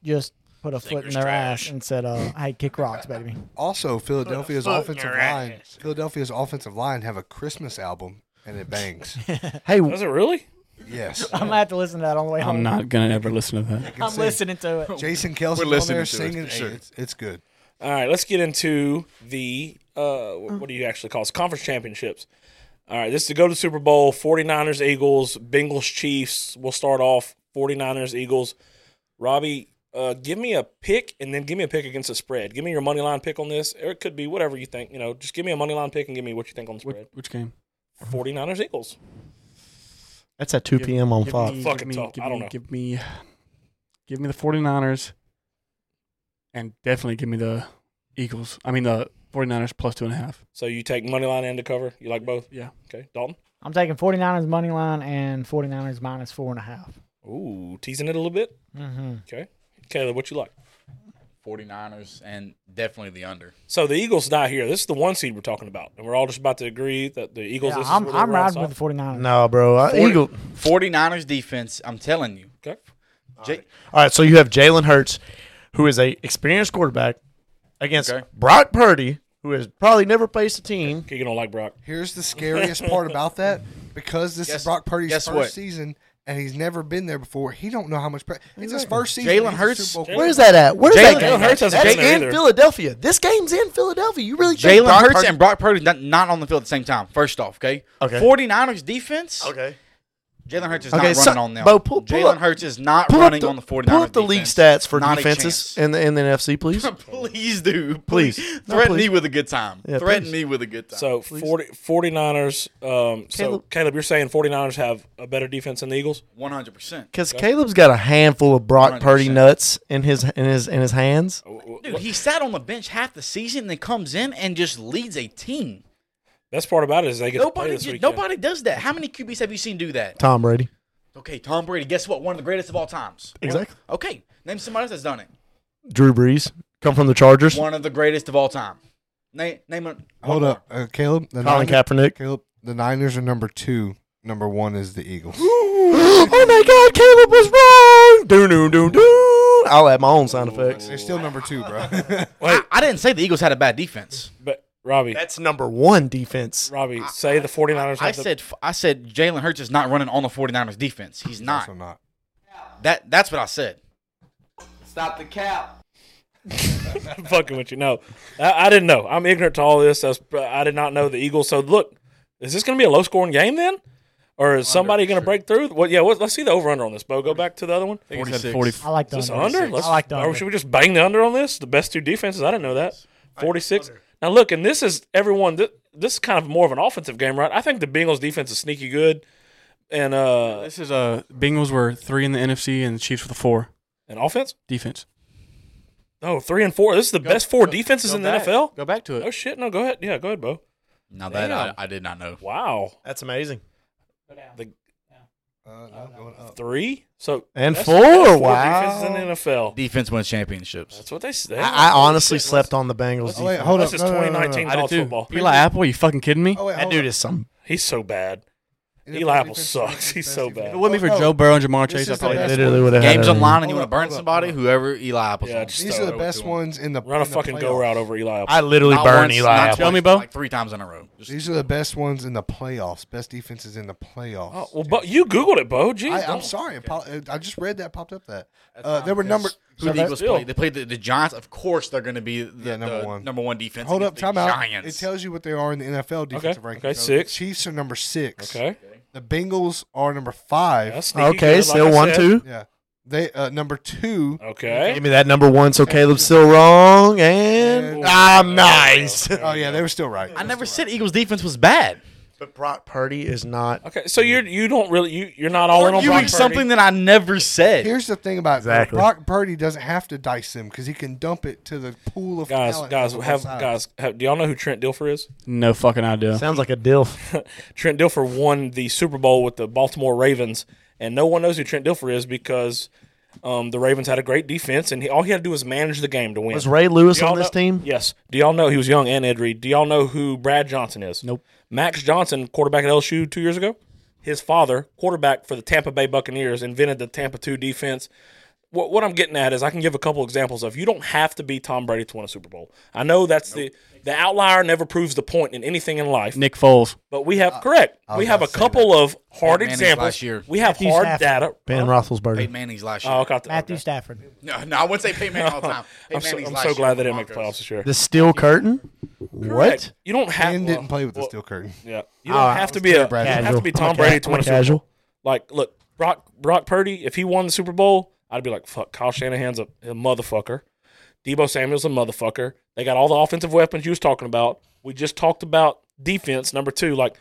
Speaker 6: just put a foot
Speaker 7: Snickers
Speaker 6: in their ass
Speaker 7: trash.
Speaker 6: and
Speaker 5: *laughs*
Speaker 6: said, uh, "Hey, kick rocks, baby."
Speaker 8: Also, Philadelphia's offensive line. Philadelphia's offensive line have a Christmas album and it bangs.
Speaker 6: *laughs*
Speaker 9: Hey,
Speaker 5: Does it really?
Speaker 8: yes.
Speaker 6: I'm gonna have to listen to that on the way home.
Speaker 2: I'm not going to ever listen to that.
Speaker 6: *laughs* I'm listening to
Speaker 5: *laughs*
Speaker 6: it.
Speaker 8: Jason Kelsey on
Speaker 7: listening
Speaker 8: there
Speaker 7: to it,
Speaker 8: singing.
Speaker 7: for sure.
Speaker 8: Hey, it's, it's good.
Speaker 5: All right, let's get into the uh, what do you actually call it? It's conference championships. All right, this is to go to the Super Bowl 49ers, Eagles, Bengals, Chiefs. We'll start off 49ers, Eagles. Robbie, uh, give me a pick and then give me a pick against the spread. Give me your money line pick on this, or it could be whatever you think. You know, just give me a money line pick and give me what you think on the
Speaker 2: Which,
Speaker 5: spread.
Speaker 2: which game?
Speaker 5: 49ers, Eagles.
Speaker 9: that's at 2 p.m. on
Speaker 2: Give
Speaker 9: Fox.
Speaker 2: me-
Speaker 5: Fucking
Speaker 2: give me-
Speaker 5: tough.
Speaker 2: give
Speaker 5: I don't
Speaker 2: me-
Speaker 5: know.
Speaker 2: Give me, give me the 49ers, and definitely give me the Eagles. I mean the 49ers plus two and a half.
Speaker 5: So you take money line and to cover. You like both?
Speaker 2: Yeah.
Speaker 5: Okay, Dalton.
Speaker 6: I'm taking 49ers money line and 49ers minus four and a half.
Speaker 5: Ooh, teasing it a little bit.
Speaker 6: Mm-hmm.
Speaker 5: Caleb, what you like?
Speaker 7: 49ers and definitely the under.
Speaker 5: So the Eagles not here. This is the one seed we're talking about, and we're all just about to agree that the Eagles.
Speaker 6: Yeah,
Speaker 5: this is
Speaker 6: I'm,
Speaker 5: where they're
Speaker 6: I'm
Speaker 5: on
Speaker 6: riding
Speaker 5: top.
Speaker 6: with the 49ers.
Speaker 9: No, bro. I,
Speaker 7: Forty-
Speaker 9: Eagle.
Speaker 7: 49ers defense, I'm telling you.
Speaker 5: Okay.
Speaker 7: Jake,
Speaker 9: All right, so you have Jalen Hurts, who is a experienced quarterback, against
Speaker 7: Okay.
Speaker 9: Brock Purdy, who has probably never faced a team.
Speaker 5: Keegan don't like Brock.
Speaker 8: Here's the scariest part about that because this
Speaker 7: Guess-
Speaker 8: is Brock Purdy's
Speaker 7: guess
Speaker 8: first
Speaker 7: what?
Speaker 8: season and he's never been there before. He don't know how much. Pre- it's his first season.
Speaker 7: Jalen
Speaker 8: He's a
Speaker 7: Hurts-
Speaker 8: Super Bowl
Speaker 9: Where's that at? Where's
Speaker 7: Jalen
Speaker 9: that game?
Speaker 5: Hurts hasn't
Speaker 9: That's
Speaker 5: been there
Speaker 9: in
Speaker 5: either.
Speaker 9: Philadelphia. This game's in Philadelphia. You really think
Speaker 7: Jalen
Speaker 9: Brock
Speaker 7: Hurts
Speaker 9: Purdy-
Speaker 7: and Brock Purdy not, not on the field at the same time. First off, okay.
Speaker 9: Okay.
Speaker 7: 49ers defense.
Speaker 9: okay.
Speaker 7: Jalen Hurts is
Speaker 9: Okay,
Speaker 7: not
Speaker 9: so-
Speaker 7: running on them.
Speaker 9: Bo, pull- pull
Speaker 7: Jalen
Speaker 9: up-
Speaker 7: Hurts is not *laughs*
Speaker 9: Pull
Speaker 7: running
Speaker 9: up the,
Speaker 7: on the 49ers.
Speaker 9: pull up the league
Speaker 7: defense.
Speaker 9: stats for
Speaker 7: Not a
Speaker 9: defenses
Speaker 7: chance.
Speaker 9: in the in the NFC, please.
Speaker 7: *laughs* please do.
Speaker 9: Please. No,
Speaker 7: Threaten
Speaker 9: please.
Speaker 7: me with a good time.
Speaker 9: Yeah,
Speaker 7: Threaten
Speaker 9: please.
Speaker 7: me with a good time.
Speaker 5: So 40, 49ers. Um, so
Speaker 9: Caleb-
Speaker 5: Caleb, you're saying 49ers have a better defense than the Eagles?
Speaker 7: 100%.
Speaker 9: Because Caleb's got a handful of Brock Purdy
Speaker 7: 100%.
Speaker 9: nuts in his in his in his hands.
Speaker 7: Dude, he sat on the bench half the season, then comes in and just leads a team.
Speaker 5: Best part about it is they get to play
Speaker 7: Nobody,
Speaker 5: this
Speaker 7: ju-
Speaker 5: weekend.
Speaker 7: nobody does that. How many QBs have you seen do that?
Speaker 9: Tom Brady.
Speaker 7: Okay, Tom Brady. Guess what? One of the greatest of all times.
Speaker 9: Exactly.
Speaker 7: Okay, name somebody else that's done it.
Speaker 9: Drew Brees. Come from the Chargers.
Speaker 7: One of the greatest of all time. Name, name a,
Speaker 8: Hold up, uh, Caleb. The
Speaker 9: Colin
Speaker 8: Niners,
Speaker 7: *gasps*
Speaker 9: Kaepernick.
Speaker 8: Caleb, the Niners are number two. Number one is the Eagles.
Speaker 9: oh my God, Caleb was wrong. Do do do do. I'll add my own sound effects.
Speaker 8: They're still number two, bro.
Speaker 5: *laughs* Wait,
Speaker 7: I didn't say the Eagles had a bad defense.
Speaker 5: but Robbie,
Speaker 9: That's number one defense.
Speaker 5: Robbie, say the 49ers
Speaker 7: I
Speaker 5: have the
Speaker 7: said I said Jalen Hurts is not running on the 49ers defense. He's not.
Speaker 8: Also not.
Speaker 7: That that's what I said.
Speaker 5: fucking with you. No, I, I didn't know. I'm ignorant to all this. I, was, I did not know the Eagles. So look, is this going to be a low scoring game then, or is somebody going to break through? Well, yeah. What, let's see the over under on this. Bo, go back to the other one. Is
Speaker 2: 46.
Speaker 6: I like the
Speaker 5: this
Speaker 6: under.
Speaker 5: under? Let's,
Speaker 6: I like the
Speaker 5: or
Speaker 6: under.
Speaker 5: should we just bang the under on this? The best two defenses. I didn't know that. Forty six. Now look, and this is everyone. This, this is kind of more of an offensive game, right? I think the Bengals defense is sneaky good, and uh,
Speaker 2: This is uh Bengals were three in the NFC and the Chiefs were the four
Speaker 5: and offense.
Speaker 2: defense.
Speaker 5: No, three and four. This is the best four defenses
Speaker 2: go
Speaker 5: in
Speaker 2: back.
Speaker 5: the NFL.
Speaker 2: Go back to
Speaker 5: Oh
Speaker 2: it.
Speaker 5: shit! No, go ahead. Yeah, go ahead, Bo.
Speaker 7: Now
Speaker 5: that I- Damn.
Speaker 7: I did not know.
Speaker 5: Wow.
Speaker 9: That's amazing.
Speaker 8: Uh, no, going up.
Speaker 5: three. So
Speaker 9: And
Speaker 5: that's-
Speaker 9: four,
Speaker 5: that's
Speaker 9: wow.
Speaker 5: defenses in the NFL.
Speaker 7: Defense wins championships.
Speaker 5: That's what they said.
Speaker 9: I, I honestly slept on the Bengals.
Speaker 8: Oh, wait,
Speaker 9: Defense.
Speaker 8: hold
Speaker 5: This
Speaker 8: up.
Speaker 5: is
Speaker 8: No, no, no, no, no.
Speaker 5: 2019
Speaker 2: I
Speaker 5: college
Speaker 2: did too.
Speaker 5: football.
Speaker 2: Eli Apple, you fucking kidding me?
Speaker 8: Oh, wait,
Speaker 9: That
Speaker 8: hold
Speaker 9: dude
Speaker 8: up.
Speaker 9: is some.
Speaker 5: He's so bad.
Speaker 8: NFL
Speaker 5: Eli Apple
Speaker 8: defense
Speaker 5: sucks. He's
Speaker 8: best
Speaker 5: so
Speaker 8: defense.
Speaker 5: bad.
Speaker 2: If it
Speaker 7: oh,
Speaker 2: wouldn't be for
Speaker 8: No,
Speaker 2: Joe Burrow and Jamar Chase,
Speaker 8: is
Speaker 2: I
Speaker 8: the
Speaker 2: probably
Speaker 8: best
Speaker 2: did.
Speaker 9: Literally would have
Speaker 7: Games online and you want
Speaker 8: Hold
Speaker 7: to
Speaker 8: up,
Speaker 7: burn
Speaker 8: hold up,
Speaker 7: somebody,
Speaker 8: hold
Speaker 7: whoever Eli Apple's
Speaker 5: Yeah,
Speaker 7: on.
Speaker 5: just
Speaker 8: These are the best ones in the
Speaker 5: Run a
Speaker 8: in the
Speaker 5: fucking go
Speaker 8: playoffs.
Speaker 5: route over Eli. Apple.
Speaker 9: I literally
Speaker 7: Not
Speaker 9: burned
Speaker 7: once,
Speaker 9: Eli
Speaker 7: not
Speaker 9: Apple.
Speaker 2: Tell me,
Speaker 7: twice,
Speaker 2: Bo.
Speaker 7: Like three times in a row. Just-
Speaker 8: These are the best ones in the playoffs. Best defenses in the playoffs.
Speaker 5: Oh, well, Bo, you googled it, Bo. Jeez,
Speaker 8: I, I'm
Speaker 5: don't-
Speaker 8: sorry. it pop- I just read that popped up that uh, there were
Speaker 7: That's
Speaker 8: number.
Speaker 7: Who the Eagles play? They played the, the Giants. Of course, they're going to be the
Speaker 8: Yeah, number
Speaker 7: the
Speaker 8: one.
Speaker 7: number one defense.
Speaker 8: Hold up,
Speaker 7: against
Speaker 8: time
Speaker 7: the
Speaker 8: out.
Speaker 7: Giants.
Speaker 8: It tells you what they are in the NFL defensive
Speaker 5: Okay,
Speaker 8: rankings.
Speaker 5: okay,
Speaker 8: So
Speaker 5: six.
Speaker 8: The Chiefs are number six.
Speaker 5: Okay.
Speaker 8: The Bengals are number five.
Speaker 5: That's sneaky
Speaker 9: Okay,
Speaker 5: good, like
Speaker 9: still
Speaker 5: I
Speaker 9: one,
Speaker 5: said.
Speaker 9: two.
Speaker 8: Yeah. They uh, number two.
Speaker 5: Okay.
Speaker 9: Give me that number one, so Caleb's still wrong, and
Speaker 8: And-
Speaker 9: I'm Ah, nice.
Speaker 8: Oh yeah, they were still right.
Speaker 7: I never said Eagles defense was bad.
Speaker 9: But Brock Purdy is not.
Speaker 5: Okay. So you're you don't really you you're not all in on Brock
Speaker 7: Arguing
Speaker 5: Purdy.
Speaker 7: something that I never said.
Speaker 8: Here's the thing about
Speaker 9: Exactly.
Speaker 8: Brock Purdy doesn't have to dice him because he can dump it to the pool of
Speaker 5: Guys,
Speaker 8: talent
Speaker 5: guys,
Speaker 8: on both
Speaker 5: have
Speaker 8: sides.
Speaker 5: guys, have, do y'all know who Trent Dilfer is?
Speaker 2: No fucking idea.
Speaker 9: Sounds like a dill.
Speaker 5: Trent Dilfer won the Super Bowl with the Baltimore Ravens, and no one knows who Trent Dilfer is because um, the Ravens had a great defense, and he, all he had to do was manage the game to win.
Speaker 9: Was Ray Lewis
Speaker 5: Do y'all
Speaker 9: on this
Speaker 5: know-
Speaker 9: team?
Speaker 5: Yes. Do y'all know he was young and Ed Reed? Do y'all know who Brad Johnson is?
Speaker 2: Nope.
Speaker 5: Max Johnson, quarterback at LSU two years ago. His father, quarterback for the Tampa Bay Buccaneers, invented the Tampa two defense. What, what I'm getting at is I can give a couple examples of you don't have to be Tom Brady to win a Super Bowl. I know that's the the outlier never proves the point in anything in life.
Speaker 2: Nick Foles.
Speaker 5: But we
Speaker 9: Uh,
Speaker 5: have correct. We have a couple of hard
Speaker 7: Manning's
Speaker 5: examples.
Speaker 7: last year.
Speaker 5: We have
Speaker 6: Matthew
Speaker 5: hard
Speaker 6: Stafford.
Speaker 5: data.
Speaker 9: Ben
Speaker 7: Peyton
Speaker 9: Roethlisberger.
Speaker 7: Manning's last year.
Speaker 5: Oh, I got that.
Speaker 6: Matthew
Speaker 5: Okay.
Speaker 6: Stafford.
Speaker 7: No, no, I wouldn't say Peyton Manning all the time.
Speaker 5: I'm
Speaker 7: Peyton
Speaker 5: so,
Speaker 7: Manning's
Speaker 5: I'm
Speaker 7: last
Speaker 5: so
Speaker 7: year
Speaker 5: glad
Speaker 7: with
Speaker 5: they didn't
Speaker 7: the
Speaker 5: make the playoffs
Speaker 7: Broncos.
Speaker 5: this year.
Speaker 9: The steel curtain. What?
Speaker 5: Correct. You don't have.
Speaker 8: Ben didn't play with the
Speaker 5: well, *laughs*
Speaker 8: steel curtain.
Speaker 5: Yeah. You
Speaker 9: Ah,
Speaker 5: don't have to be a. You don't have to be Tom Brady to win a Super Bowl.
Speaker 9: casual.
Speaker 5: Like, look, Brock Brock Purdy. If he won the Super Bowl, I'd be like, fuck, Kyle Shanahan's a, a motherfucker. Debo Samuel's a motherfucker. They got all the offensive weapons you was talking about. We just talked about defense number two. Like,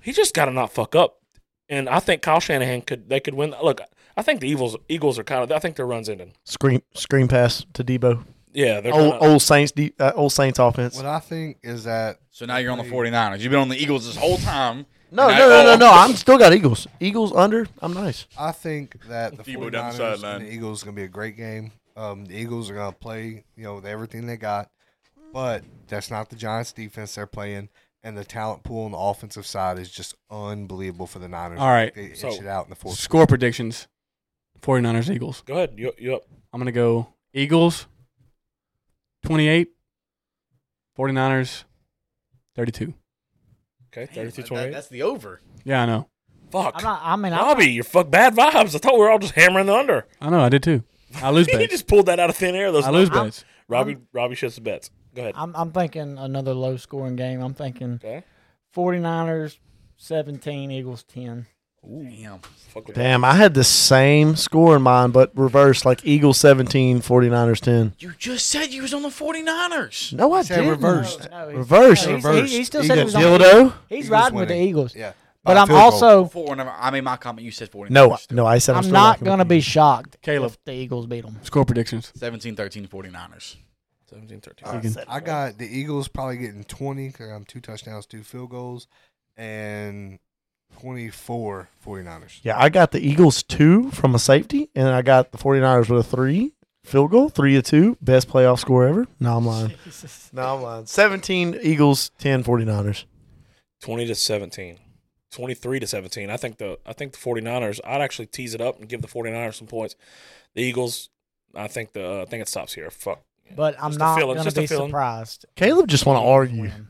Speaker 5: he just got to not fuck up. And I think Kyle Shanahan could they could win. Look, I think the Eagles Eagles are kind of I think their runs ending.
Speaker 9: Screen screen pass to Debo.
Speaker 5: Yeah, they're
Speaker 9: Old,
Speaker 5: kinda-
Speaker 9: old Saints de- uh, old Saints offense.
Speaker 8: What I think is that
Speaker 7: So now you're on the 49ers. You've been on the Eagles this whole time.
Speaker 9: No,
Speaker 7: And
Speaker 9: no,
Speaker 7: I-
Speaker 9: no, no,
Speaker 7: oh,
Speaker 9: no. I'm still got Eagles. Eagles under. I'm nice.
Speaker 8: I think that the
Speaker 7: Debo down
Speaker 8: 49ers
Speaker 7: the sideline.
Speaker 8: and the Eagles is going to be a great game. Um, the Eagles are going to play, you know, with everything they got, but that's not the Giants' defense they're playing, and the talent pool on the offensive side is just unbelievable for the Niners.
Speaker 2: All right,
Speaker 8: they itch
Speaker 5: so-
Speaker 8: it out in the fourth.
Speaker 2: Score predictions 49ers, Eagles.
Speaker 5: Go ahead. You, you up?
Speaker 2: I'm going to go Eagles 28, 49ers 32.
Speaker 5: Okay,
Speaker 7: damn,
Speaker 5: thirty-two
Speaker 7: that-
Speaker 5: twenty-eight.
Speaker 7: That's the over.
Speaker 2: Yeah, I know.
Speaker 5: Fuck.
Speaker 6: I'm not, I mean, I'm,
Speaker 5: Robbie, you're fuck bad vibes. I thought we were all just hammering the under.
Speaker 2: I know, I did too.
Speaker 7: *laughs*
Speaker 2: I
Speaker 5: *laughs*
Speaker 2: lose
Speaker 5: He
Speaker 2: bets.
Speaker 5: just pulled that out of thin air. Those
Speaker 2: I lose bets.
Speaker 5: Robbie, Robbie shits the bets. Go ahead.
Speaker 6: I'm, I'm thinking another low scoring game. I'm thinking
Speaker 5: Okay.
Speaker 6: 49ers 17, Eagles 10.
Speaker 7: Damn.
Speaker 5: Fuck with that.
Speaker 9: Damn, I had the same score in mind, but reversed like Eagles 17, 49ers 10.
Speaker 7: You just said you was on the 49ers.
Speaker 9: No, I
Speaker 8: said
Speaker 9: didn't.
Speaker 8: reversed.
Speaker 6: No, he's-
Speaker 9: Reversed.
Speaker 6: no, he's- he- He, still said he was
Speaker 9: Eagles.
Speaker 6: on
Speaker 9: Dildo?
Speaker 6: He's
Speaker 8: Eagles
Speaker 6: riding with the
Speaker 8: winning.
Speaker 6: Eagles.
Speaker 8: Yeah.
Speaker 6: But
Speaker 8: By a
Speaker 6: I'm
Speaker 8: field goal.
Speaker 6: also,
Speaker 7: Four. Whenever I made my comment, you said 49ers.
Speaker 9: No, no, I said I'm,
Speaker 6: I'm
Speaker 9: still
Speaker 6: not
Speaker 9: rocking
Speaker 6: going to
Speaker 9: with the
Speaker 6: be shocked
Speaker 2: Caleb.
Speaker 6: if the Eagles beat them.
Speaker 2: Score predictions.
Speaker 7: 17 13 49ers.
Speaker 5: 17, 13.
Speaker 9: Eagles.
Speaker 8: I got the Eagles probably getting 20 because I'm two touchdowns, two field goals, and 24 49ers.
Speaker 9: Yeah, I got the Eagles two from a safety, and I got the 49ers with a three field goal, three to two, best playoff score ever. No, I'm lying. No, I'm lying. 17 Eagles, 10 49ers.
Speaker 5: 20 to 17. 23 to 17. I think the I think the 49ers, I'd actually tease it up and give the 49ers some points. The Eagles, I think the I think it stops here. Fuck.
Speaker 6: But I'm
Speaker 5: Just a
Speaker 6: not
Speaker 5: feeling,
Speaker 6: going
Speaker 5: just
Speaker 6: to
Speaker 5: a
Speaker 6: be
Speaker 5: feeling.
Speaker 6: surprised.
Speaker 9: Caleb just want to argue.
Speaker 6: I'm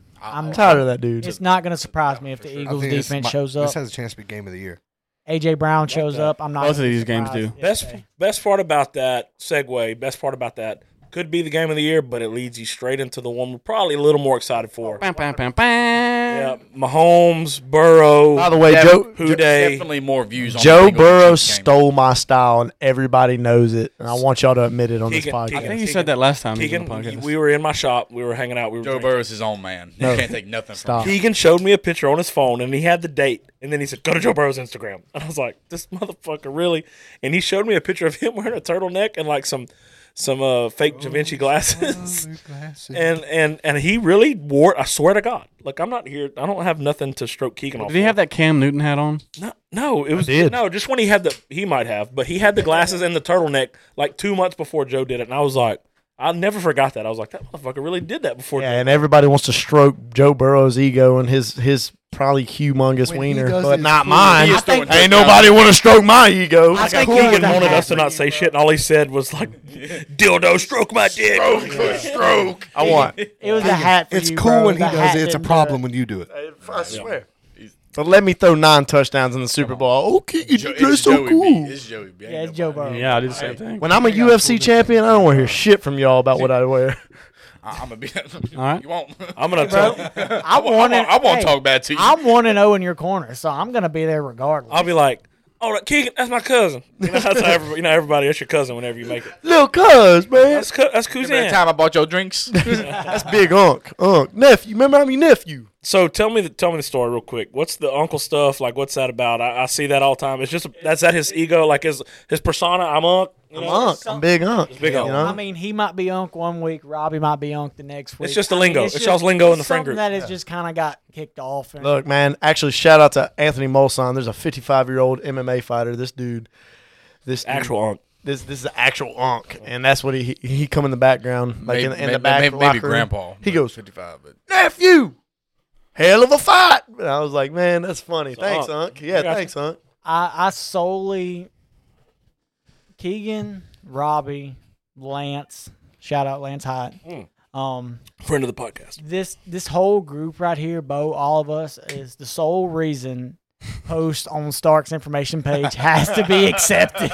Speaker 9: I'm tired of that dude.
Speaker 6: It's not going to surprise me if the
Speaker 7: for sure.
Speaker 8: I
Speaker 6: Eagles
Speaker 8: think this
Speaker 6: defense
Speaker 8: might-
Speaker 6: shows
Speaker 8: This
Speaker 6: up.
Speaker 8: has a chance to be game of the year.
Speaker 6: AJ Brown shows
Speaker 5: the-
Speaker 6: up. I'm not.
Speaker 2: Both of
Speaker 6: gonna be
Speaker 2: these games
Speaker 6: surprised
Speaker 2: do.
Speaker 6: if
Speaker 5: Best
Speaker 6: they-
Speaker 5: best part about that segue, best part about that could be the game of the year, but it leads you straight into the one we're probably a little more excited
Speaker 9: Oh,
Speaker 5: for.
Speaker 2: Bam, bam, bam, bam.
Speaker 5: Yeah, Mahomes, Burrow,
Speaker 9: By the way,
Speaker 7: Def-
Speaker 9: Joe
Speaker 5: Houday.
Speaker 7: Definitely more views on the
Speaker 9: Joe
Speaker 7: Eagles
Speaker 9: Burrow
Speaker 7: than Chiefs game.
Speaker 9: stole my style, and everybody knows it. And I want y'all to admit it on this
Speaker 5: Keegan-
Speaker 2: I
Speaker 9: podcast.
Speaker 2: think
Speaker 5: Keegan-
Speaker 2: you said that last time. he was on the
Speaker 5: Keegan,
Speaker 2: podcast.
Speaker 5: we were in my shop. We were hanging out. We were
Speaker 7: Joe
Speaker 5: drinking.
Speaker 7: Burrow's his own man. You
Speaker 9: No.
Speaker 7: can't take nothing
Speaker 9: Stop.
Speaker 7: from him.
Speaker 5: Keegan showed me a picture on his phone and he had the date. And then he said, Go to Joe Burrow's Instagram. *laughs* And I was like, This motherfucker really and he showed me a picture of him *laughs* wearing a turtleneck and like some some uh fake Da
Speaker 2: Oh,
Speaker 5: Vinci glasses. *laughs* and and and he really wore I swear to God. Like I'm not here I don't have nothing to stroke Keegan off.
Speaker 2: Did he have that Cam Newton hat on?
Speaker 5: No, no, it was
Speaker 9: did.
Speaker 5: no. Just when he had the, he might have, but he had the glasses and the turtleneck like two months before Joe did it, and I was like, I never forgot that. I was like, that motherfucker really did that before.
Speaker 9: Yeah, and everybody wants to stroke Joe Burrow's ego and his his probably humongous
Speaker 8: When he
Speaker 9: wiener,
Speaker 8: does
Speaker 9: but
Speaker 8: his
Speaker 9: not
Speaker 8: cool-
Speaker 9: mine.
Speaker 7: He is throwing
Speaker 9: Ain't
Speaker 7: touchdowns.
Speaker 9: nobody want to stroke my ego.
Speaker 5: Like, I
Speaker 6: think he
Speaker 5: Keegan
Speaker 6: was a
Speaker 5: wanted us to
Speaker 6: hybrid.
Speaker 5: not say shit, and all he said was like, "Dildo, stroke my dick."
Speaker 9: stroke. I want.
Speaker 6: It was a hat for
Speaker 8: It's
Speaker 6: you,
Speaker 8: cool
Speaker 6: bro.
Speaker 8: when he
Speaker 6: The
Speaker 8: does
Speaker 6: hat uh,
Speaker 8: it. It's a
Speaker 6: didn't do
Speaker 8: problem when you do it.
Speaker 9: I swear. But let me throw nine touchdowns in the Super Bowl. Okay, you
Speaker 7: Jo-
Speaker 9: dress so
Speaker 7: Joey
Speaker 9: cool.
Speaker 7: B. It's Joey B. Ain't
Speaker 6: Yeah, it's Joe
Speaker 7: nobody.
Speaker 6: Burrow.
Speaker 2: Yeah, I did the same thing.
Speaker 9: When I'm a UFC champion, I don't want to hear shit from y'all
Speaker 7: *laughs*
Speaker 9: about what I wear.
Speaker 7: I, am gonna be.
Speaker 2: right.
Speaker 7: You won't.
Speaker 5: I'm gonna tell.
Speaker 9: *laughs*
Speaker 6: I want.
Speaker 7: I won't talk bad to you.
Speaker 6: I'm one and zero in your corner, so I'm gonna be there regardless.
Speaker 5: I'll be like, "Oh, that Keegan, that's my cousin." You know, that's how everybody, you know everybody. That's your cousin whenever you make it.
Speaker 9: Lil' cuz, man.
Speaker 5: That's cu- that's
Speaker 7: Remember that
Speaker 5: cousin.
Speaker 7: time I bought your drinks?
Speaker 9: That's big unk. Unk. Nephew. Remember, I'm your nephew.
Speaker 5: So tell me the tell me the story real quick. What's the uncle stuff like? What's that about? I, I see that all the time. It's just that's that his ego, like his his persona. I'm unc.
Speaker 9: I'm unk. I'm big unk.
Speaker 5: Big
Speaker 9: you
Speaker 5: unk.
Speaker 9: know?
Speaker 6: I mean, he might be unk one week, Robbie might be unk the next week.
Speaker 5: just the
Speaker 6: I mean,
Speaker 5: lingo. It's y'all's lingo in the friend
Speaker 6: something
Speaker 5: group.
Speaker 6: That has just kind of got kicked off. And
Speaker 9: Look, man, actually, shout out to Anthony Molson. There's a 55 year old MMA fighter. This dude, this dude-
Speaker 5: Actual unc.
Speaker 9: this this is an actual onk, and that's what he he- he come in the background, like in, the- in the back
Speaker 7: maybe,
Speaker 9: locker
Speaker 7: maybe
Speaker 9: room.
Speaker 7: grandpa.
Speaker 9: He
Speaker 7: but
Speaker 9: goes,
Speaker 7: 55. But
Speaker 9: nephew, hell of a fight. And I was like, man, that's funny. thanks,
Speaker 5: Unc.
Speaker 9: Unc. Yeah,
Speaker 5: got
Speaker 9: thanks, Unc.
Speaker 6: I, I solely Keegan, Robbie, Lance. Shout out Lance Hot. Um,
Speaker 5: Friend of the podcast.
Speaker 6: this this whole group right here, Bo, all of us, is the sole reason post on Stark's information page has to *laughs* be accepted.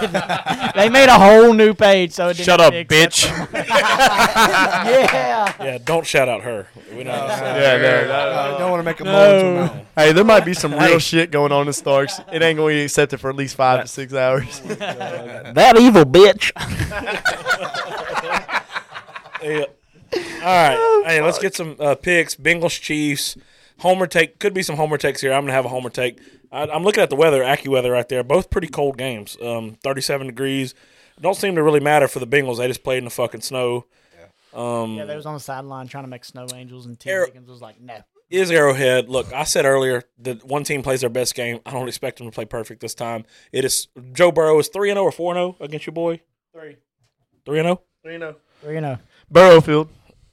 Speaker 6: they made a whole new page, so it didn't
Speaker 1: Shut
Speaker 6: have
Speaker 1: up,
Speaker 6: to be accepted.
Speaker 1: bitch.
Speaker 6: *laughs* yeah.
Speaker 5: Yeah, don't shout out her. We know.
Speaker 9: Yeah, no,
Speaker 8: I don't want to make a mold no.
Speaker 9: Hey, there might be some real shit going on
Speaker 7: *laughs*
Speaker 9: in Starks. It ain't going to be accepted for at least five to six hours.
Speaker 6: That evil bitch.
Speaker 5: Yeah. uh, All right. *laughs* hey, let's get some uh, picks. Bengals, Chiefs. Homer take could be some homer takes here. I'm gonna have a homer take. I, I'm looking at the weather, AccuWeather right there. Both pretty cold games. Um, 37 degrees. Don't seem to really matter for the Bengals. They just played in the fucking snow.
Speaker 6: Yeah, they was on the sideline trying to make snow angels, and Tim
Speaker 5: Arrow-
Speaker 6: Higgins was like, "No."
Speaker 5: is Arrowhead. Look, I said earlier that one team plays their best game. I don't expect them to play perfect this time. It is Joe Burrow is three and zero or four and zero against your boy. Three. Three and zero.
Speaker 6: You know,
Speaker 9: *laughs* Burrowfield,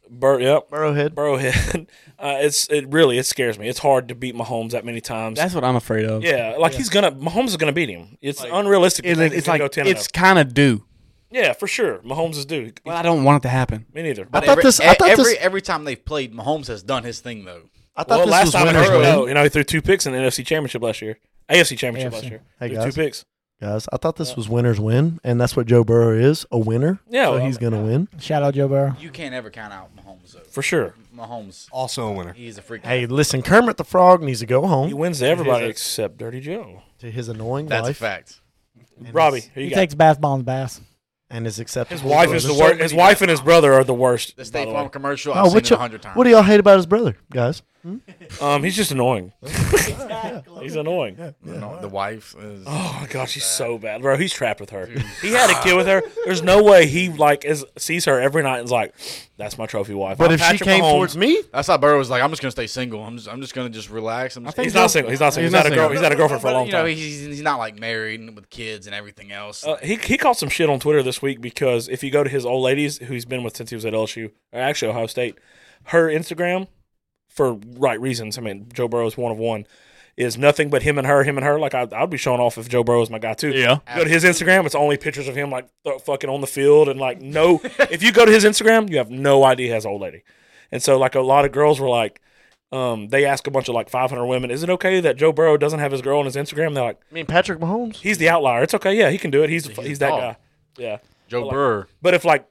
Speaker 5: Bur- yep.
Speaker 9: Burrowhead.
Speaker 5: Burrowhead. *laughs* Uh, it's it really it scares me. It's hard to beat Mahomes that many times.
Speaker 2: That's what I'm afraid of.
Speaker 5: yeah, like he's gonna Mahomes is gonna beat him. It's unrealistic. to
Speaker 2: It-
Speaker 5: think he's
Speaker 2: it's
Speaker 5: gonna
Speaker 2: like
Speaker 5: go 10
Speaker 2: it's kind of due,
Speaker 5: yeah, for sure. Mahomes is due.
Speaker 2: but I don't want it to happen.
Speaker 5: Me neither.
Speaker 9: I thought
Speaker 7: every,
Speaker 9: this. I thought
Speaker 7: every,
Speaker 9: this.
Speaker 7: every time they've played, Mahomes has done his thing though.
Speaker 9: I thought
Speaker 5: Well,
Speaker 9: this
Speaker 5: last
Speaker 9: was
Speaker 5: time I
Speaker 9: winner's
Speaker 5: heard,
Speaker 9: win.
Speaker 5: no, you know, he threw two picks in the NFC Championship last year. AFC Championship
Speaker 6: AFC.
Speaker 5: last year.
Speaker 9: Hey,
Speaker 5: Do
Speaker 9: guys.
Speaker 5: two picks.
Speaker 9: Guys, I thought this was winners win, and that's what Joe Burrow is a winner.
Speaker 5: Yeah,
Speaker 9: so
Speaker 5: well,
Speaker 9: he's going to win.
Speaker 6: Shout out Joe Burrow.
Speaker 7: You can't ever count out Mahomes though.
Speaker 5: For sure.
Speaker 7: Mahomes,
Speaker 8: Also a winner.
Speaker 7: he's a freak.
Speaker 9: Hey, listen, Kermit the Frog needs to go
Speaker 5: He
Speaker 9: home
Speaker 5: wins to everybody
Speaker 7: He's a-
Speaker 5: except Dirty Joe.
Speaker 9: to his annoying
Speaker 7: that's a
Speaker 9: wife
Speaker 7: fact.
Speaker 5: Robbie, who
Speaker 6: He
Speaker 5: you got?
Speaker 6: takes bath bombs baths.
Speaker 9: and his acceptable.
Speaker 5: His wife is the
Speaker 9: brother.
Speaker 7: so
Speaker 5: worst. His
Speaker 7: many
Speaker 5: wife
Speaker 7: guys.
Speaker 5: and his brother are the worst.
Speaker 7: The
Speaker 5: by
Speaker 7: State
Speaker 5: the
Speaker 7: Farm
Speaker 5: way.
Speaker 7: commercial, I've
Speaker 9: Oh,
Speaker 7: seen
Speaker 9: what,
Speaker 7: it a
Speaker 9: y'all-
Speaker 7: hundred times.
Speaker 9: what do y'all hate about his brother, guys?
Speaker 5: Um, he's
Speaker 7: *laughs*
Speaker 5: just annoying. he's annoying.
Speaker 7: No, the wife is.
Speaker 5: Oh my god, she's so bad, bro. He's trapped with her. He had a kid with her. There's no way he like is sees her every night and's like, "That's my trophy wife."
Speaker 9: But
Speaker 5: I'm
Speaker 9: if she
Speaker 5: Patrick
Speaker 9: came
Speaker 5: Mahomes.
Speaker 9: towards me,
Speaker 7: That's how Burrow was like. I'm just gonna stay single. I'm just, I'm just gonna just relax. I'm just,
Speaker 5: he's not single. He's not single. He's, not a girl. He's had a girlfriend for a long
Speaker 7: you know,
Speaker 5: time.
Speaker 7: he's, he's not like married and with kids and everything else.
Speaker 5: Uh, he he caught some shit on Twitter this week because if you go to his old ladies who he's been with since he was at LSU or actually Ohio State, her Instagram for right reasons. I mean, Joe Burrow is one of one. Is nothing but him and her, him and her. Like I, I'd be showing off if Joe Burrow is my guy too.
Speaker 2: Yeah.
Speaker 5: You go to his Instagram, it's only pictures of him like th- fucking on the field and
Speaker 7: *laughs*
Speaker 5: like no. if you go to his Instagram, you have no idea he has an old lady. And so like a lot of girls were like, um, they ask a bunch of like 500 women, is it okay that Joe Burrow doesn't have his girl on his Instagram? They're like,
Speaker 9: I mean Patrick Mahomes.
Speaker 5: he's the outlier. It's okay. Yeah, he can do it. He's he's,
Speaker 7: He's a
Speaker 5: that
Speaker 7: dog.
Speaker 5: guy. Yeah.
Speaker 7: Joe
Speaker 5: like-
Speaker 7: Burrow.
Speaker 5: But if like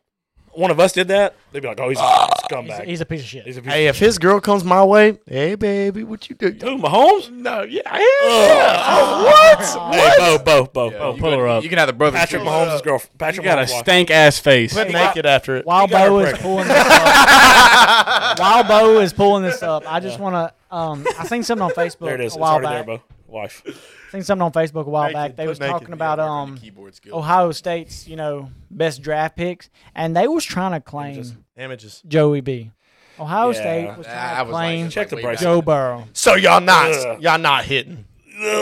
Speaker 5: one of us did that, they'd be like, oh,
Speaker 9: *gasps*
Speaker 5: he's a
Speaker 6: He's,
Speaker 5: scumbag. He's,
Speaker 6: he's a piece of shit.
Speaker 5: a piece
Speaker 9: Hey, if his girl comes my way, hey baby, what you do?
Speaker 5: of Who, Mahomes?
Speaker 9: No, yeah, hell yeah. Oh, what?
Speaker 5: Hey, Bo, Bo, Bo, Bo.
Speaker 2: Oh, pull her up.
Speaker 7: You can have the brother.
Speaker 5: Patrick
Speaker 7: too.
Speaker 5: Mahomes' girlfriend.
Speaker 2: You
Speaker 5: Patrick
Speaker 2: got a
Speaker 5: Mahomes' wife.
Speaker 2: stank ass face.
Speaker 9: Naked after it.
Speaker 6: While
Speaker 5: got
Speaker 6: Bo
Speaker 5: her
Speaker 6: is
Speaker 5: pregnant. *laughs*
Speaker 6: pulling this up, while Bo is pulling this up, I just want to. Um, I seen something on Facebook
Speaker 5: There it is.
Speaker 6: a
Speaker 5: It's
Speaker 6: while
Speaker 5: already
Speaker 6: back.
Speaker 5: there, Bo. Wife.
Speaker 6: seen something on Facebook a while
Speaker 9: Naked.
Speaker 6: back. They
Speaker 9: Put
Speaker 6: was
Speaker 9: naked.
Speaker 6: talking about um
Speaker 7: Keyboard skill.
Speaker 6: Ohio State's you know best draft picks, and they was trying to claim
Speaker 9: Images.
Speaker 6: Joey B. Ohio
Speaker 5: Yeah.
Speaker 6: State was
Speaker 7: Nah,
Speaker 6: trying
Speaker 7: I
Speaker 6: to
Speaker 7: was like-
Speaker 6: claim
Speaker 7: like
Speaker 5: Check the
Speaker 7: way
Speaker 5: price.
Speaker 7: back.
Speaker 6: Joe Burrow.
Speaker 9: So y'all not
Speaker 5: Ugh.
Speaker 9: y'all not hitting.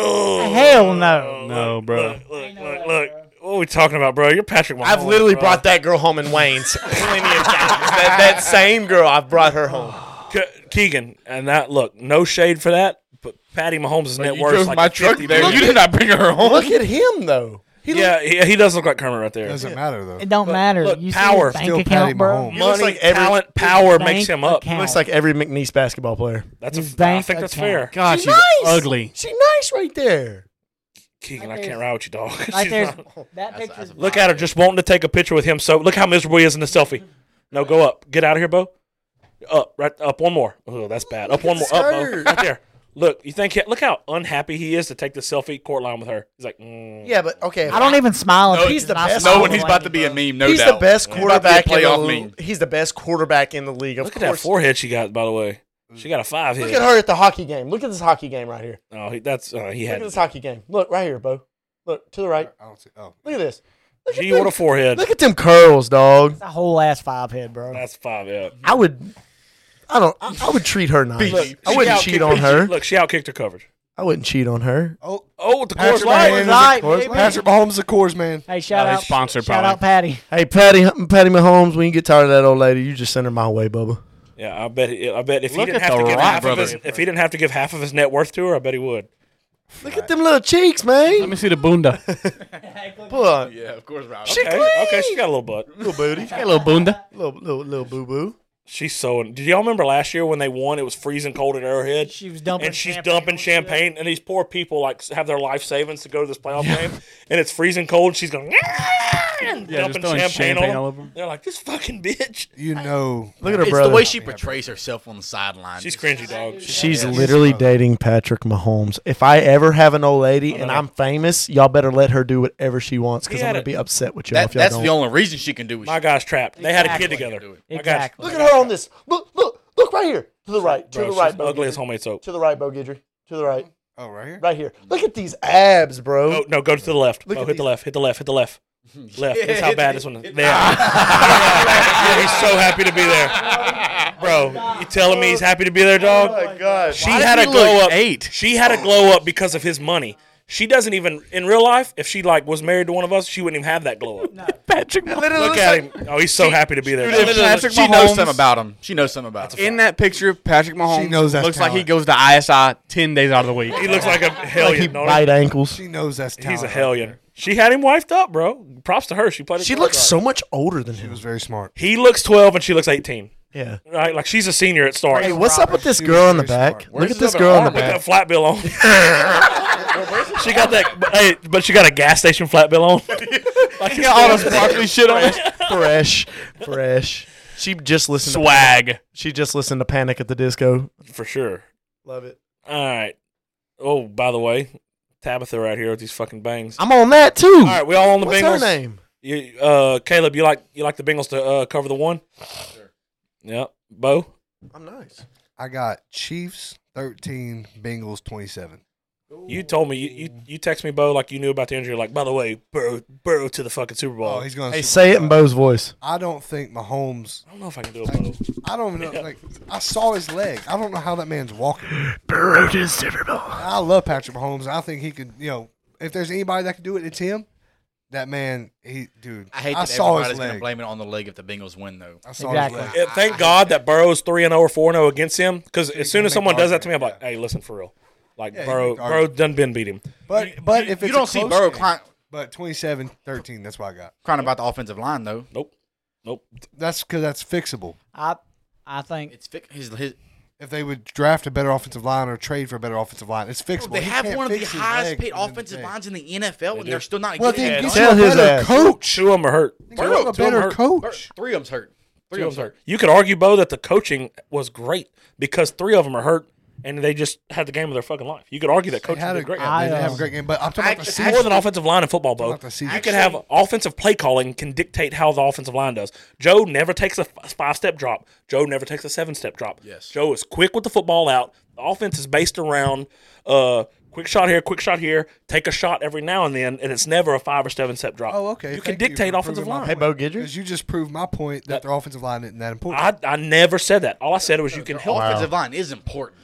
Speaker 6: Hell no.
Speaker 2: No, bro.
Speaker 5: Look, look, look, look. What are we talking about, bro? You're Patrick Mahomes.
Speaker 9: I've literally
Speaker 5: bro.
Speaker 9: brought that girl home
Speaker 7: *laughs*
Speaker 9: in Wayne's plenty of times. That, that same girl, I've brought her home.
Speaker 5: Ke- Keegan, and that look, no shade for that, but Patty Mahomes' net
Speaker 7: You
Speaker 5: worth is
Speaker 7: drove
Speaker 5: like
Speaker 7: my truck
Speaker 5: 50
Speaker 7: there.
Speaker 5: million.
Speaker 7: You did not bring her home.
Speaker 9: Look at him though. He looks-
Speaker 5: Yeah, he, he does look like Kermit right there.
Speaker 8: Doesn't matter though.
Speaker 6: It don't matter.
Speaker 5: look,
Speaker 6: you
Speaker 5: power.
Speaker 6: see his
Speaker 8: Still
Speaker 6: bank account,
Speaker 8: Patty
Speaker 6: bro.
Speaker 8: Mahomes.
Speaker 9: He looks
Speaker 5: Money,
Speaker 9: like every-
Speaker 5: talent, power
Speaker 6: Bank
Speaker 5: makes him up.
Speaker 9: he
Speaker 6: account.
Speaker 9: looks like every McNeese basketball player.
Speaker 5: That's a,
Speaker 6: His
Speaker 5: I
Speaker 6: bank
Speaker 5: think that's
Speaker 6: account.
Speaker 5: fair.
Speaker 2: God, Ah, she's ugly.
Speaker 9: She nice right there.
Speaker 5: Keegan, I can't ride with you, dog.
Speaker 6: Like
Speaker 5: She's
Speaker 6: there's
Speaker 5: not-
Speaker 6: that picture.
Speaker 5: *laughs* look at her just wanting to take a picture with him. So look how miserable he is in the selfie. No, go up. Get out of here, Bo. Up, right up one more. Oh, that's bad. Up one more. Up, Bo.
Speaker 9: Skirt.
Speaker 5: Right there. Look, you think? he- Look how unhappy he is to take the selfie court line with her. He's like, mm.
Speaker 9: Yeah, but okay.
Speaker 6: I don't even smile.
Speaker 9: No,
Speaker 6: at
Speaker 9: he's
Speaker 6: him.
Speaker 9: the
Speaker 6: I
Speaker 9: best.
Speaker 6: smile
Speaker 7: No,
Speaker 9: No,
Speaker 7: and he's
Speaker 6: at
Speaker 7: about
Speaker 6: him.
Speaker 7: to be a meme. No
Speaker 9: he's
Speaker 7: doubt.
Speaker 9: the best
Speaker 7: He's about to be a
Speaker 9: quarterback in the
Speaker 7: playoff
Speaker 9: league.
Speaker 7: meme.
Speaker 9: He's the best quarterback in the league. Of
Speaker 5: Look at that
Speaker 9: course.
Speaker 5: forehead she got. By the way, she got a five hit.
Speaker 9: Look at her at the hockey game. Look at this hockey game right here.
Speaker 5: Oh, he, that's uh, he
Speaker 9: Look at
Speaker 5: had.
Speaker 9: this hockey game. Look right here, Bo. Look to the right.
Speaker 8: I don't see. Oh,
Speaker 9: Look at this. Look at
Speaker 5: Gee,
Speaker 9: them-
Speaker 5: what a forehead.
Speaker 9: Look at them curls, dog.
Speaker 6: It's a whole ass five head, bro.
Speaker 5: That's five. Yeah.
Speaker 9: I would. I don't. I, I would treat her nice.
Speaker 7: Look,
Speaker 9: I
Speaker 5: She
Speaker 9: wouldn't
Speaker 5: outkicked
Speaker 9: cheat on her.
Speaker 5: Look, she outkicked her coverage.
Speaker 9: I wouldn't cheat on her.
Speaker 8: oh,
Speaker 5: Oh, with the
Speaker 8: Patrick
Speaker 5: course light.
Speaker 8: Mahomes is a
Speaker 6: Light,
Speaker 8: Coors-
Speaker 6: baby.
Speaker 8: Patrick Mahomes is a Coors man.
Speaker 6: Hey, shout
Speaker 2: No, he's
Speaker 6: out,
Speaker 2: sponsored,
Speaker 6: shout out, Patty.
Speaker 9: Hey, Patty, Patty Mahomes, when you get tired of that old lady, you just send her my way, Bubba.
Speaker 5: Yeah, I bet. He, I bet if he
Speaker 2: Look
Speaker 5: didn't
Speaker 2: at
Speaker 5: have to
Speaker 2: the
Speaker 5: give
Speaker 2: Rock
Speaker 5: half of
Speaker 2: brother.
Speaker 5: his, if he didn't have to give half of his net worth to her, I bet he would.
Speaker 9: Look at them little cheeks, man.
Speaker 2: Let me see the boonda.
Speaker 9: Put
Speaker 7: Yeah, of course, Rob.
Speaker 9: She
Speaker 5: Okay,
Speaker 9: clean.
Speaker 5: okay, she got a little butt.
Speaker 9: little booty,
Speaker 2: Hey, little boonda.
Speaker 9: little little little boo boo.
Speaker 5: She's so. Did y'all remember last year when they won? It was freezing cold at Arrowhead.
Speaker 6: She was dumping
Speaker 5: and she's
Speaker 6: champagne
Speaker 5: dumping
Speaker 6: on shit.
Speaker 5: champagne, and these poor people like have their life savings to go to this playoff game, and it's freezing cold. And she's going and
Speaker 2: Yeah, just
Speaker 5: dumping
Speaker 2: throwing
Speaker 5: champagne, on
Speaker 2: champagne
Speaker 5: them.
Speaker 2: all over 'em.
Speaker 5: They're like this fucking bitch.
Speaker 8: You know,
Speaker 9: Look at her
Speaker 7: It's
Speaker 9: brother.
Speaker 7: the way she portrays herself on the sideline.
Speaker 5: She's cringy, dog. She's
Speaker 9: She's literally dating Patrick Mahomes. If I ever have an old lady and I'm famous, y'all better let her do whatever she wants because
Speaker 5: He
Speaker 9: I'm
Speaker 5: had
Speaker 9: gonna
Speaker 5: a-
Speaker 9: be upset with y'all
Speaker 7: That,
Speaker 9: if y'all
Speaker 7: that's
Speaker 9: don't.
Speaker 7: the only reason she can do it.
Speaker 5: my guy's trapped. They had a kid
Speaker 6: Exactly.
Speaker 5: together.
Speaker 7: Do it.
Speaker 5: My guy's-
Speaker 6: Exactly.
Speaker 9: look at her on this. Look, look, look right here. To the right.
Speaker 5: Bro,
Speaker 9: to the
Speaker 5: she's
Speaker 9: right. Bo
Speaker 5: ugly as
Speaker 9: Guidry.
Speaker 5: homemade soap.
Speaker 9: To the right, Bo Guidry. To the right.
Speaker 8: oh, right here.
Speaker 9: Right here. Look at these abs, bro.
Speaker 5: Oh no, go to the left.
Speaker 9: Look
Speaker 5: Bo,
Speaker 9: at
Speaker 5: hit the
Speaker 9: these-
Speaker 5: left. Hit the left. Hit the left. Left. That's how bad this one is. There. *laughs* he's so happy to be there, bro. You telling me he's happy to be there,
Speaker 9: Oh,
Speaker 5: dog?
Speaker 9: gosh.
Speaker 5: She had a glow up.
Speaker 2: eight?
Speaker 5: She had a glow up because of his money. She doesn't even in real life. If she like was married to one of us, she wouldn't even have that glow up.
Speaker 2: Patrick Mahomes.
Speaker 5: Look at him. Oh, he's so happy to be there.
Speaker 2: Patrick
Speaker 7: she knows
Speaker 2: Mahomes-
Speaker 7: something about him. She knows something about him.
Speaker 2: In that picture, Patrick Mahomes
Speaker 8: knows that's
Speaker 2: looks like he
Speaker 8: talent.
Speaker 2: goes to ISI 10 days out of the week.
Speaker 5: He looks like a
Speaker 9: Like he
Speaker 5: hellion. don't he?
Speaker 9: bite ankles.
Speaker 8: She knows that's talent.
Speaker 5: he's a
Speaker 8: right
Speaker 5: hellion.
Speaker 8: there.
Speaker 5: She had him wifed up, bro. Props to her. She played. it
Speaker 9: She
Speaker 5: close
Speaker 9: looks
Speaker 5: right.
Speaker 9: so much older than
Speaker 8: She
Speaker 9: him.
Speaker 8: was very smart.
Speaker 5: He looks twelve and she looks eighteen.
Speaker 9: Yeah.
Speaker 5: right? Like she's a senior at Starks.
Speaker 9: Hey, what's up with this
Speaker 8: she
Speaker 9: girl
Speaker 8: was
Speaker 9: in the
Speaker 8: very
Speaker 9: back?
Speaker 8: smart.
Speaker 9: Look at this girl in the
Speaker 5: with
Speaker 9: back.
Speaker 5: that flat bill
Speaker 9: *laughs*
Speaker 5: on. she got that, but, hey, but she got a gas station flat bill
Speaker 9: *laughs*
Speaker 5: on. like you got all this broccoli shit on.
Speaker 9: Fresh, fresh. She just listened. To,
Speaker 5: *laughs* Swag
Speaker 9: she just listened to Panic at the Disco.
Speaker 5: for sure.
Speaker 9: Love it.
Speaker 5: All right. Oh, by the way, Tabitha right here with these fucking bangs.
Speaker 9: I'm on that too.
Speaker 5: all right, we all on the
Speaker 9: What's
Speaker 5: Bengals.
Speaker 9: her name?
Speaker 5: You, uh, Caleb, you like you like the Bengals to uh, cover the one? Sure. Yep. Bo.
Speaker 9: I'm nice.
Speaker 8: I got Chiefs 13, Bengals 27.
Speaker 5: You told me you, you you text me Bo like you knew about the injury. Like by the way, Burrow Burrow to the fucking Super Bowl.
Speaker 8: Oh, he's going to
Speaker 9: Hey, say it in Bo's voice.
Speaker 8: I don't think Mahomes.
Speaker 5: I don't know if I can do it, Bo.
Speaker 8: I don't know. Like, I saw his leg. I don't know how that man's walking.
Speaker 9: Burrow to the Super Bowl.
Speaker 8: I love Patrick Mahomes. I think he could, you know, if there's anybody that could do it, it's him. That man, he, dude.
Speaker 7: I hate
Speaker 8: I
Speaker 7: that
Speaker 8: saw his
Speaker 7: everybody's going to
Speaker 8: leg.
Speaker 7: blame it on the leg if the Bengals win, though.
Speaker 8: I saw
Speaker 6: Exactly.
Speaker 8: his leg.
Speaker 5: Yeah, thank God that Burrow's three and zero or four and zero against him. Because as soon as
Speaker 8: make
Speaker 5: someone does that
Speaker 8: argument,
Speaker 5: to me, I'm like, hey, listen for real. Like
Speaker 8: Yeah, you
Speaker 5: Burrow,
Speaker 8: make the
Speaker 5: Burrow done been beat him.
Speaker 8: But, but if
Speaker 7: you
Speaker 8: it's
Speaker 7: don't
Speaker 8: a
Speaker 7: see
Speaker 8: close
Speaker 7: Burrow
Speaker 8: game-
Speaker 7: climb,
Speaker 8: But 27 13, that's what I got.
Speaker 7: crying about the offensive line, though.
Speaker 5: Nope, nope.
Speaker 8: That's because that's fixable.
Speaker 6: I I think
Speaker 7: It's fi- his, his,
Speaker 8: If they would draft a better offensive line or trade for a better offensive line, it's fixable.
Speaker 7: they
Speaker 8: He
Speaker 7: have
Speaker 8: can't
Speaker 7: one of the
Speaker 8: fix his
Speaker 7: highest
Speaker 8: leg
Speaker 7: paid
Speaker 8: from the
Speaker 7: offensive
Speaker 8: day.
Speaker 7: lines in the NFL, and they're still not
Speaker 8: Well,
Speaker 7: getting
Speaker 8: then
Speaker 7: it
Speaker 8: get
Speaker 7: done.
Speaker 9: Tell
Speaker 8: you a
Speaker 9: his
Speaker 8: better
Speaker 9: ass.
Speaker 8: coach.
Speaker 5: Two of them are hurt.
Speaker 8: Get him
Speaker 5: Two
Speaker 8: a
Speaker 5: of 'em
Speaker 8: better
Speaker 5: hurt.
Speaker 7: Bur-
Speaker 8: coach.
Speaker 7: Three of them's hurt. Three
Speaker 5: Two
Speaker 7: of
Speaker 5: of 'em's
Speaker 7: them's hurt.
Speaker 5: hurt. You could argue Bo that the coaching was great because three of them are hurt and they just had the game of their fucking life. You could argue that
Speaker 8: They
Speaker 5: coaching
Speaker 8: had a
Speaker 5: did
Speaker 8: great.
Speaker 5: great.
Speaker 8: They
Speaker 6: I,
Speaker 9: uh,
Speaker 8: did have
Speaker 6: um,
Speaker 8: a great game, but I'm talking about the
Speaker 7: actually-
Speaker 5: It's
Speaker 8: season.
Speaker 5: more than offensive line in football, Bo.
Speaker 8: About the season.
Speaker 5: You can have offensive play calling can dictate how the offensive line does. Joe never takes a five step drop. Joe never takes a seven step drop.
Speaker 7: Yes.
Speaker 5: Joe is quick with the football out. The offense is based around uh, quick shot here, quick shot here. Take a shot every now and then, and it's never a five or seven step drop.
Speaker 8: Oh, okay.
Speaker 5: You can
Speaker 8: Thank
Speaker 5: dictate
Speaker 8: for
Speaker 5: offensive
Speaker 8: proving my
Speaker 5: line.
Speaker 9: Hey, Bo
Speaker 8: point.
Speaker 9: Gidry.
Speaker 8: 'Cause you just proved my point that their offensive line isn't that important.
Speaker 5: I, I never said that. All I said was you can help
Speaker 7: Offensive line is important.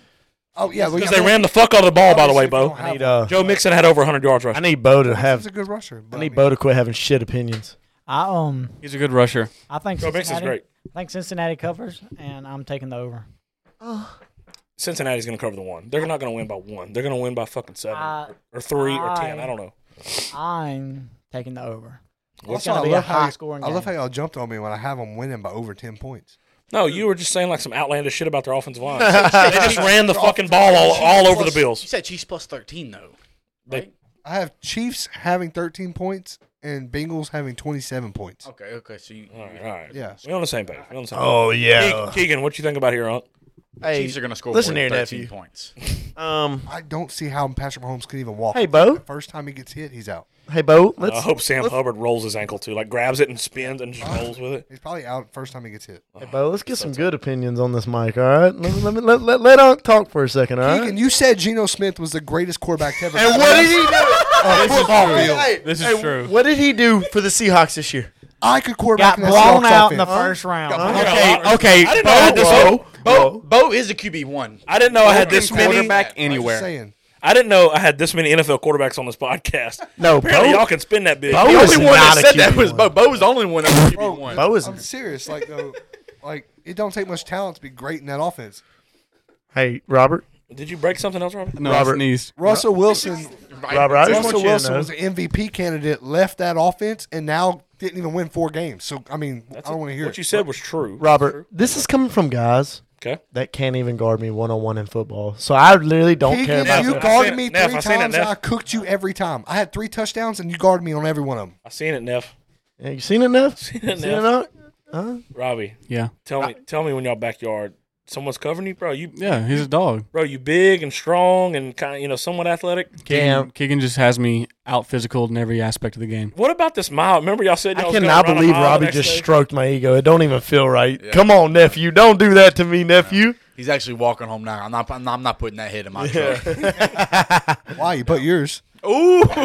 Speaker 8: oh yeah,
Speaker 5: because they ran the fuck out of the ball. By the way, Bo.
Speaker 9: I need uh,
Speaker 5: Joe Mixon had over 100 yards
Speaker 9: I
Speaker 5: rushing.
Speaker 9: need Bo to
Speaker 8: Have
Speaker 9: have.
Speaker 8: a good rusher.
Speaker 9: I
Speaker 8: But
Speaker 9: need Bo to quit having shit opinions.
Speaker 6: I um
Speaker 2: He's a good rusher.
Speaker 6: I think
Speaker 5: Joe Mixon's
Speaker 6: Cincinnati,
Speaker 5: great.
Speaker 6: I think Cincinnati covers, and I'm taking the over.
Speaker 5: Cincinnati's going to cover the one. They're not going to win by one. They're going to win by fucking seven
Speaker 6: I-
Speaker 5: or three or ten.
Speaker 6: I-
Speaker 5: I don't know.
Speaker 6: I'm taking the over.
Speaker 8: Also,
Speaker 6: gonna
Speaker 8: I
Speaker 6: be a
Speaker 8: love how
Speaker 6: high-scoring
Speaker 8: I love how
Speaker 6: game.
Speaker 8: y'all jumped on me when I have them winning by over ten points.
Speaker 5: No, you were just saying like some outlandish shit about their offensive
Speaker 9: *laughs*
Speaker 5: line. they just ran the fucking ball all, all over the
Speaker 7: Plus- You
Speaker 5: Bills.
Speaker 7: said Chiefs plus 13, though.
Speaker 5: They,
Speaker 8: I have Chiefs having thirteen points and Bengals having twenty-seven points.
Speaker 7: Okay, okay. So you,
Speaker 5: all right, all right.
Speaker 8: Yeah.
Speaker 5: we on the same page. We on the same
Speaker 9: Oh
Speaker 5: page.
Speaker 9: yeah.
Speaker 5: Keegan, Keegan, what you think about here, Unc?
Speaker 9: Hey,
Speaker 7: Chiefs are going to score
Speaker 9: listen
Speaker 7: more than
Speaker 9: here,
Speaker 7: 13
Speaker 9: nephew.
Speaker 7: points.
Speaker 9: um,
Speaker 8: I don't see how Patrick Mahomes can even walk.
Speaker 9: Hey, Bo.
Speaker 8: The first time he gets hit, he's out.
Speaker 9: hey
Speaker 5: Uh,
Speaker 9: Bo,
Speaker 5: I
Speaker 9: let's.
Speaker 5: hope Sam Hubbard rolls his ankle too, like grabs it and spins and just rolls with it.
Speaker 8: He's probably out first time he gets hit.
Speaker 9: Hey, Bo, let's get some good opinions on this mic, all right? Let, me- let me let, let, let Unc talk for a second, all right?
Speaker 8: Keegan, you said Geno Smith was the greatest quarterback to ever.
Speaker 9: and what did he do? Oh.
Speaker 8: a football
Speaker 2: *laughs*
Speaker 8: field?
Speaker 2: This is true.
Speaker 9: What did he do for the Seahawks this year?
Speaker 8: I could
Speaker 6: Got
Speaker 8: quarterback in that
Speaker 6: blown
Speaker 8: Seahawks
Speaker 6: out in the
Speaker 8: offense.
Speaker 6: first round.
Speaker 5: Okay, okay. I didn't know I
Speaker 9: Bo,
Speaker 5: had this. Whole,
Speaker 7: Bo, Bo is a QB1.
Speaker 5: I didn't know I had this many.
Speaker 2: quarterback
Speaker 8: I'm just
Speaker 2: anywhere.
Speaker 8: saying.
Speaker 5: I didn't know I had this many NFL quarterbacks on this podcast.
Speaker 9: *laughs* No,
Speaker 5: Apparently,
Speaker 9: Bo-
Speaker 5: y'all can spin that bitch.
Speaker 9: Bo
Speaker 7: The
Speaker 9: is
Speaker 7: only one that
Speaker 9: not a
Speaker 7: said that was
Speaker 9: QB1.
Speaker 7: Bo. Bo was the only one that was QB1.
Speaker 9: Bo is
Speaker 8: I'm serious. Like though, like it don't take much talent to be great in that offense.
Speaker 9: Hey, Robert.
Speaker 5: Did you break something else, Robert?
Speaker 2: No, I
Speaker 9: Robert.
Speaker 2: sneezed.
Speaker 8: Russell Wilson,
Speaker 9: Robert, I just want
Speaker 8: Russell
Speaker 9: you to
Speaker 8: Wilson
Speaker 9: know-
Speaker 8: was an MVP candidate, left that offense, and now didn't even win four games. So I mean, I don't want to hear
Speaker 5: What
Speaker 8: it.
Speaker 5: you said was true.
Speaker 9: Robert, this is coming from guys
Speaker 5: Okay.
Speaker 9: that can't even guard me one on one in football. So I literally don't care
Speaker 8: Keegan,
Speaker 9: about
Speaker 8: you
Speaker 5: that.
Speaker 8: guarded
Speaker 5: I seen
Speaker 8: me
Speaker 5: it, Neff.
Speaker 8: three
Speaker 5: I seen it,
Speaker 8: times. and
Speaker 5: Neff.
Speaker 8: I cooked you every time. I had three touchdowns, and you guarded me on every one of them.
Speaker 5: I seen it, Neff.
Speaker 9: Yeah, you seen it now? Seen
Speaker 5: it,
Speaker 9: Seen
Speaker 5: Neff.
Speaker 9: it now? Huh?
Speaker 5: Robbie,
Speaker 2: Yeah.
Speaker 5: tell me, tell me when y'all backyard, someone's covering you, bro. You,
Speaker 2: Yeah, he's a dog.
Speaker 5: bro, you big and strong and kind of, you know, somewhat athletic.
Speaker 9: Damn.
Speaker 2: Keegan, Keegan just has me out physical in every aspect of the game.
Speaker 5: What about this mile? Remember y'all said y'all
Speaker 9: I
Speaker 5: was gonna
Speaker 9: cannot
Speaker 5: run a
Speaker 9: believe
Speaker 5: mile the
Speaker 9: Robbie
Speaker 5: next
Speaker 9: just
Speaker 5: day?
Speaker 9: stroked my ego. It don't even feel right. Come on, nephew. Don't do that to
Speaker 5: *laughs*
Speaker 9: me, nephew.
Speaker 7: He's actually walking home now. I'm not, I'm not, I'm not putting that hit in my truck.
Speaker 8: Why you put yours?
Speaker 5: Dalton's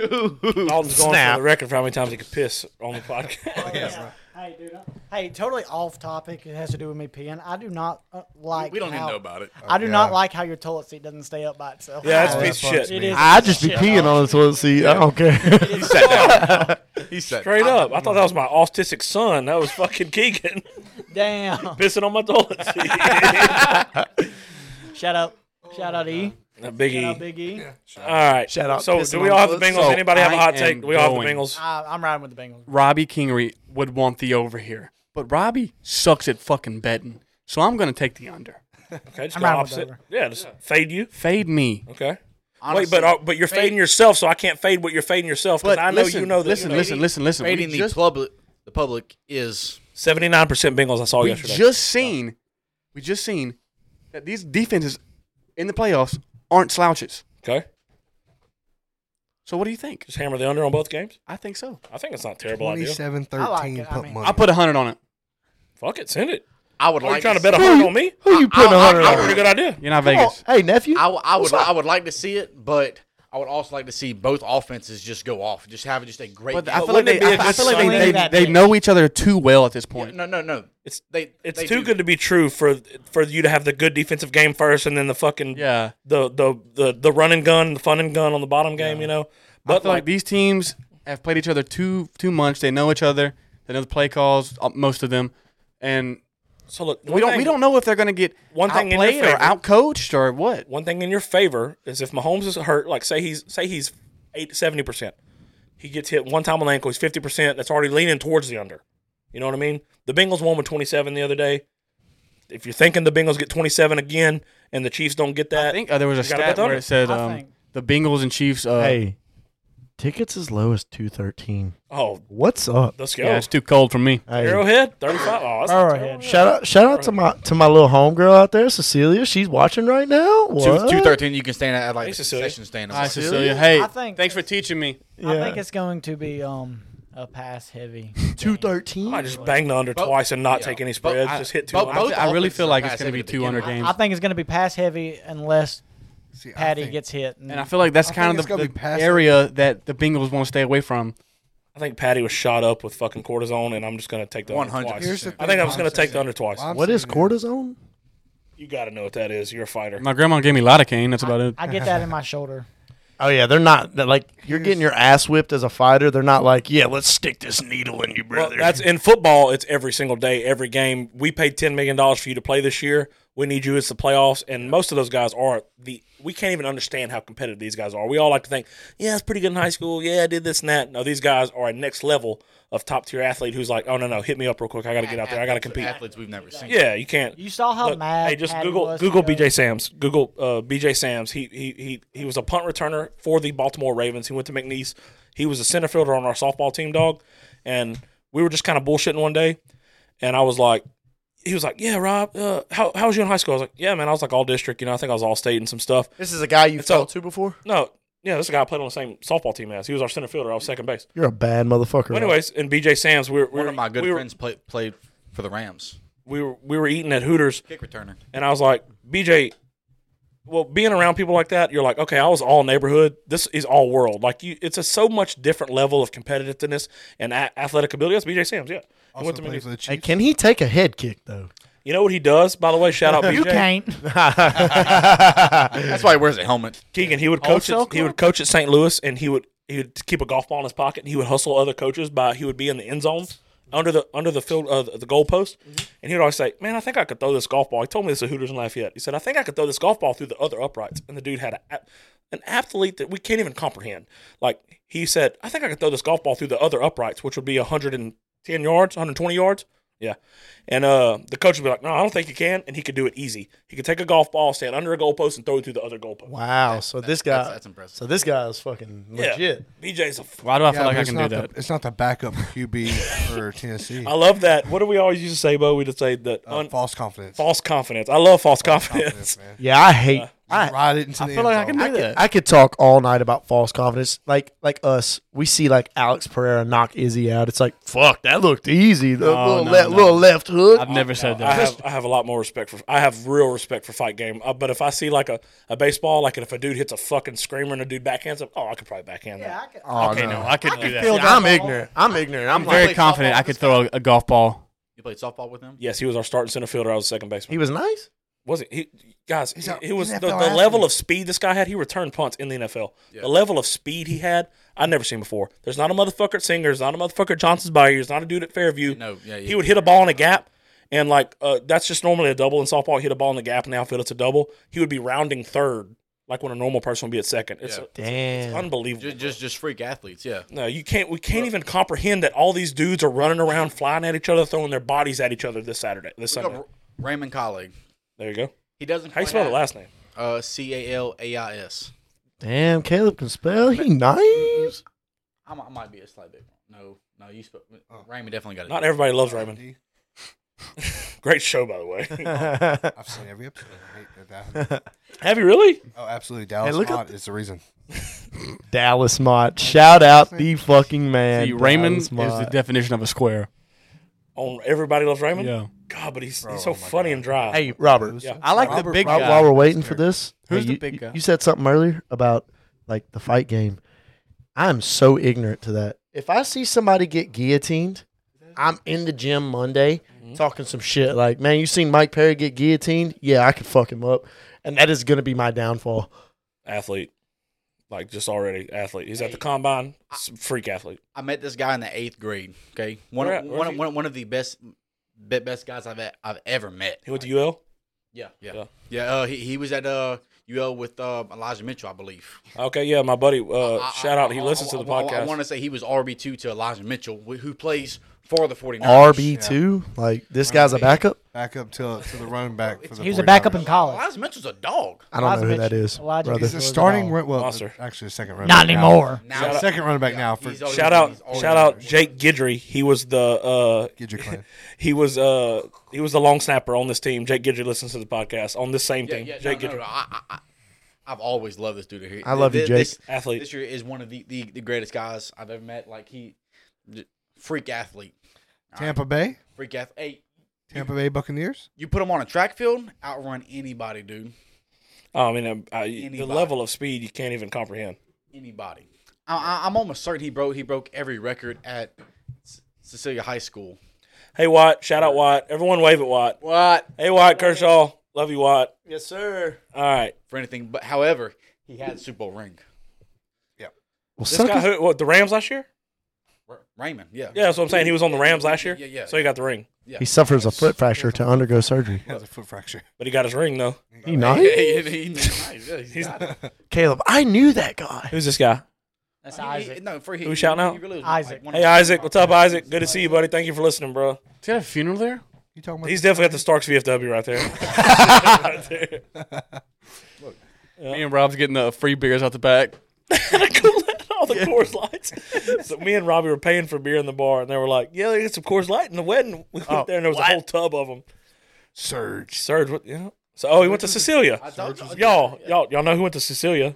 Speaker 5: going
Speaker 9: Snap.
Speaker 5: for the record for how many times he could piss on the podcast.
Speaker 6: Hey, dude. Hey, totally off topic. It has to do with me peeing. I do not uh, like.
Speaker 7: We don't need to
Speaker 6: how-
Speaker 7: know about it.
Speaker 6: I do not like how your toilet seat doesn't stay up by itself.
Speaker 5: yeah, that's a
Speaker 8: Oh,
Speaker 5: piece of
Speaker 8: that's
Speaker 5: shit.
Speaker 6: it is.
Speaker 9: I just be peeing on the toilet seat. I don't care.
Speaker 5: *laughs*
Speaker 7: He sat down.
Speaker 8: *laughs*
Speaker 7: He sat
Speaker 5: Straight up, I thought that was my autistic son. That was fucking *laughs* Keegan *laughs*
Speaker 6: Damn. *laughs*
Speaker 5: pissing on my toilet seat.
Speaker 6: Shout out. Shout out E. Shout out
Speaker 5: Biggie.
Speaker 6: Big E.
Speaker 5: All right.
Speaker 9: Shout out
Speaker 5: So
Speaker 9: pissing
Speaker 5: do we
Speaker 9: on
Speaker 5: all have the
Speaker 9: toilet
Speaker 5: Bengals?
Speaker 2: seat.
Speaker 5: Anybody have a
Speaker 2: I
Speaker 5: hot take?
Speaker 2: am
Speaker 5: Do we all have the
Speaker 2: going.
Speaker 5: Bengals?
Speaker 6: I, I'm riding with the Bengals.
Speaker 2: Robbie Kingery would want the over here. But Robbie sucks at fucking betting. So I'm going to take the under.
Speaker 5: Okay, just
Speaker 6: I'm
Speaker 5: go
Speaker 6: out with
Speaker 5: opposite.
Speaker 6: Dover.
Speaker 5: Yeah, just fade you.
Speaker 2: Fade me.
Speaker 5: Okay.
Speaker 7: Honestly,
Speaker 5: Wait, but uh, but you're
Speaker 7: fade-
Speaker 5: fading yourself, so I can't fade what you're fading yourself because
Speaker 2: But
Speaker 5: I know
Speaker 2: listen,
Speaker 5: you know that.
Speaker 2: Listen, listen, listen, listen.
Speaker 7: fading
Speaker 2: We
Speaker 7: the
Speaker 2: just,
Speaker 7: public, the public is
Speaker 5: Seventy nine percent Bengals. I saw
Speaker 2: we
Speaker 5: yesterday.
Speaker 2: just seen, we just seen that these defenses in the playoffs aren't slouches.
Speaker 5: okay,
Speaker 2: So what do you think?
Speaker 5: just hammer the under on both games.
Speaker 2: I think so.
Speaker 5: I think it's not a terrible idea.
Speaker 8: 27
Speaker 6: I like it.
Speaker 8: 13
Speaker 6: I
Speaker 8: put
Speaker 6: mean-
Speaker 8: money.
Speaker 2: I put a hundred on it.
Speaker 5: Fuck it, send it.
Speaker 7: I would
Speaker 5: Are you
Speaker 7: like
Speaker 5: trying to
Speaker 7: see-
Speaker 5: bet a hundred on me?
Speaker 9: Who you putting a
Speaker 7: I- I-
Speaker 9: hundred
Speaker 7: I-
Speaker 9: on?
Speaker 5: That's a good idea.
Speaker 2: You're not
Speaker 9: Come on.
Speaker 2: Vegas.
Speaker 9: Hey nephew,
Speaker 7: I, w- I would I would like to see it, but I would also like to see both offenses just go off, just have just a great.
Speaker 2: But
Speaker 7: game.
Speaker 2: I feel like
Speaker 5: wouldn't
Speaker 2: they,
Speaker 5: it be a
Speaker 2: I, I
Speaker 5: good
Speaker 2: feel like they,
Speaker 5: sign?
Speaker 2: they,
Speaker 6: That
Speaker 2: they
Speaker 6: bitch.
Speaker 2: know each other too well at this
Speaker 7: Yeah,
Speaker 2: point.
Speaker 7: no, no, no.
Speaker 5: It's
Speaker 7: They
Speaker 5: it's
Speaker 7: they
Speaker 5: too
Speaker 7: do.
Speaker 5: good to be true for for you to have the good defensive game first and then the fucking
Speaker 2: Yeah.
Speaker 5: the the the the run and gun, the fun and gun on the bottom game. You know,
Speaker 2: I
Speaker 5: but
Speaker 2: feel like,
Speaker 5: like,
Speaker 2: these teams have played each other too too much. They know each other. They know the play calls, uh, most of them, and
Speaker 5: so look,
Speaker 2: we don't we don't know if they're going to get
Speaker 5: One thing in your
Speaker 2: outplayed or
Speaker 5: favor-
Speaker 2: outcoached or what.
Speaker 5: one thing in your favor is if Mahomes is hurt, like say he's say he's eight seventy percent, he gets hit one time on the ankle, he's fifty percent. That's already leaning towards the under. You know what I mean? The Bengals won with twenty seven the other day. If you're thinking the Bengals get twenty seven again and the Chiefs don't get that,
Speaker 2: I think uh, there was a
Speaker 5: You gotta bet
Speaker 2: stat
Speaker 5: the
Speaker 2: where
Speaker 5: under.
Speaker 2: it said
Speaker 6: I
Speaker 2: um,
Speaker 6: think-
Speaker 2: the Bengals and Chiefs. Uh,
Speaker 9: hey, tickets as low as two thirteen.
Speaker 5: oh,
Speaker 9: What's up?
Speaker 5: let's go.
Speaker 2: yeah, it's too cold for me.
Speaker 9: Hey.
Speaker 5: Arrowhead thirty five. Oh, that's not terrible.
Speaker 6: Arrowhead.
Speaker 9: Shout out, shout out to my to my little homegirl out there, Cecilia. She's watching right now. What?
Speaker 7: Two two thirteen. You can stand at like
Speaker 5: Hey,
Speaker 7: the
Speaker 5: Cecilia.
Speaker 7: concession stand. or
Speaker 2: Hi,
Speaker 7: something.
Speaker 2: Cecilia. Hey,
Speaker 6: I think-
Speaker 2: thanks for teaching me.
Speaker 6: I
Speaker 9: Yeah.
Speaker 6: think it's going to be um a pass heavy.
Speaker 9: Two
Speaker 6: game.
Speaker 5: I
Speaker 9: thirteen.
Speaker 5: might just bang the under
Speaker 7: Bo-
Speaker 5: twice and not
Speaker 7: yeah.
Speaker 5: take any
Speaker 7: Bo-
Speaker 5: spreads.
Speaker 7: I-
Speaker 5: just hit two.
Speaker 7: Bo-
Speaker 5: lines.
Speaker 2: I,
Speaker 7: Both
Speaker 2: I really
Speaker 7: offenses
Speaker 2: feel like it's
Speaker 7: pass
Speaker 2: going to
Speaker 7: heavy
Speaker 2: be
Speaker 7: to
Speaker 2: two under
Speaker 7: begin
Speaker 2: games,
Speaker 6: I think it's going to be pass heavy unless
Speaker 8: See, I
Speaker 6: Patty
Speaker 8: think-
Speaker 6: gets hit.
Speaker 2: and I feel like that's
Speaker 8: I
Speaker 2: kind of
Speaker 8: think it's
Speaker 2: the,
Speaker 8: gonna
Speaker 2: the
Speaker 8: be passive.
Speaker 2: area that the Bengals want to stay away from.
Speaker 5: I think Patty was shot up with fucking cortisone, and I'm just gonna take the under
Speaker 7: 100%.
Speaker 5: twice.
Speaker 8: Here's the
Speaker 5: I think I
Speaker 8: thing
Speaker 5: was gonna
Speaker 8: I'm
Speaker 5: take the
Speaker 8: saying.
Speaker 5: under twice.
Speaker 8: Well, I'm
Speaker 9: What is
Speaker 8: sitting here-
Speaker 9: cortisone?
Speaker 5: You gotta know what that is. You're a fighter.
Speaker 2: My grandma gave me lidocaine. That's about it.
Speaker 6: I get that in my shoulder.
Speaker 9: Oh yeah, they're not they're like you're getting your ass whipped as a fighter. They're not like yeah, let's stick this needle in you,
Speaker 5: Well,
Speaker 9: brother.
Speaker 5: that's in football. It's every single day, every game. We paid ten million dollars for you to play this year. We need you. It's the playoffs, and most of those guys are the. We can't even understand how competitive these guys are. We all like to think, yeah, it's pretty good in high school. Yeah, I did this and that. No, these guys are a next level of top tier athlete who's like, oh no no, hit me up real quick. I got to get out there. I got to
Speaker 7: Athletes-
Speaker 5: compete.
Speaker 7: Athletes we've never seen.
Speaker 5: Yeah, you can't.
Speaker 6: You saw how
Speaker 5: Look,
Speaker 6: mad.
Speaker 5: Hey, just
Speaker 6: Patty
Speaker 5: Google
Speaker 6: was
Speaker 5: Google
Speaker 6: to go-
Speaker 5: BJ Samms. Google uh, BJ Samms. He, he he he was a punt returner for the Baltimore Ravens. He went to McNeese. He was a center fielder on our softball team, dog. And we were just kind of bullshitting one day, and I was like, he was like, yeah, Rob, uh, how how was you in high school? I was like, yeah, man, I was like all district. You know, I think I was all state and some stuff.
Speaker 9: this is a guy you
Speaker 5: It's all-
Speaker 9: fell to before.
Speaker 5: No, yeah, this guy I played on the same softball team as. He was our center fielder. I was second base.
Speaker 9: You're a bad motherfucker.
Speaker 5: Well, anyways, and BJ Samms, we were, we
Speaker 7: One
Speaker 5: were
Speaker 7: of my good
Speaker 5: we were,
Speaker 7: friends played played for the Rams.
Speaker 5: we were we were eating at Hooters,
Speaker 7: Kick returner.
Speaker 5: and I was like, BJ, well, being around people like that, you're like, okay, I was all neighborhood. This is all world. Like you, it's a so much different level of competitiveness and a- athletic ability. That's BJ Samms. Yeah, He
Speaker 8: Also
Speaker 5: went to
Speaker 8: played
Speaker 5: Minnesota.
Speaker 8: for the
Speaker 9: hey,
Speaker 8: Chiefs.
Speaker 9: can he take a head kick though?
Speaker 5: you know what he does? By the way,
Speaker 6: *laughs*
Speaker 5: shout out BJ.
Speaker 6: You can't.
Speaker 7: That's why he wears a helmet.
Speaker 5: Keegan. He would coach.
Speaker 2: Also
Speaker 5: At, he would coach at St. Louis, and he would he would keep a golf ball in his pocket, and he would hustle other coaches by he would be in the end zone under the under the field uh, the goalpost, and he would always say, "Man, I think I could throw this golf ball." He told me this at Hooters in Lafayette. He said, "I think I could throw this golf ball through the other uprights," and the dude had a, an athlete that we can't even comprehend. Like he said, "I think I could throw this golf ball through the other uprights, which would be 110 yards, 120 yards." Yeah. And uh, the coach would be like, no, I don't think you can. And he could do it easy. He could take a golf ball, stand under a goalpost, and throw it through the other goalpost.
Speaker 9: Wow. So this guy.
Speaker 7: That's, that's impressive.
Speaker 9: so this guy is fucking legit.
Speaker 5: BJ's a. F-
Speaker 2: Why do I
Speaker 8: Yeah,
Speaker 2: feel like
Speaker 8: but
Speaker 2: I
Speaker 8: it's
Speaker 2: can do
Speaker 8: not
Speaker 2: that?
Speaker 8: The, it's not the backup QB for Tennessee.
Speaker 5: I love that. What do we always used to say, Bo? We just say that
Speaker 8: Uh,
Speaker 5: un- false.
Speaker 8: false confidence.
Speaker 5: confidence. I love false, confidence.
Speaker 8: man.
Speaker 9: Yeah, I hate. I,
Speaker 8: Ride it into the
Speaker 2: I feel like I
Speaker 8: end
Speaker 2: can
Speaker 8: zone.
Speaker 2: do that.
Speaker 9: I could talk all night about false confidence. Like like us, we see like Alex Pereira knock Izzy out. It's like fuck, that looked easy. The
Speaker 2: Oh, No, no,
Speaker 9: little, le-
Speaker 2: no.
Speaker 9: little left hook.
Speaker 2: I've never said
Speaker 5: *laughs* I
Speaker 2: that.
Speaker 5: have I have a lot more respect for I have real respect for fight game. Uh, but if I see like a, a baseball, like if a dude hits a fucking screamer and a dude backhands him, oh, I could probably backhand that.
Speaker 6: *laughs*
Speaker 9: oh,
Speaker 2: okay, no, I couldn't do that.
Speaker 9: Yeah, I'm ignorant. I'm ignorant. I'm
Speaker 2: I'm very
Speaker 9: like,
Speaker 2: confident I could throw a, a golf ball.
Speaker 7: You played softball with him?
Speaker 5: Yes, he was our starting center fielder. I was second baseman.
Speaker 9: he was nice.
Speaker 5: was it? He, guys,
Speaker 8: He's
Speaker 5: he-
Speaker 8: a-
Speaker 5: he was
Speaker 8: he's
Speaker 5: the,
Speaker 8: an
Speaker 5: the
Speaker 8: NFL athlete.
Speaker 5: level of speed this guy had. He returned punts in the NFL. The level of speed he had, I've never seen before. There's not a motherfucker at Singers, not a motherfucker at Johnson's Bayou, there's not a dude at Fairview.
Speaker 7: No, yeah,
Speaker 5: he would hit a ball in a gap, and like uh, that's just normally a double in softball. Hit a ball in the gap in the outfield, it's a double. He would be rounding third like when a normal person would be at second. It's,
Speaker 7: Yeah.
Speaker 5: it's
Speaker 9: Damn.
Speaker 5: unbelievable.
Speaker 7: Just, just just freak athletes, yeah.
Speaker 5: No, you can't. We can't even comprehend that all these dudes are running around, flying at each other, throwing their bodies at each other this Saturday, this
Speaker 7: Look
Speaker 5: Sunday.
Speaker 7: up Raymond Colleague.
Speaker 5: There you go.
Speaker 7: He doesn't.
Speaker 5: How you
Speaker 7: quite
Speaker 5: spell the
Speaker 7: have-
Speaker 5: last name?
Speaker 7: Uh, C A L A I S.
Speaker 9: Damn, Caleb can
Speaker 2: *laughs*
Speaker 9: spell. He nice.
Speaker 7: I might, I might be a slight bit. wrong. No, no, you spell. Raymond definitely got it.
Speaker 5: Oh. Not everybody loves Raymond. Great show, by the way.
Speaker 8: I've seen every episode. I hate that. that-
Speaker 5: *laughs* Have you really?
Speaker 8: Oh, absolutely. Dallas
Speaker 9: look up
Speaker 8: Mott is the reason.
Speaker 9: Dallas Mott. Shout out the fucking man.
Speaker 2: See,
Speaker 6: uh,
Speaker 2: Raymond
Speaker 9: Dallas
Speaker 2: is the
Speaker 9: Mott.
Speaker 2: definition of a square.
Speaker 5: On everybody loves Raymond.
Speaker 2: Yeah.
Speaker 5: God, but he's, he's
Speaker 7: oh
Speaker 5: so funny and dry.
Speaker 9: Hey, Robert.
Speaker 5: Yeah.
Speaker 9: I like
Speaker 2: Robert-
Speaker 9: the big
Speaker 2: Rob-
Speaker 9: guy.
Speaker 2: while
Speaker 9: While we're waiting for this,
Speaker 2: Who's
Speaker 9: hey,
Speaker 2: the
Speaker 9: you-
Speaker 2: big
Speaker 9: you-
Speaker 2: guy?
Speaker 9: You said something earlier about like the fight game. I'm so ignorant to that. If I see somebody get guillotined, I'm in the gym Monday talking some shit like, "Man, you seen Mike Perry get guillotined? Yeah, I could fuck him up." And that is going to be my downfall.
Speaker 5: athlete, like just already athlete. He's at the combine. S- Freak athlete.
Speaker 7: I met this guy in the eighth grade. Okay, one
Speaker 5: Where at?
Speaker 7: of,
Speaker 5: Where
Speaker 7: one,
Speaker 5: is
Speaker 7: of,
Speaker 5: he?
Speaker 7: one, of- one of the best, be- best guys I've e- I've ever met.
Speaker 5: He went to UL.
Speaker 7: Yeah, yeah,
Speaker 5: Yeah.
Speaker 7: yeah. uh, he he was at uh UL with uh, Elijah Mitchell, I believe.
Speaker 5: Okay, yeah, my buddy. Uh,
Speaker 7: I-
Speaker 5: shout
Speaker 7: I-
Speaker 5: out. He
Speaker 7: I-
Speaker 5: listens
Speaker 7: I-
Speaker 5: to the
Speaker 7: I-
Speaker 5: podcast.
Speaker 7: I, want to say he was RB two to Elijah Mitchell, wh- who plays for the 49ers.
Speaker 9: RB two, like this guy's a backup.
Speaker 8: Back up to, to the running back for the
Speaker 6: He was a backup in
Speaker 8: 49ers.
Speaker 6: college.
Speaker 7: Elijah Mitchell's a dog.
Speaker 9: I don't
Speaker 6: Elijah
Speaker 9: know who that
Speaker 6: Mitchell.
Speaker 9: is,
Speaker 6: Elijah
Speaker 9: brother.
Speaker 6: This
Speaker 8: He's a
Speaker 6: was a
Speaker 8: starting
Speaker 6: dog.
Speaker 8: run, well,
Speaker 5: Foster.
Speaker 8: actually a second running
Speaker 6: Not
Speaker 8: back now.
Speaker 6: anymore.
Speaker 7: Now
Speaker 5: Shout out-
Speaker 8: Second running back now for
Speaker 7: He's always-
Speaker 5: shout out.
Speaker 7: he's always-
Speaker 5: Shout out Jake Gidry. He was the uh,
Speaker 8: Get your claim.
Speaker 5: he was uh he was the long snapper on this team. Jake Gidry listens to the podcast on this same
Speaker 7: Yeah,
Speaker 5: team.
Speaker 7: yeah,
Speaker 5: Jake
Speaker 7: no,
Speaker 5: Gidry,
Speaker 7: no, no, I, I, I- I've always loved this dude. Here.
Speaker 9: I love you,
Speaker 7: This-
Speaker 9: Jake.
Speaker 7: This,
Speaker 5: athlete.
Speaker 7: this year is one of the, the, the greatest guys I've ever met. Like he, j- freak athlete,
Speaker 8: Tampa Bay,
Speaker 7: freak athlete. Hey,
Speaker 8: Tampa Bay Buccaneers.
Speaker 7: you put him on a track field, outrun anybody, dude.
Speaker 5: I mean, um, I, the
Speaker 7: Anybody.
Speaker 5: level of speed you can't even comprehend.
Speaker 7: Anybody. I, I, I'm almost certain he broke he broke every record at C- Cecilia High School.
Speaker 5: Hey Watt, shout out Watt. Everyone wave at Watt.
Speaker 7: What
Speaker 5: Hey Watt Kershaw, love you Watt. Yes sir. All right,
Speaker 7: for anything? But however, he had a Super Bowl ring.
Speaker 9: Well,
Speaker 5: this
Speaker 9: son of
Speaker 5: guy
Speaker 9: a-
Speaker 5: who what the Rams last year?
Speaker 7: Raymond, yeah,
Speaker 5: Yeah, that's what I'm saying. He was on the Rams last year.
Speaker 7: Yeah, yeah.
Speaker 5: So he got the ring,
Speaker 7: yeah.
Speaker 9: he suffers a foot fracture to undergo surgery.
Speaker 8: He has a foot fracture.
Speaker 5: but he got his ring though.
Speaker 9: He nice.
Speaker 7: Hey, he- he- nice, yeah, he's got it.
Speaker 9: Caleb, I knew that guy.
Speaker 5: Who's this guy?
Speaker 6: That's
Speaker 7: He- he-
Speaker 6: Isaac.
Speaker 7: no, for he,
Speaker 5: Who shouting out?
Speaker 7: he really was,
Speaker 6: Isaac.
Speaker 7: one of
Speaker 5: Hey
Speaker 7: the-
Speaker 5: Isaac, what's up, Isaac? Good to see you, buddy. Thank you for listening, bro.
Speaker 2: Did he have a funeral there?
Speaker 8: You talking about
Speaker 5: He's definitely at the Starks VFW right
Speaker 7: *laughs*
Speaker 5: there. *laughs* Right there.
Speaker 2: Me and Rob's getting the free beers out the back.
Speaker 5: Cool. All the Coors Lights. So me and Robbie were paying for beer in the bar, and they were like, "Yeah, they get some Coors Light in the wedding." We went
Speaker 7: Oh,
Speaker 5: there, and there was a whole tub of them.
Speaker 8: Surge?
Speaker 5: Surge, what? Yeah. So, oh, he went to Cecilia.
Speaker 7: I told you-
Speaker 5: Y'all, y'all, y'all know who went to Cecilia?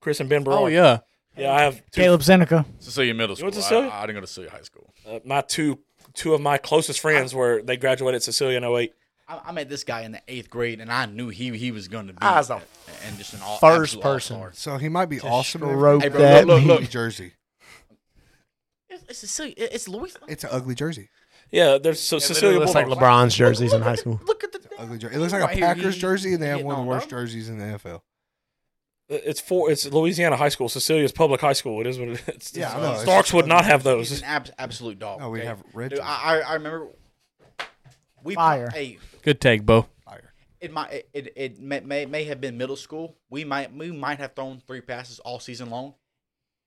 Speaker 5: Chris and Ben Burrow.
Speaker 2: Oh yeah.
Speaker 5: yeah. I have two,
Speaker 6: Caleb Seneca.
Speaker 7: Cecilia Middle
Speaker 5: went to
Speaker 7: School.
Speaker 5: Cecilia?
Speaker 7: I, I didn't go to Cecilia High School.
Speaker 5: uh, my two, two of my closest friends were they graduated at Cecilia in 08.
Speaker 7: I, I met this guy in the eighth grade, and I knew he he was going to be
Speaker 9: I was the
Speaker 7: and just an all,
Speaker 9: first
Speaker 7: absolute
Speaker 9: person.
Speaker 7: all-star.
Speaker 8: So he might be awesome. in
Speaker 9: Stroke
Speaker 7: Hey, bro,
Speaker 9: that.
Speaker 7: look,
Speaker 9: man.
Speaker 7: look,
Speaker 8: Ugly jersey.
Speaker 7: It's, it's Cecilia. It's Louis.
Speaker 8: It's an ugly jersey.
Speaker 5: Yeah, there's so Cecilia.
Speaker 9: looks like
Speaker 5: Bulldogs.
Speaker 9: *laughs* LeBron's jerseys in high school.
Speaker 7: Look at the
Speaker 8: Ugly jersey. It looks like a
Speaker 7: Right here,
Speaker 8: Packers
Speaker 7: he-
Speaker 8: jersey, and they
Speaker 7: he
Speaker 8: have
Speaker 7: getting
Speaker 8: one of
Speaker 7: all
Speaker 8: the worst
Speaker 7: done.
Speaker 8: jerseys in the NFL.
Speaker 5: It's for it's Louisiana high school. Cecilia's public high school. It is what it is.
Speaker 8: Yeah, I know. It's
Speaker 5: Starks
Speaker 8: just
Speaker 5: would not have
Speaker 7: He's
Speaker 5: those.
Speaker 7: an ab- absolute dog.
Speaker 8: No, we
Speaker 7: okay?
Speaker 8: have red
Speaker 7: Dude,
Speaker 8: jerseys.
Speaker 7: I, I I remember. We
Speaker 6: Fire.
Speaker 7: Hey,
Speaker 2: Good take, Bo.
Speaker 7: it might it it, it may, may may have been middle school. We might we might have thrown three passes all season long.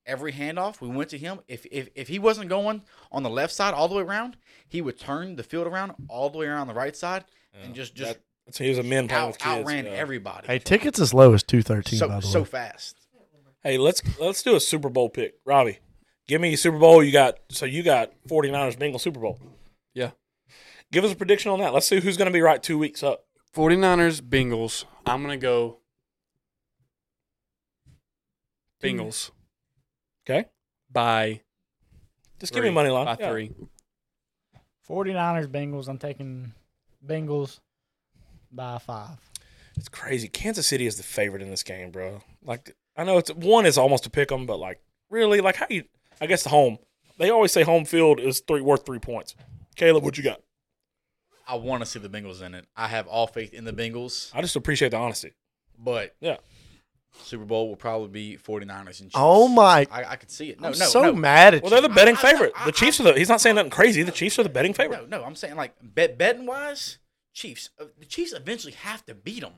Speaker 7: Every handoff we went to him. If if if he wasn't going on the left side all the way around, he would turn the field around all the way around the right side and just just
Speaker 5: So he was a men playing with
Speaker 7: out,
Speaker 5: kids.
Speaker 7: outran
Speaker 5: yeah.
Speaker 7: everybody.
Speaker 9: Hey, tickets as low as two thirteen.
Speaker 7: so
Speaker 9: by the
Speaker 7: so
Speaker 9: way.
Speaker 7: fast.
Speaker 5: Hey, let's let's do a Super Bowl pick, Robbie. Give me a Super Bowl. You got so you got 49ers Bengals Super Bowl.
Speaker 2: Yeah.
Speaker 5: Give us a prediction on that. Let's see who's going to be right two weeks up.
Speaker 2: 49ers, Bengals. I'm gonna go. Bengals
Speaker 5: Okay,
Speaker 2: by
Speaker 5: just
Speaker 2: three.
Speaker 5: give me money line
Speaker 2: by
Speaker 5: Yeah.
Speaker 2: three.
Speaker 6: 49ers, Bengals. I'm taking Bengals by five.
Speaker 5: It's crazy. Kansas City is the favorite in this game, bro. Like I know it's one is almost a pick 'em, but like really, like how you? I guess the home. They always say home field is three worth three points. Caleb, what you got?
Speaker 7: I want to see the Bengals in it. I have all faith in the Bengals,
Speaker 5: I just appreciate the honesty.
Speaker 7: but
Speaker 5: Yeah.
Speaker 7: Super Bowl will probably be 49ers and Chiefs.
Speaker 9: Oh my!
Speaker 7: I, I could see it.
Speaker 9: I'm
Speaker 7: No, no,
Speaker 9: so
Speaker 7: no.
Speaker 9: mad at
Speaker 5: Well,
Speaker 9: you.
Speaker 5: they're the betting
Speaker 7: I- I-
Speaker 5: favorite. The Chiefs are the. He's not saying nothing crazy. The Chiefs are the betting favorite.
Speaker 7: No, no, I'm saying like bet betting wise, Chiefs. Uh, the Chiefs eventually have to beat them.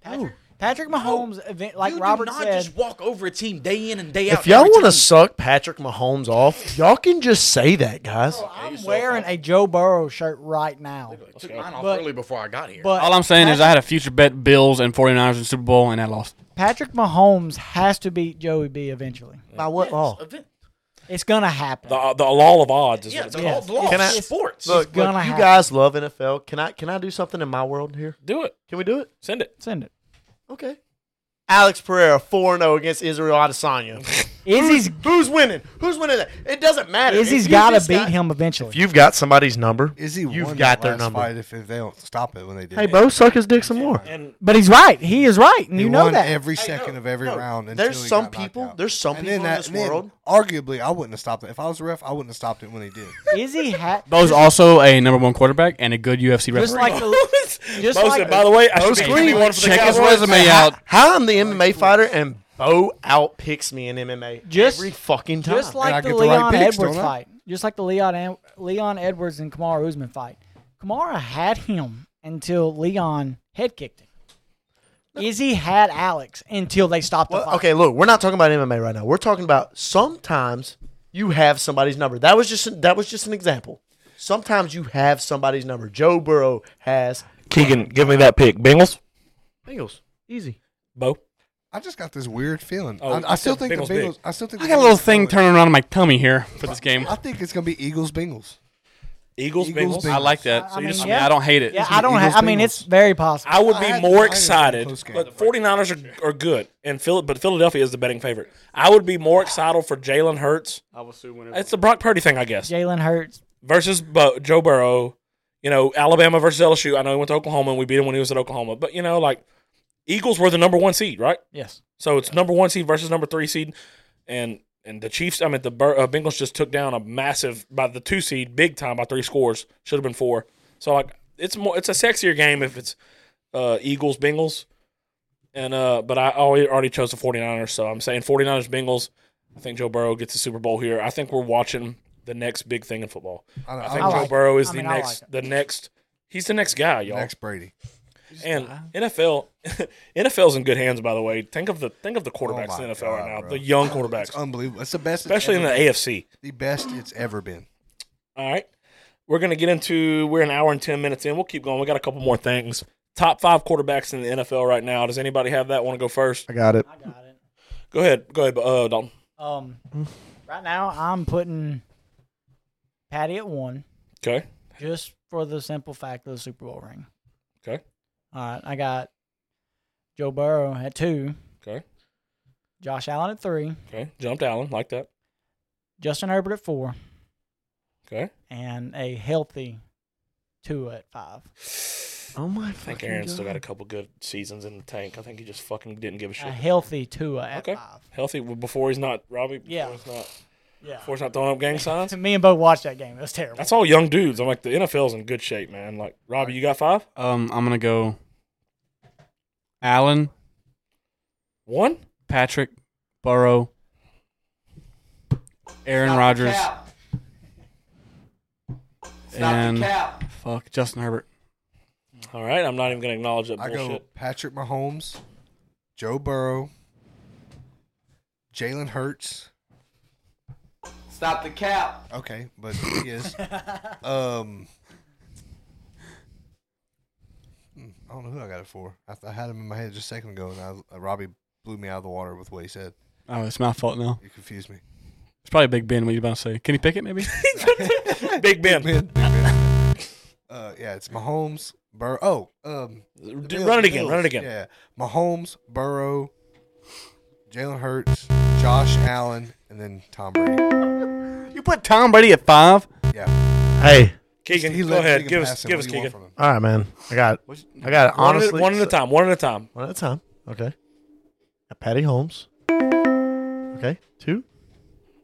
Speaker 7: Patrick,
Speaker 6: Patrick Mahomes, event, like
Speaker 7: you
Speaker 6: Robert
Speaker 7: do not
Speaker 6: said,
Speaker 7: just walk over a team day in and day out.
Speaker 9: If y'all
Speaker 7: every
Speaker 9: want to
Speaker 7: time.
Speaker 9: suck Patrick Mahomes off, y'all can just say that, guys.
Speaker 6: I'm wearing a Joe Burrow shirt right now.
Speaker 7: I took mine off
Speaker 6: But-
Speaker 7: early before I got here.
Speaker 6: But
Speaker 2: All I'm saying is I had a future bet Bills and 49ers in Super Bowl and I lost.
Speaker 6: Patrick Mahomes has to beat Joey B eventually.
Speaker 9: By what law?
Speaker 7: Event-
Speaker 6: it's gonna happen.
Speaker 5: The, the law of odds is
Speaker 7: yeah,
Speaker 5: what
Speaker 7: it's
Speaker 5: it's
Speaker 7: called
Speaker 6: Yes.
Speaker 7: law
Speaker 9: Can I-
Speaker 7: of sports.
Speaker 9: Look,
Speaker 6: gonna
Speaker 9: look, you
Speaker 6: happen.
Speaker 9: guys love NFL. Can I can I do something in my world here?
Speaker 5: Do it.
Speaker 9: Can we do it?
Speaker 5: Send it.
Speaker 6: Send it.
Speaker 9: Okay. Alex Pereira 4 0 against Israel Adesanya.
Speaker 6: Izzy's
Speaker 9: Who's winning? Who's winning that? It doesn't matter.
Speaker 6: Izzy's
Speaker 9: If you
Speaker 6: got to
Speaker 9: just
Speaker 6: beat
Speaker 9: got-
Speaker 6: him eventually.
Speaker 9: If you've got somebody's number,
Speaker 8: Is he?
Speaker 9: You've
Speaker 8: won
Speaker 9: got
Speaker 8: that
Speaker 9: their
Speaker 8: last
Speaker 9: number.
Speaker 8: Fight if, if they don't stop it when they do.
Speaker 9: hey, Bo, suck his dick some more.
Speaker 5: And
Speaker 6: but he's right. He is right, and
Speaker 8: He
Speaker 6: you know
Speaker 8: won
Speaker 6: that.
Speaker 8: every
Speaker 9: Hey,
Speaker 8: second
Speaker 9: no,
Speaker 8: of every
Speaker 9: no,
Speaker 8: round.
Speaker 9: there's
Speaker 8: until he
Speaker 9: some
Speaker 8: got knocked
Speaker 9: people-
Speaker 8: out.
Speaker 9: there's some
Speaker 8: And
Speaker 9: people
Speaker 8: then
Speaker 9: in this
Speaker 8: and then
Speaker 9: world-
Speaker 8: Arguably, I wouldn't have stopped it if I was a ref. I wouldn't have stopped it when he did.
Speaker 6: Izzy had
Speaker 2: Bo's also a number one quarterback and a good UFC referee.
Speaker 6: just like the, just
Speaker 5: Bo
Speaker 6: like
Speaker 5: said, by the way, I should be
Speaker 9: Green,
Speaker 5: giving one for the
Speaker 2: check his
Speaker 5: Cowboys.
Speaker 2: resume out.
Speaker 9: How I'm the MMA fighter and Bo outpicks me in MMA
Speaker 6: Just-
Speaker 9: every fucking time.
Speaker 6: just
Speaker 8: And I
Speaker 6: like the
Speaker 8: get the right
Speaker 6: Leon
Speaker 8: picks,
Speaker 6: Edwards
Speaker 8: don't I?
Speaker 6: fight, just like the Leon Am- Leon Edwards and Kamara Usman fight. Kamara had him until Leon head kicked him. Izzy had Alex until they stopped the
Speaker 9: Well,
Speaker 6: fight.
Speaker 9: okay, look, we're not talking about MMA right now. We're talking about sometimes you have somebody's number. That was just that was just an example. Sometimes you have somebody's number. Joe Burrow has
Speaker 5: Keegan, give me that pick. Bengals.
Speaker 9: Bengals. Easy.
Speaker 5: Bo.
Speaker 8: I just got this weird feeling.
Speaker 5: Oh,
Speaker 8: I, I still
Speaker 5: you said
Speaker 8: think the
Speaker 5: Bengals big.
Speaker 8: Bengals. I still think
Speaker 2: I
Speaker 8: the
Speaker 2: got a little
Speaker 8: Bengals
Speaker 2: thing
Speaker 8: going.
Speaker 2: turning around in my tummy here for this game.
Speaker 8: I think it's gonna be Eagles Bengals.
Speaker 5: Eagles,
Speaker 8: Eagles,
Speaker 5: Bengals.
Speaker 8: Bengals.
Speaker 2: I like that.
Speaker 6: I mean,
Speaker 2: I, mean,
Speaker 6: yeah.
Speaker 2: I don't hate it.
Speaker 6: yeah, I don't. Ha- I mean, it's very possible.
Speaker 5: I would
Speaker 8: I
Speaker 5: be
Speaker 8: had-
Speaker 5: more
Speaker 8: I had a
Speaker 5: excited.
Speaker 8: close game.
Speaker 5: But 49ers are, are good, and Phil, but Philadelphia is the betting favorite. I would be more excited for Jalen Hurts.
Speaker 2: I will sue whenever.
Speaker 5: It's the Brock Purdy thing, I guess,
Speaker 6: Jalen Hurts.
Speaker 5: versus Bo, Joe Burrow. You know, Alabama versus LSU. I know he went to Oklahoma, and we beat him when he was at Oklahoma. But you know, like Eagles were the number one seed, right?
Speaker 6: Yes.
Speaker 5: So it's number one seed versus number three seed, and and the Chiefs. I mean, the Bur- uh, Bengals just took down a massive by the two seed, big time by three scores. Should have been four. So like, it's more it's a sexier game if it's uh, Eagles Bengals, and uh, but I already already chose the 49ers, so I'm saying 49ers Bengals. I think Joe Burrow gets the Super Bowl here. I think we're watching the next big thing in football.
Speaker 8: I, don't-
Speaker 5: I
Speaker 8: I
Speaker 5: think
Speaker 8: like
Speaker 5: Joe
Speaker 6: it.
Speaker 5: Burrow is
Speaker 6: I
Speaker 5: the
Speaker 6: mean, I like
Speaker 5: next
Speaker 6: it.
Speaker 5: the next. He's the next guy, y'all.
Speaker 8: next Brady.
Speaker 5: And NFL, *laughs* NFL's in good hands. By the way, think of the think of the quarterbacks
Speaker 8: Oh my
Speaker 5: in the NFL
Speaker 8: God,
Speaker 5: right now.
Speaker 8: bro.
Speaker 5: The young
Speaker 8: *laughs* It's
Speaker 5: quarterbacks,
Speaker 8: unbelievable. It's the best, it's
Speaker 5: especially in
Speaker 8: ever
Speaker 5: the
Speaker 8: been.
Speaker 5: AFC.
Speaker 8: the best it's ever been.
Speaker 5: All right, we're gonna get into we're an hour and ten minutes in. We'll keep going. We got a couple more things. Top five quarterbacks in the NFL right now. Does anybody have that? Want to go first?
Speaker 9: I got it.
Speaker 6: I got it.
Speaker 5: Go ahead. Go ahead, uh, Dalton.
Speaker 6: Um, right now I'm putting Patty at one,
Speaker 5: Okay.
Speaker 6: just for the simple fact of the Super Bowl ring.
Speaker 5: Okay.
Speaker 6: All right, I got Joe Burrow at two,
Speaker 5: Okay.
Speaker 6: Josh Allen at three,
Speaker 5: Okay. Jumped Allen like that.
Speaker 6: Justin Herbert at four,
Speaker 5: Okay.
Speaker 6: and a healthy two at five.
Speaker 9: Oh my
Speaker 5: I think Aaron's still got a couple good seasons in the tank. I think he just fucking didn't give a
Speaker 6: A
Speaker 5: shit.
Speaker 6: healthy two at
Speaker 5: Okay.
Speaker 6: five.
Speaker 5: Healthy before he's not Robbie. Before
Speaker 6: Yeah.
Speaker 5: He's not,
Speaker 6: Yeah.
Speaker 5: before he's not throwing up gang
Speaker 6: *laughs*
Speaker 5: signs.
Speaker 6: Me and Bo watched that game. It was terrible.
Speaker 5: That's all young dudes. I'm like, the NFL's in good shape, man. Like, Robbie, you got five?
Speaker 2: Um, I'm gonna go. Allen,
Speaker 5: One?
Speaker 2: Patrick, Burrow, Aaron Rodgers, and fuck Justin Herbert.
Speaker 5: All right. I'm not even going to acknowledge that
Speaker 8: I
Speaker 5: bullshit.
Speaker 8: go Patrick Mahomes, Joe Burrow, Jalen Hurts. Stop the cap. Okay, but he *laughs* is. um, hmm, I don't know who I got it for. I, th- I had him in my head just a second ago, and I, uh, Robbie blew me out of the water with what he said.
Speaker 2: Oh, it's my fault now.
Speaker 8: You confused me.
Speaker 2: It's probably Big Ben. What you about to say? Can you pick it? *laughs* Maybe.
Speaker 5: Big
Speaker 8: *laughs*
Speaker 5: Ben.
Speaker 8: Man, man. uh, yeah, it's Mahomes, Burrow. Oh, um,
Speaker 5: D-
Speaker 8: Bills,
Speaker 5: run it again. Run
Speaker 8: Bills.
Speaker 5: it again.
Speaker 8: Yeah. Mahomes, Burrow, Jalen Hurts, Josh Allen, and then Tom Brady.
Speaker 2: you put Tom Brady at five.
Speaker 8: Yeah.
Speaker 9: Hey,
Speaker 5: Keegan,
Speaker 8: He
Speaker 5: go
Speaker 8: let
Speaker 5: ahead.
Speaker 8: Keegan
Speaker 5: Give
Speaker 8: pass
Speaker 5: us,
Speaker 8: him.
Speaker 5: give
Speaker 8: What
Speaker 5: us
Speaker 8: do you want
Speaker 5: Keegan.
Speaker 8: from him?
Speaker 9: all right, man. I got I got it.
Speaker 5: One at-
Speaker 9: honestly
Speaker 5: one at a time. One at a time.
Speaker 9: One at a time. Okay. Patty Holmes. Okay. Two.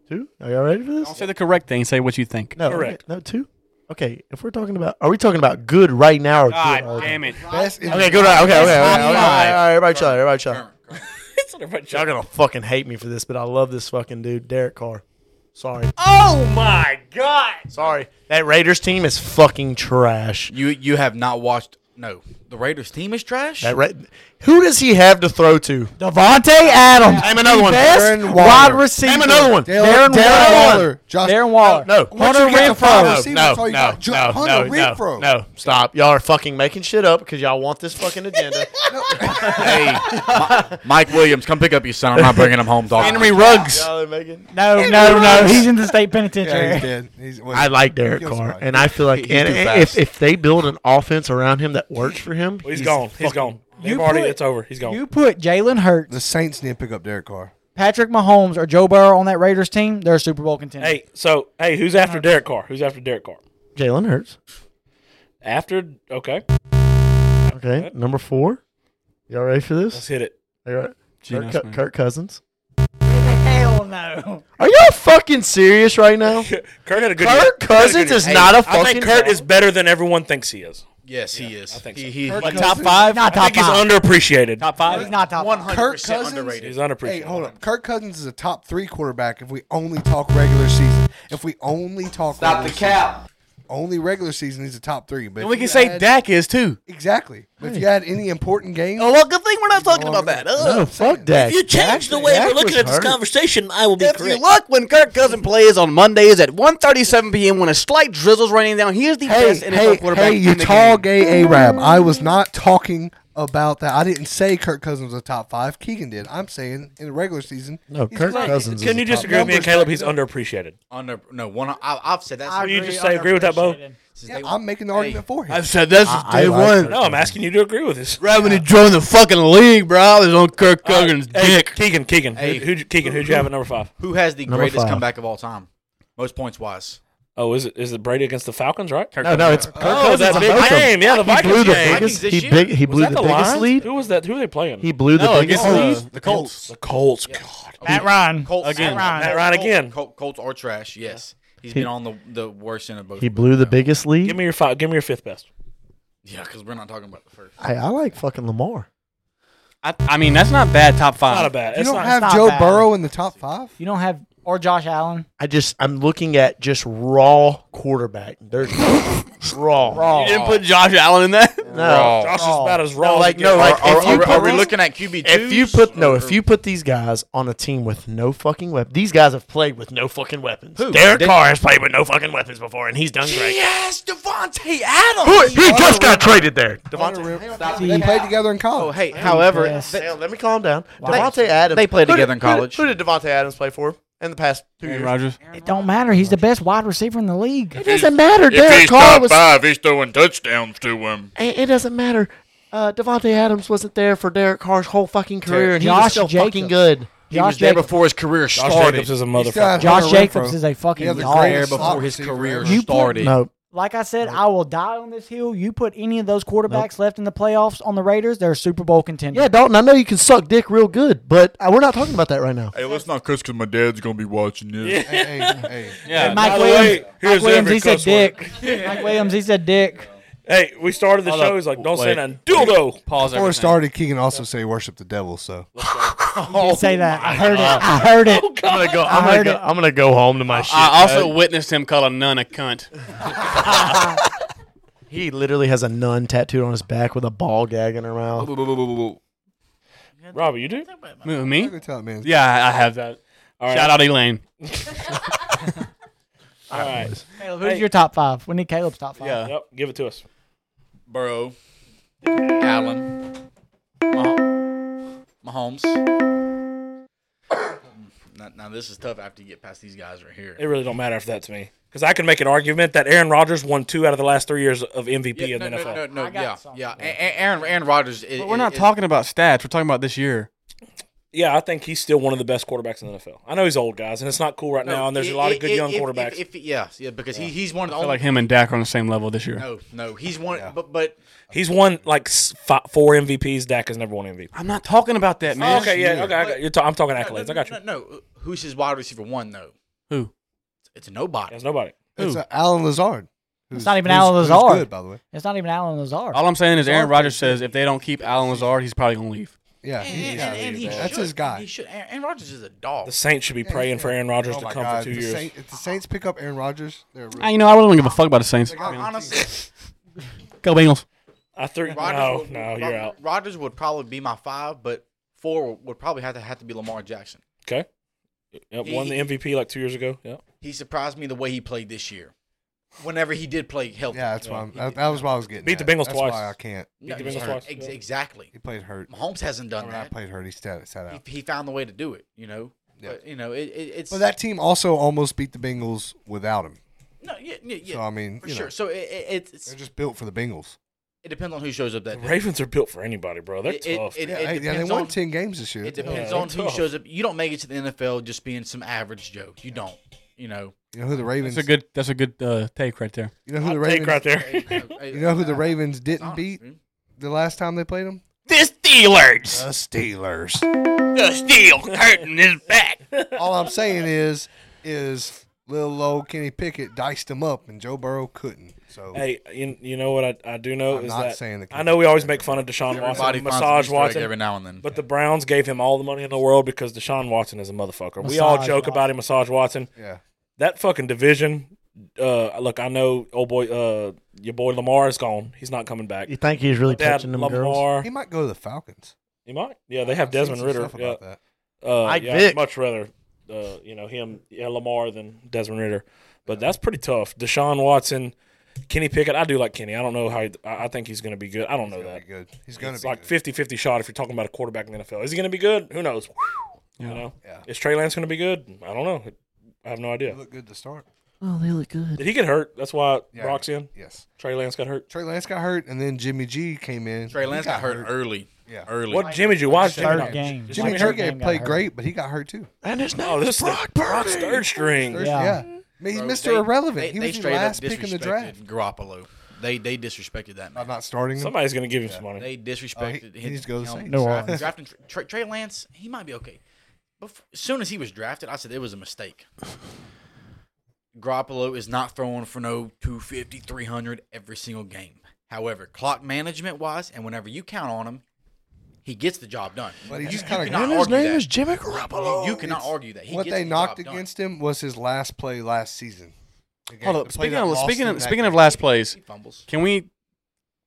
Speaker 9: Two. Are y'all ready for this?
Speaker 2: Say the correct thing. Say what you think.
Speaker 9: No.
Speaker 5: Correct.
Speaker 9: Okay, no, two. Okay, if we're talking about, are we talking about good right now or good? all time?
Speaker 2: it!
Speaker 8: Best in
Speaker 9: Okay, good right. Okay, okay, okay.
Speaker 6: Top
Speaker 9: All right, all right, all right, everybody chill. Everybody chill.
Speaker 5: It's not about
Speaker 9: Y'all
Speaker 5: you.
Speaker 9: gonna fucking hate me for this, but I love this fucking dude, Derek Carr. Sorry,
Speaker 5: Oh, my God.
Speaker 9: sorry. That Raiders team is fucking trash.
Speaker 7: You you have not watched no the the Raiders team is trash.
Speaker 9: That right. Who does he have to throw to?
Speaker 6: Devontae Adams.
Speaker 9: Name another
Speaker 6: the
Speaker 9: one.
Speaker 6: Best
Speaker 9: Darren
Speaker 6: wide
Speaker 9: Waller.
Speaker 6: receiver.
Speaker 9: Name another one.
Speaker 6: Darren,
Speaker 9: Darren
Speaker 6: Waller.
Speaker 9: Waller.
Speaker 8: Josh,
Speaker 6: Darren Waller.
Speaker 9: No.
Speaker 8: Once
Speaker 6: Hunter
Speaker 8: you get the five
Speaker 6: Renfro.
Speaker 8: receivers, that's all you got. Ju- Hunter Renfro.
Speaker 9: no, stop. Y'all are fucking making shit up because y'all want this fucking *laughs* agenda.
Speaker 7: hey, Mi- Mike Williams, come pick up your son. I'm not bringing him home,
Speaker 5: *laughs*
Speaker 7: dog.
Speaker 9: Henry Ruggs.
Speaker 7: Yeah.
Speaker 9: Y'all are making-
Speaker 6: No, no, no. He's in
Speaker 2: *laughs*
Speaker 6: the state penitentiary.
Speaker 8: Yeah, he's dead. He's, well,
Speaker 9: I like Derek
Speaker 8: He was
Speaker 9: Carr,
Speaker 8: fine.
Speaker 9: and I feel *laughs* like
Speaker 7: He- he's
Speaker 9: and-
Speaker 7: too
Speaker 9: and
Speaker 7: fast.
Speaker 9: if, if they build an offense around him that works for him,
Speaker 5: Well, he's gone. He's gone. They've already,
Speaker 6: put-
Speaker 5: it's over. He's gone.
Speaker 6: You put Jalen Hurts,
Speaker 8: the Saints need to pick up Derek Carr.
Speaker 6: Patrick Mahomes, or Joe Burrow on that Raiders team, they're a Super Bowl contender.
Speaker 5: hey, so hey, who's after Derek Carr? Who's after Derek Carr?
Speaker 9: Jalen Hurts.
Speaker 5: After okay,
Speaker 9: Okay, number four. Y'all ready for
Speaker 5: let's
Speaker 9: this?
Speaker 5: hit it.
Speaker 9: All right. Kirk,
Speaker 2: Geno
Speaker 9: Cou-
Speaker 2: Smith.
Speaker 9: Kirk Cousins.
Speaker 6: Hell no.
Speaker 9: Are y'all fucking serious right *laughs* now?
Speaker 5: Kurt had a good.
Speaker 9: Kirk
Speaker 5: year.
Speaker 9: Cousins
Speaker 5: Kurt had a good year.
Speaker 9: is not a
Speaker 5: I
Speaker 9: fucking
Speaker 5: think Kurt
Speaker 9: dog.
Speaker 5: is better than everyone thinks he is.
Speaker 7: Yes, he is.
Speaker 5: I think
Speaker 7: He-
Speaker 5: so.
Speaker 7: he-
Speaker 8: Kirk
Speaker 7: like,
Speaker 8: Cousins-
Speaker 7: top five.
Speaker 6: Not
Speaker 5: I
Speaker 6: top
Speaker 5: think he's
Speaker 6: five.
Speaker 5: underappreciated.
Speaker 2: Top five.
Speaker 6: He's not top
Speaker 7: One
Speaker 6: five.
Speaker 7: hundred
Speaker 8: Kirk
Speaker 7: percent
Speaker 8: Cousins?
Speaker 7: underrated.
Speaker 5: He's underappreciated.
Speaker 8: Hey, hold up. Kirk Cousins is a top three quarterback if we only talk regular season. If we only talk regular
Speaker 7: cap.
Speaker 8: season. only regular season, he's a top three. But
Speaker 2: And
Speaker 8: if
Speaker 2: we
Speaker 8: you
Speaker 2: can say
Speaker 8: add-
Speaker 2: Dak is too.
Speaker 8: exactly. But if you had any important games,
Speaker 2: Oh, well, good thing we're not talking
Speaker 8: about that.
Speaker 9: No, fuck Dak.
Speaker 2: change the
Speaker 9: way Dak we're looking was at this hurt.
Speaker 2: conversation, I will be if you look, when Kirk Cousins plays on Mondays at 1.37 p.m. when a slight drizzle's raining down, he is the
Speaker 8: hey,
Speaker 2: best NFL
Speaker 8: hey,
Speaker 2: quarterback
Speaker 8: hey, you
Speaker 2: in the
Speaker 8: tall
Speaker 2: game.
Speaker 8: gay Arab. I was not talking about that. I didn't say Kirk Cousins was a top five. Keegan did. I'm saying in the regular season.
Speaker 9: No,
Speaker 8: he's
Speaker 9: Kirk
Speaker 8: great.
Speaker 9: Cousins.
Speaker 5: Can
Speaker 9: is
Speaker 5: you
Speaker 9: a top-
Speaker 5: disagree with me, and
Speaker 8: numbers
Speaker 5: Caleb?
Speaker 8: back
Speaker 5: He's
Speaker 8: it up.
Speaker 5: underappreciated.
Speaker 7: Under no one. I, I've said that.
Speaker 5: you just say agree with that, Bo?
Speaker 6: underappreciated.
Speaker 7: since
Speaker 8: Yeah,
Speaker 7: day one.
Speaker 8: I'm making the argument for him.
Speaker 2: I've said this since
Speaker 9: I
Speaker 2: day
Speaker 9: like
Speaker 2: one.
Speaker 9: Kirk
Speaker 5: No, I'm asking you to agree with this.
Speaker 2: Right when he joined the fucking league, bro, I was on Kirk Cousins'
Speaker 5: Hey,
Speaker 2: dick.
Speaker 5: Keegan, Keegan,
Speaker 7: Hey.
Speaker 5: who, who, Keegan, who'd you have at number five?
Speaker 7: Who has the
Speaker 9: Number
Speaker 7: greatest
Speaker 9: five.
Speaker 7: comeback of all time? Most points wise.
Speaker 5: Oh, is it is it Brady against the Falcons? Right?
Speaker 9: No, no, it's Kirk
Speaker 5: Oh,
Speaker 9: Cousins.
Speaker 5: that big
Speaker 9: Vikings.
Speaker 5: game. Yeah, the
Speaker 9: He
Speaker 5: Vikings
Speaker 9: blew the
Speaker 5: game.
Speaker 9: biggest.
Speaker 7: Vikings
Speaker 9: He
Speaker 7: this
Speaker 9: big.
Speaker 7: year.
Speaker 9: He
Speaker 5: Was
Speaker 9: blew
Speaker 5: that
Speaker 9: the
Speaker 5: the
Speaker 9: biggest
Speaker 5: Lions?
Speaker 9: lead.
Speaker 5: Who was that? Who were they playing?
Speaker 9: He blew the
Speaker 2: No,
Speaker 9: biggest
Speaker 2: against
Speaker 9: lead.
Speaker 2: the, the Colts.
Speaker 5: the Colts. God.
Speaker 6: Matt Ryan.
Speaker 7: Colts
Speaker 6: Again. Matt
Speaker 5: Matt Ryan again.
Speaker 7: Colts, Colts are trash. Yes, he's
Speaker 9: He-
Speaker 7: been on the the worst end of both.
Speaker 9: He blew the biggest
Speaker 5: Give
Speaker 9: lead.
Speaker 5: me your five. Give me your fifth best.
Speaker 7: Yeah, because we're not talking about the first.
Speaker 9: I, I like fucking Lamar.
Speaker 2: I, I mean, that's not bad top five.
Speaker 5: Not a bad.
Speaker 8: you
Speaker 5: It's
Speaker 8: don't
Speaker 5: not.
Speaker 8: have
Speaker 6: not
Speaker 8: Joe
Speaker 6: bad.
Speaker 8: Burrow in the top five.
Speaker 6: You don't have or Josh Allen.
Speaker 9: I just I'm looking at just raw quarterback. *laughs* There's raw.
Speaker 2: You
Speaker 6: Oh.
Speaker 2: didn't put Josh Allen in *laughs* that?
Speaker 9: No.
Speaker 5: Josh is about as raw.
Speaker 9: No,
Speaker 5: as
Speaker 9: like
Speaker 5: it
Speaker 9: no,
Speaker 5: gets.
Speaker 9: like
Speaker 7: Are,
Speaker 9: if you
Speaker 7: are,
Speaker 9: put
Speaker 7: are we
Speaker 9: these-
Speaker 7: looking at QB?
Speaker 9: if you put no, if you put these guys on a team with no fucking weapons, these guys have played with no fucking weapons. Derek Carr has played with no fucking weapons before, and he's done great.
Speaker 7: yes, Devontae Adams.
Speaker 9: Who- He just got traded there.
Speaker 8: Hunter Renfro- They played together in college.
Speaker 7: Oh, hey, however,
Speaker 6: Yes.
Speaker 7: th-
Speaker 9: Let me calm down. Devontae Adams.
Speaker 7: they played
Speaker 9: Who did-
Speaker 7: together in
Speaker 9: who did-
Speaker 7: college.
Speaker 9: Who did Devontae Adams play for in the past two
Speaker 2: Aaron
Speaker 9: years?
Speaker 2: Rodgers.
Speaker 6: It don't matter. He's the best wide receiver in the league.
Speaker 9: It doesn't matter. Derek Carr was. Five, he's throwing touchdowns to him. It, doesn't matter. Uh, Devontae Adams wasn't there for Derek Carr's whole fucking career, and he was
Speaker 6: Josh
Speaker 9: still
Speaker 6: Jacobs.
Speaker 9: fucking good.
Speaker 7: he was
Speaker 6: Josh
Speaker 7: there
Speaker 6: Jacobs.
Speaker 7: before his career
Speaker 5: Josh
Speaker 7: started.
Speaker 5: Jacobs is a
Speaker 8: He still
Speaker 5: motherfucker.
Speaker 8: has
Speaker 6: Josh
Speaker 8: Hunter
Speaker 6: Jacobs
Speaker 8: Renfro.
Speaker 6: is a fucking
Speaker 8: He had the
Speaker 6: dog.
Speaker 8: greatest
Speaker 7: Before
Speaker 8: slot
Speaker 7: his
Speaker 8: receiver
Speaker 7: career
Speaker 8: ever.
Speaker 7: You put- started.
Speaker 9: No,
Speaker 6: Like I said, I will die on this hill. You put any of those quarterbacks left in the playoffs on the Raiders, they're a Super Bowl contender.
Speaker 9: Yeah, Dalton, I know you can suck dick real good, but uh, we're not talking about that right now.
Speaker 10: Hey, let's not cuss because my dad's gonna be watching this.
Speaker 8: Hey, hey, hey.
Speaker 7: *laughs*
Speaker 5: Yeah.
Speaker 6: Mike
Speaker 5: by the
Speaker 6: Williams.
Speaker 5: way,
Speaker 6: Mike
Speaker 5: here's
Speaker 6: Williams,
Speaker 5: every
Speaker 6: he said
Speaker 5: cuss word.
Speaker 6: dick. Mike Williams, he
Speaker 5: *laughs*
Speaker 6: said dick.
Speaker 5: Hey, we started the
Speaker 2: Hold
Speaker 5: show.
Speaker 2: up.
Speaker 5: He's like, don't say
Speaker 2: Wait.
Speaker 5: nothing. Dildo.
Speaker 2: Pause
Speaker 8: Before it
Speaker 2: everything.
Speaker 8: started, Keegan also said worship the devil. So
Speaker 6: He did say that. I heard it. I heard it.
Speaker 9: I'm gonna go.
Speaker 6: I
Speaker 9: I'm gonna
Speaker 6: heard
Speaker 9: go,
Speaker 6: it.
Speaker 9: I'm gonna go home to my shit.
Speaker 2: I also witnessed him call a nun a cunt.
Speaker 9: he literally has a nun tattooed on his back with a ball gag in her mouth.
Speaker 5: Robbie, you do?
Speaker 2: Who,
Speaker 8: I'm
Speaker 2: Me?
Speaker 8: gonna tell it, man.
Speaker 2: Yeah, I I have that.
Speaker 5: All right.
Speaker 2: Shout out Elaine.
Speaker 5: All right.
Speaker 6: Caleb, who's your top five? We need Caleb's top five.
Speaker 2: Yeah.
Speaker 5: Yep. Give it to us.
Speaker 7: Burrow, Allen, Mah- Mahomes. now, now this is tough after you get past these guys right here.
Speaker 5: It really don't matter if that's me. Because I can make an argument that Aaron Rodgers won two out of the last three years of MVP
Speaker 7: Yeah,
Speaker 5: in
Speaker 7: no,
Speaker 5: the
Speaker 7: no,
Speaker 5: NFL.
Speaker 7: no, no,
Speaker 6: I got
Speaker 7: yeah,
Speaker 6: some.
Speaker 7: yeah. A- A- Aaron Aaron Rodgers. i-
Speaker 2: But we're not
Speaker 7: i-
Speaker 2: talking about stats. We're talking about this year.
Speaker 5: Yeah, I think he's still one of the best quarterbacks in the NFL. I know he's old, guys, and it's not cool right
Speaker 7: no,
Speaker 5: now, and there's
Speaker 7: i-
Speaker 5: a lot
Speaker 7: i-
Speaker 5: of good
Speaker 7: i-
Speaker 5: young
Speaker 7: if-
Speaker 5: quarterbacks.
Speaker 7: If, if, yes, yeah, because he, he's one of the
Speaker 2: I feel
Speaker 7: only.
Speaker 2: like him and Dak are on the same level this year.
Speaker 7: No, no, he's one. But but
Speaker 5: he's won like s- fi four MVPs. Dak has never won MVP.
Speaker 2: I'm not talking about that, man.
Speaker 5: Oh, okay, yeah, okay. I got, you're ta- I'm talking
Speaker 7: no,
Speaker 5: accolades.
Speaker 7: no,
Speaker 5: I got you.
Speaker 7: No, no, who's his wide receiver one though?
Speaker 2: Who?
Speaker 7: It's nobody.
Speaker 5: There's nobody.
Speaker 8: It's uh, Alan Lazard. who's-
Speaker 6: not even
Speaker 8: who's-
Speaker 6: Alan
Speaker 8: who's
Speaker 6: Lazard.
Speaker 8: Good, by the way.
Speaker 6: It's not even Alan Lazard.
Speaker 2: All I'm saying is Aaron
Speaker 8: Sorry.
Speaker 2: Rodgers says if they don't keep Alan Lazard, he's probably gonna leave.
Speaker 8: Yeah,
Speaker 7: And-
Speaker 8: he-
Speaker 7: and-
Speaker 8: yeah,
Speaker 7: and he
Speaker 8: that's
Speaker 7: should.
Speaker 8: his guy.
Speaker 7: He should. Aaron, Aaron Rodgers is a dog.
Speaker 5: The Saints should be praying for Aaron Rodgers
Speaker 8: Oh
Speaker 5: to
Speaker 8: my
Speaker 5: come
Speaker 8: God,
Speaker 5: for two
Speaker 8: if the
Speaker 5: years.
Speaker 8: Saint- if the Saints pick up Aaron Rodgers, they're
Speaker 2: Ah,
Speaker 7: *laughs*
Speaker 8: really
Speaker 2: you know, I really don't give a fuck about the Saints.
Speaker 7: Honestly,
Speaker 2: Go Bengals.
Speaker 5: I threw.
Speaker 7: Rodgers
Speaker 5: no, no,
Speaker 7: would,
Speaker 5: you're out.
Speaker 7: Rodgers would probably be my five, but four would probably have to have to be Lamar Jackson.
Speaker 5: Okay. Yep, won the
Speaker 7: He-
Speaker 5: MVP like two years ago. Yep.
Speaker 7: He surprised me the way he played this year. Whenever he did play healthy,
Speaker 8: Yeah, that's why I'm, that, that was why I was getting
Speaker 5: Beat the
Speaker 8: at.
Speaker 5: Bengals
Speaker 8: That's
Speaker 5: twice.
Speaker 8: Why I can't.
Speaker 7: No,
Speaker 5: Beat the
Speaker 7: he's
Speaker 5: Bengals
Speaker 7: hurt.
Speaker 5: twice.
Speaker 7: Ex- exactly.
Speaker 8: He played hurt.
Speaker 7: Mahomes hasn't *laughs*
Speaker 8: I
Speaker 7: done
Speaker 8: mean, I
Speaker 7: that.
Speaker 8: played hurt. He sat, sat out.
Speaker 7: He, he found the way to do it. You know,
Speaker 8: Yeah.
Speaker 7: but you know it, it, it's
Speaker 8: But that team also almost beat the Bengals without him.
Speaker 7: no, yeah, yeah, yeah
Speaker 8: So I mean,
Speaker 7: for
Speaker 8: you know,
Speaker 7: sure. So it, it, it's
Speaker 8: they're just built for the Bengals.
Speaker 7: it depends on who shows up
Speaker 5: The
Speaker 7: that day.
Speaker 5: Ravens are built for anybody, bro. They're
Speaker 7: It- it-
Speaker 5: tough.
Speaker 7: it-
Speaker 5: man.
Speaker 8: Yeah, hey, yeah, they
Speaker 7: depends
Speaker 8: won
Speaker 7: on-
Speaker 8: ten games this year.
Speaker 7: It depends
Speaker 5: they're
Speaker 7: on who
Speaker 5: tough.
Speaker 7: shows up. You don't make it to the NFL just being some average Joe. You don't. You know.
Speaker 8: You know who the
Speaker 2: That's
Speaker 8: Ravens?
Speaker 2: a good. That's a good uh, take right there.
Speaker 8: you know who the
Speaker 5: I'll take
Speaker 8: Ravens?
Speaker 5: right there.
Speaker 7: you
Speaker 8: You know who the Ravens didn't beat
Speaker 7: hmm?
Speaker 8: the last time they played them? The Steelers. The Steelers. *laughs* All I'm saying is, is little old Kenny Pickett diced him up, and Joe Burrow couldn't. So
Speaker 5: Hey, you, you know what I, I do know
Speaker 8: Oh. I'm
Speaker 5: is
Speaker 8: not
Speaker 5: that
Speaker 8: saying the
Speaker 5: I know we always make fun of Deshaun
Speaker 7: Everybody
Speaker 5: Watson,
Speaker 7: finds an
Speaker 5: massage
Speaker 7: Easter egg
Speaker 5: Watson,
Speaker 7: every now and then.
Speaker 5: but the Browns gave him all the money in the world because Deshaun Watson is a motherfucker. we all
Speaker 6: Massage
Speaker 5: joke about him, massage Watson.
Speaker 8: yeah,
Speaker 5: That fucking division. Uh, look, I know. Oh boy, uh, your boy Lamar is gone. He's not coming back.
Speaker 9: You think he's really
Speaker 5: They had
Speaker 9: touching them girls?
Speaker 5: Lamar.
Speaker 8: he might go to the Falcons.
Speaker 5: He might. Yeah, they have
Speaker 8: I've seen
Speaker 5: Desmond
Speaker 8: some
Speaker 5: Ritter.
Speaker 8: stuff
Speaker 5: Yeah,
Speaker 8: about that.
Speaker 5: uh,
Speaker 9: Ike
Speaker 5: yeah, I'd
Speaker 9: Vick.
Speaker 5: much rather uh, you know him, yeah, Lamar than Desmond Ritter. But that's pretty tough. Deshaun Watson, Kenny Pickett. I do like Kenny. I don't know how. He, I I think he's going to be good. I don't know
Speaker 8: He's gonna
Speaker 5: that.
Speaker 8: be good. He's gonna
Speaker 5: it's
Speaker 8: be
Speaker 5: like
Speaker 8: good.
Speaker 5: 50-50 shot if you're talking about a quarterback in the NFL. Is he going to be good? Who knows? You know,
Speaker 8: Yeah.
Speaker 5: is Trey Lance going to be good? I don't know. I have no
Speaker 8: He
Speaker 5: idea.
Speaker 8: looked good to start.
Speaker 5: Did he get hurt? That's why
Speaker 8: Yeah.
Speaker 5: Brock's in.
Speaker 8: Yes.
Speaker 5: Trey Lance got hurt.
Speaker 8: Trey Lance got hurt, and then Jimmy G came in.
Speaker 7: Trey
Speaker 8: He
Speaker 7: Lance got hurt early.
Speaker 8: Yeah.
Speaker 7: Early.
Speaker 5: What Jimmy G? Why is Jimmy
Speaker 6: Third
Speaker 5: not-
Speaker 6: game.
Speaker 5: Is
Speaker 8: Jimmy
Speaker 5: Jimmy
Speaker 8: G
Speaker 5: hurt?
Speaker 6: G
Speaker 8: gave-
Speaker 6: got
Speaker 8: played
Speaker 6: hurt.
Speaker 8: great, but he got hurt too.
Speaker 9: And his name
Speaker 5: Oh, this is Brock Brock's third string.
Speaker 8: Yeah.
Speaker 6: Yeah.
Speaker 7: Mm-hmm.
Speaker 8: I mean, he's
Speaker 7: Bro,
Speaker 8: Mr.
Speaker 7: they-
Speaker 8: Irrelevant.
Speaker 7: They,
Speaker 8: he
Speaker 7: they
Speaker 8: was the
Speaker 7: straight
Speaker 8: last
Speaker 7: up
Speaker 8: pick in the draft.
Speaker 7: disrespected Garoppolo. They they disrespected that
Speaker 8: I'm
Speaker 7: man.
Speaker 8: not starting him. Uh,
Speaker 5: Somebody's going to give him some money.
Speaker 7: They disrespected
Speaker 8: he
Speaker 7: him.
Speaker 8: needs to go to the
Speaker 7: him.
Speaker 8: Saints.
Speaker 6: New
Speaker 7: Drafting-
Speaker 6: Orleans.
Speaker 7: drafting Trey, Trey Lance, he might be okay. But as soon as he was drafted, I said it was a mistake. Garoppolo is not throwing for no 250, 300 every single game. However, clock management wise, and whenever you count on him, he gets the job done.
Speaker 8: But he
Speaker 7: You-
Speaker 8: just
Speaker 7: you
Speaker 8: kinda-
Speaker 7: cannot
Speaker 8: And
Speaker 9: his
Speaker 7: argue
Speaker 9: name
Speaker 7: that.
Speaker 9: is Jimmy Garoppolo.
Speaker 7: You, you cannot argue that. He
Speaker 8: what
Speaker 7: gets
Speaker 8: they
Speaker 7: the
Speaker 8: knocked
Speaker 7: job done.
Speaker 8: against him was his last play last season. Again,
Speaker 2: Hold
Speaker 8: the
Speaker 2: up.
Speaker 8: play
Speaker 2: Speaking
Speaker 8: that
Speaker 2: of
Speaker 8: lost
Speaker 2: speaking
Speaker 8: them
Speaker 2: of,
Speaker 8: that
Speaker 2: speaking
Speaker 8: game.
Speaker 2: of last plays,
Speaker 7: he fumbles.
Speaker 2: can we